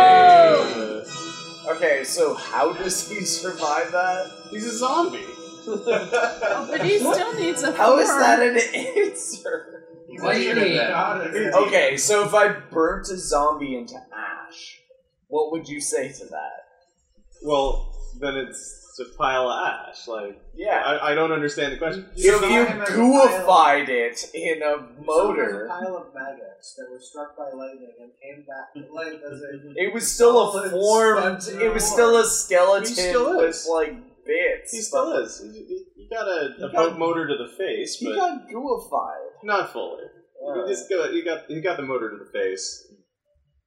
S3: Okay, so how does he survive that?
S1: he's a zombie.
S5: But he still needs a
S3: How is
S5: form.
S3: that an answer?
S9: What do you mean?
S3: Okay, so if I burnt a zombie into ash, what would you say to that?
S1: Well, then it's a pile of ash. Like
S3: Yeah.
S1: I, I don't understand the question.
S3: If you
S8: So I'm a
S3: gooified it in
S8: So there
S3: a
S8: was
S3: motor,
S8: a pile of maggots that were struck by lightning and came back to life as a.
S3: it was still
S8: But
S3: a
S8: it's
S3: formed.
S8: spun to
S3: It was
S8: war.
S3: still a skeleton
S1: still
S3: with
S1: is.
S3: like bits.
S1: He still is. He, he- he got a, a
S3: He got-
S1: boat motor to the face,
S3: He
S1: but
S3: got gooified.
S1: not fully.
S3: Uh,
S1: He just got he got he got the motor to the face.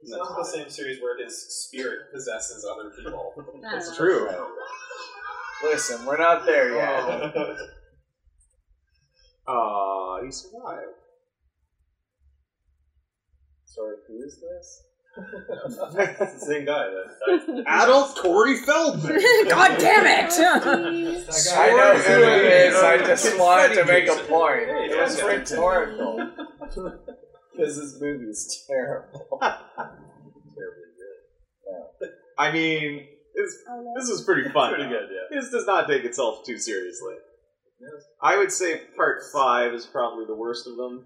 S6: It's not the same series where his spirit possesses other people.
S2: *laughs*
S1: That's true.
S3: Listen, we're not there yet.
S1: Ah, he survived.
S3: Sorry, who is this?
S1: That's the same guy. That adult Corey Feldman.
S2: God damn *laughs* it!
S3: I know who it is. I just wanted to make a point.
S6: Hey,
S3: It
S6: that's
S3: was
S6: good.
S3: rhetorical. Because this
S1: *laughs*
S3: movie is terrible.
S1: I mean, it's, this is pretty fun.
S6: Pretty good, yeah.
S1: This does not take itself too seriously. I would say part five is probably the worst of them.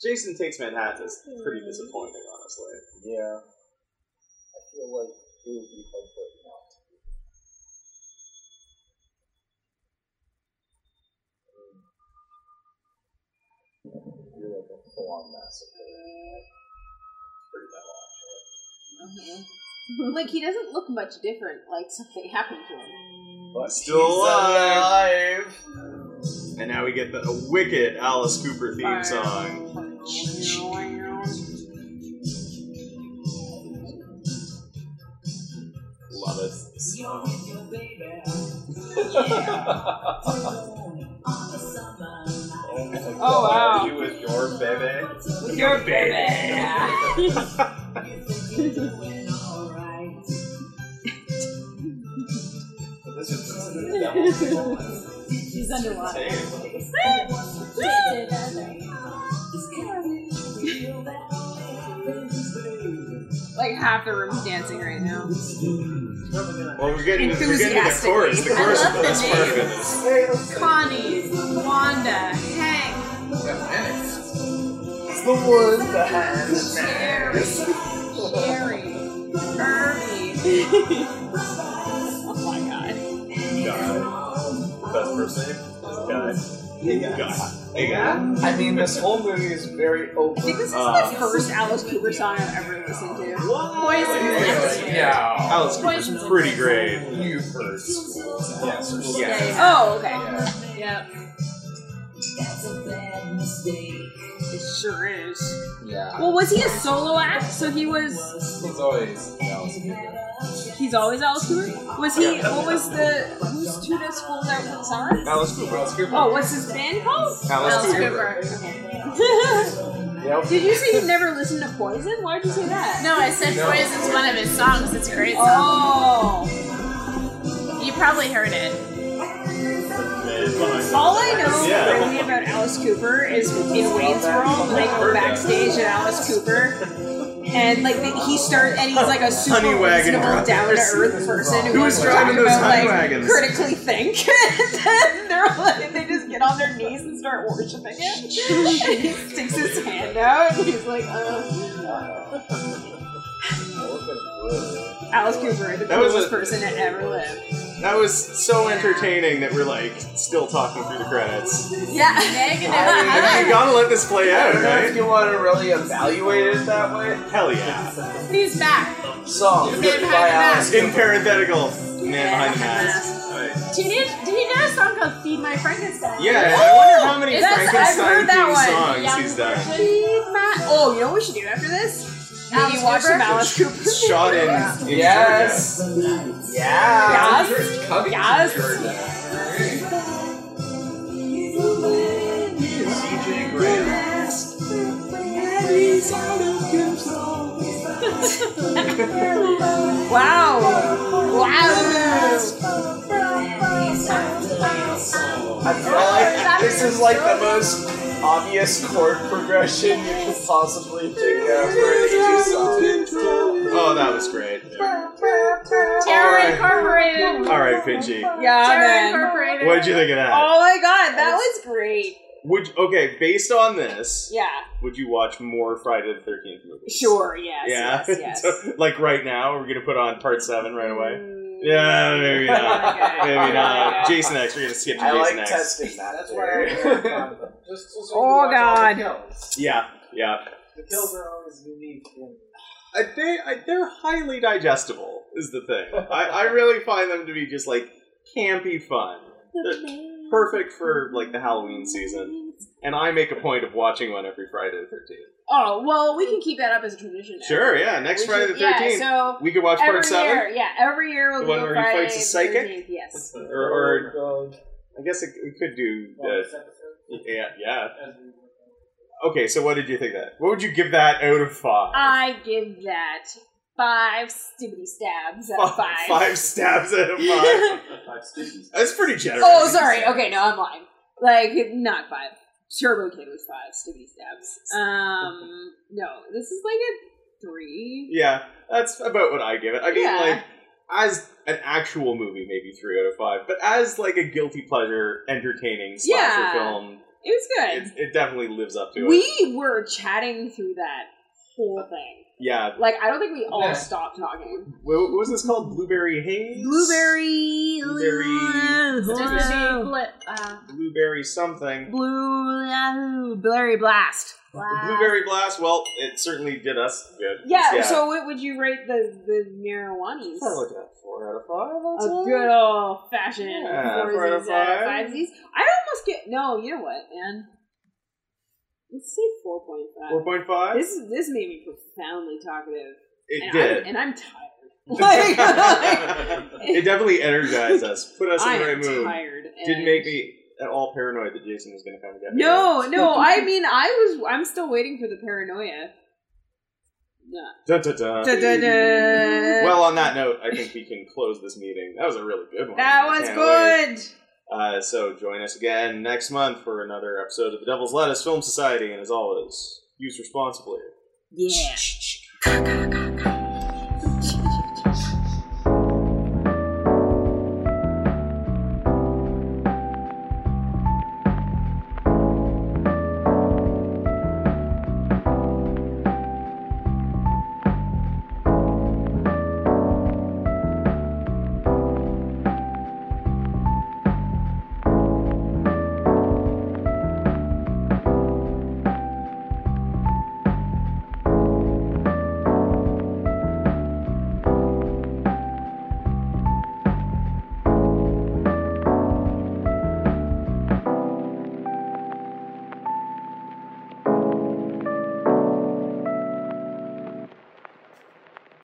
S1: Jason Takes Manhattan is pretty disappointing, honestly.
S3: Yeah. I feel like it would be hard for it not to be. Mm. You're like a full on massacre. Pretty metal, actually.
S10: Like he doesn't look much different. Like something happened to him.
S3: But
S1: Still
S3: he's
S1: alive.
S3: alive.
S1: And now we get the a wicked Alice Cooper theme song. Love it.
S3: *laughs*
S2: Oh, wow.
S6: You with your baby.
S2: Your baby. *laughs* *laughs*
S6: This is the devil's
S10: He's underwater.
S2: Like half the room's dancing right now.
S1: Well, we're getting, we're getting to the
S2: Enthusiastic.
S1: chorus. The
S10: I
S1: chorus is
S10: love
S1: the
S10: the
S1: best part of it.
S5: Connie, Wanda, Hank,
S3: It's the one that has the
S10: Sherry, Sherry, Irby.
S1: Guy. The best person. This guy. Guy.
S3: Yeah, I mean, this whole movie is very
S2: I think
S3: open.
S2: this is
S1: Uh,
S2: the first Alice Cooper song I've ever listened to.
S1: Poison.
S3: Yeah.
S1: Alice Cooper's pretty great.
S3: You've heard school. Yes.
S1: Yeah.
S2: Oh, okay. Yep. It sure is.
S9: Yeah.
S2: Well, was he a solo act? So he was.
S9: He's always Alice Cooper.
S2: He's always Alice Cooper. Was he? What was the? Who's Tuna schooled out for the summer?
S1: Alice Cooper.
S9: Alice Cooper.
S2: Oh, what's his band called?
S1: Alice
S2: Cooper.
S3: Yep.
S2: *laughs* Did you say you've never listened to Poison? Why'd you say that?
S5: No, I said Poison's one of his songs. It's a great song.
S2: Oh.
S5: You probably heard it.
S2: All I know
S1: Yeah.
S2: really about Alice Cooper is in Wayne's World when they go backstage at Alice Cooper. And like the, he starts, and he's like a super
S1: Honey wagon
S2: reasonable,
S1: drivers.
S2: down to earth person who
S1: Who's
S2: wants to
S1: driving
S2: talk
S1: those
S2: about,
S1: honey
S2: like,
S1: wagons?
S2: *laughs* Critically think. and then they're like, they just get on their knees and and start worshiping *laughs* it. he sticks his hand out and he's like, oh. Alice Cooper, the
S1: That was
S2: coolest
S1: a-
S2: person to ever live.
S1: That was so entertaining that we're like still talking through the credits.
S2: Yeah.
S1: I mean, you gotta let this play
S3: I
S1: out,
S3: don't know if
S1: right?
S3: you want to really evaluate it that way.
S1: Hell yeah.
S5: *laughs* He's back.
S3: Song
S5: Man
S3: written
S5: behind
S3: by
S5: the
S3: Alice.
S1: In parenthetical, man behind the mask.
S5: Did he, did he do a song called Feed My Frankenstein?
S1: Yeah, I wonder how
S2: Ooh,
S1: many
S2: that's- I've
S1: Frankenstein
S2: heard that
S1: themed
S2: one.
S1: songs he's done.
S2: Feed my- Oh, you know what we should do after this? Maybe
S5: Alice
S2: watch some
S5: Cooper?
S2: Alice Cooper.
S1: *laughs* Shot in, in
S3: Yes. Yeah.
S2: Yes.
S9: Covington,
S2: Yes.
S9: Georgia.
S2: Wow. Wow.
S3: I feel like this is like the most obvious chord progression you could possibly think of for an 80s song.
S1: Georgia. Oh, that was great.
S10: Terror
S1: Alright.
S10: Incorporated.
S1: All right, Finchie.
S2: Yeah,
S10: Terror
S2: man.
S10: Incorporated.
S1: What'd you think of that?
S2: Oh my god, that was great.
S1: Would okay, based on this,
S2: Yeah,
S1: would you watch more Friday the Thirteenth movies?
S2: sure, yes,
S1: Yeah. *laughs*
S2: yes, yes.
S1: So, like right now, we're gonna put on part seven right away.
S2: Mm,
S1: Yeah, maybe not.
S2: *laughs* okay.
S1: Maybe
S2: Yeah.
S1: not. Jason X. We're gonna skip to
S3: I
S1: Jason X.
S3: like testing that.
S8: That's
S3: *laughs*
S8: why I
S3: theory.
S8: Just, just so you
S2: Oh,
S8: watch all
S2: God.
S8: The kills.
S1: Yeah, yeah.
S8: the kills are always unique. And
S1: I, they I, they're highly digestible. Is the thing. I, I really find them to be just like campy fun. They're perfect for like the Halloween season. And I make a point of watching one every Friday the Thirteenth.
S2: Oh well, we can keep that up as a tradition. now.
S1: Sure, yeah. Next
S2: We
S1: Friday the
S2: should-
S1: Thirteenth,
S2: Yeah, so
S1: we could watch
S2: every
S1: part seven.
S2: year, yeah, every year we'll
S1: The
S2: do
S1: one
S2: a
S1: where he
S2: Friday
S1: fights a
S2: the
S1: psychic?
S2: 13th, Yes.
S1: *laughs* or, or I guess it, it could do. Uh, yeah, yeah. Okay, so what did you think of that? What would you give that out of five?
S2: I give that five stibbity stabs out of five.
S1: Five stabs out of
S2: *laughs*
S1: five. That's pretty generous.
S2: Oh, sorry. Okay, no, I'm lying. Like not five. Turbo Kid was five stibbity stabs.
S1: *laughs*
S2: Um, no, this is like a three.
S1: Yeah, that's about what I give it. I mean,
S2: Yeah.
S1: like as an actual movie, maybe three out of five, but as like a guilty pleasure, entertaining slasher
S2: Yeah.
S1: film,
S2: It was good.
S1: it, it definitely lives up to it.
S2: We were chatting through that whole thing.
S1: Yeah.
S2: Like, I don't think we all
S8: Yeah.
S2: stopped talking.
S1: Wha- What was this called? Blueberry haze.
S2: Blueberry.
S1: Blueberry-
S2: Blue.
S5: Just a big blip. Uh,
S1: Blueberry something.
S2: Blue. Blurry blast.
S5: wow.
S1: Blueberry blast. Well, it certainly did us good.
S2: Yeah, So, what would you rate the the marijuanis?
S1: I looked at four out of five.
S2: A
S1: That's it.
S2: good old fashioned
S1: Yeah,
S2: foursies
S1: four out of
S2: out of
S1: five.
S2: fivesies. I'd almost get no. You know what, man? Let's say four point
S1: Four
S2: five.
S1: point five.
S2: This is this made me profoundly talkative,
S1: it
S2: and,
S1: did.
S2: I'm,
S1: *laughs*
S2: and I'm tired. *laughs* Like-
S1: it definitely energized us. Put us
S2: I
S1: in the right
S2: am
S1: mood.
S2: tired.
S1: Didn't
S2: and-
S1: make me at all paranoid that Jason was going to come and get me.
S2: No, no. I mean, I was. I'm still waiting for the paranoia. No.
S1: Dun, dun, dun. Uh, Well, on that note, I think we can close this meeting. That was a really good one.
S2: that was
S1: Can't wait.
S2: good.
S1: Uh, so join us again next month for another episode of the Devil's Lettuce Film Society. And as always, use responsibly.
S2: Yeah.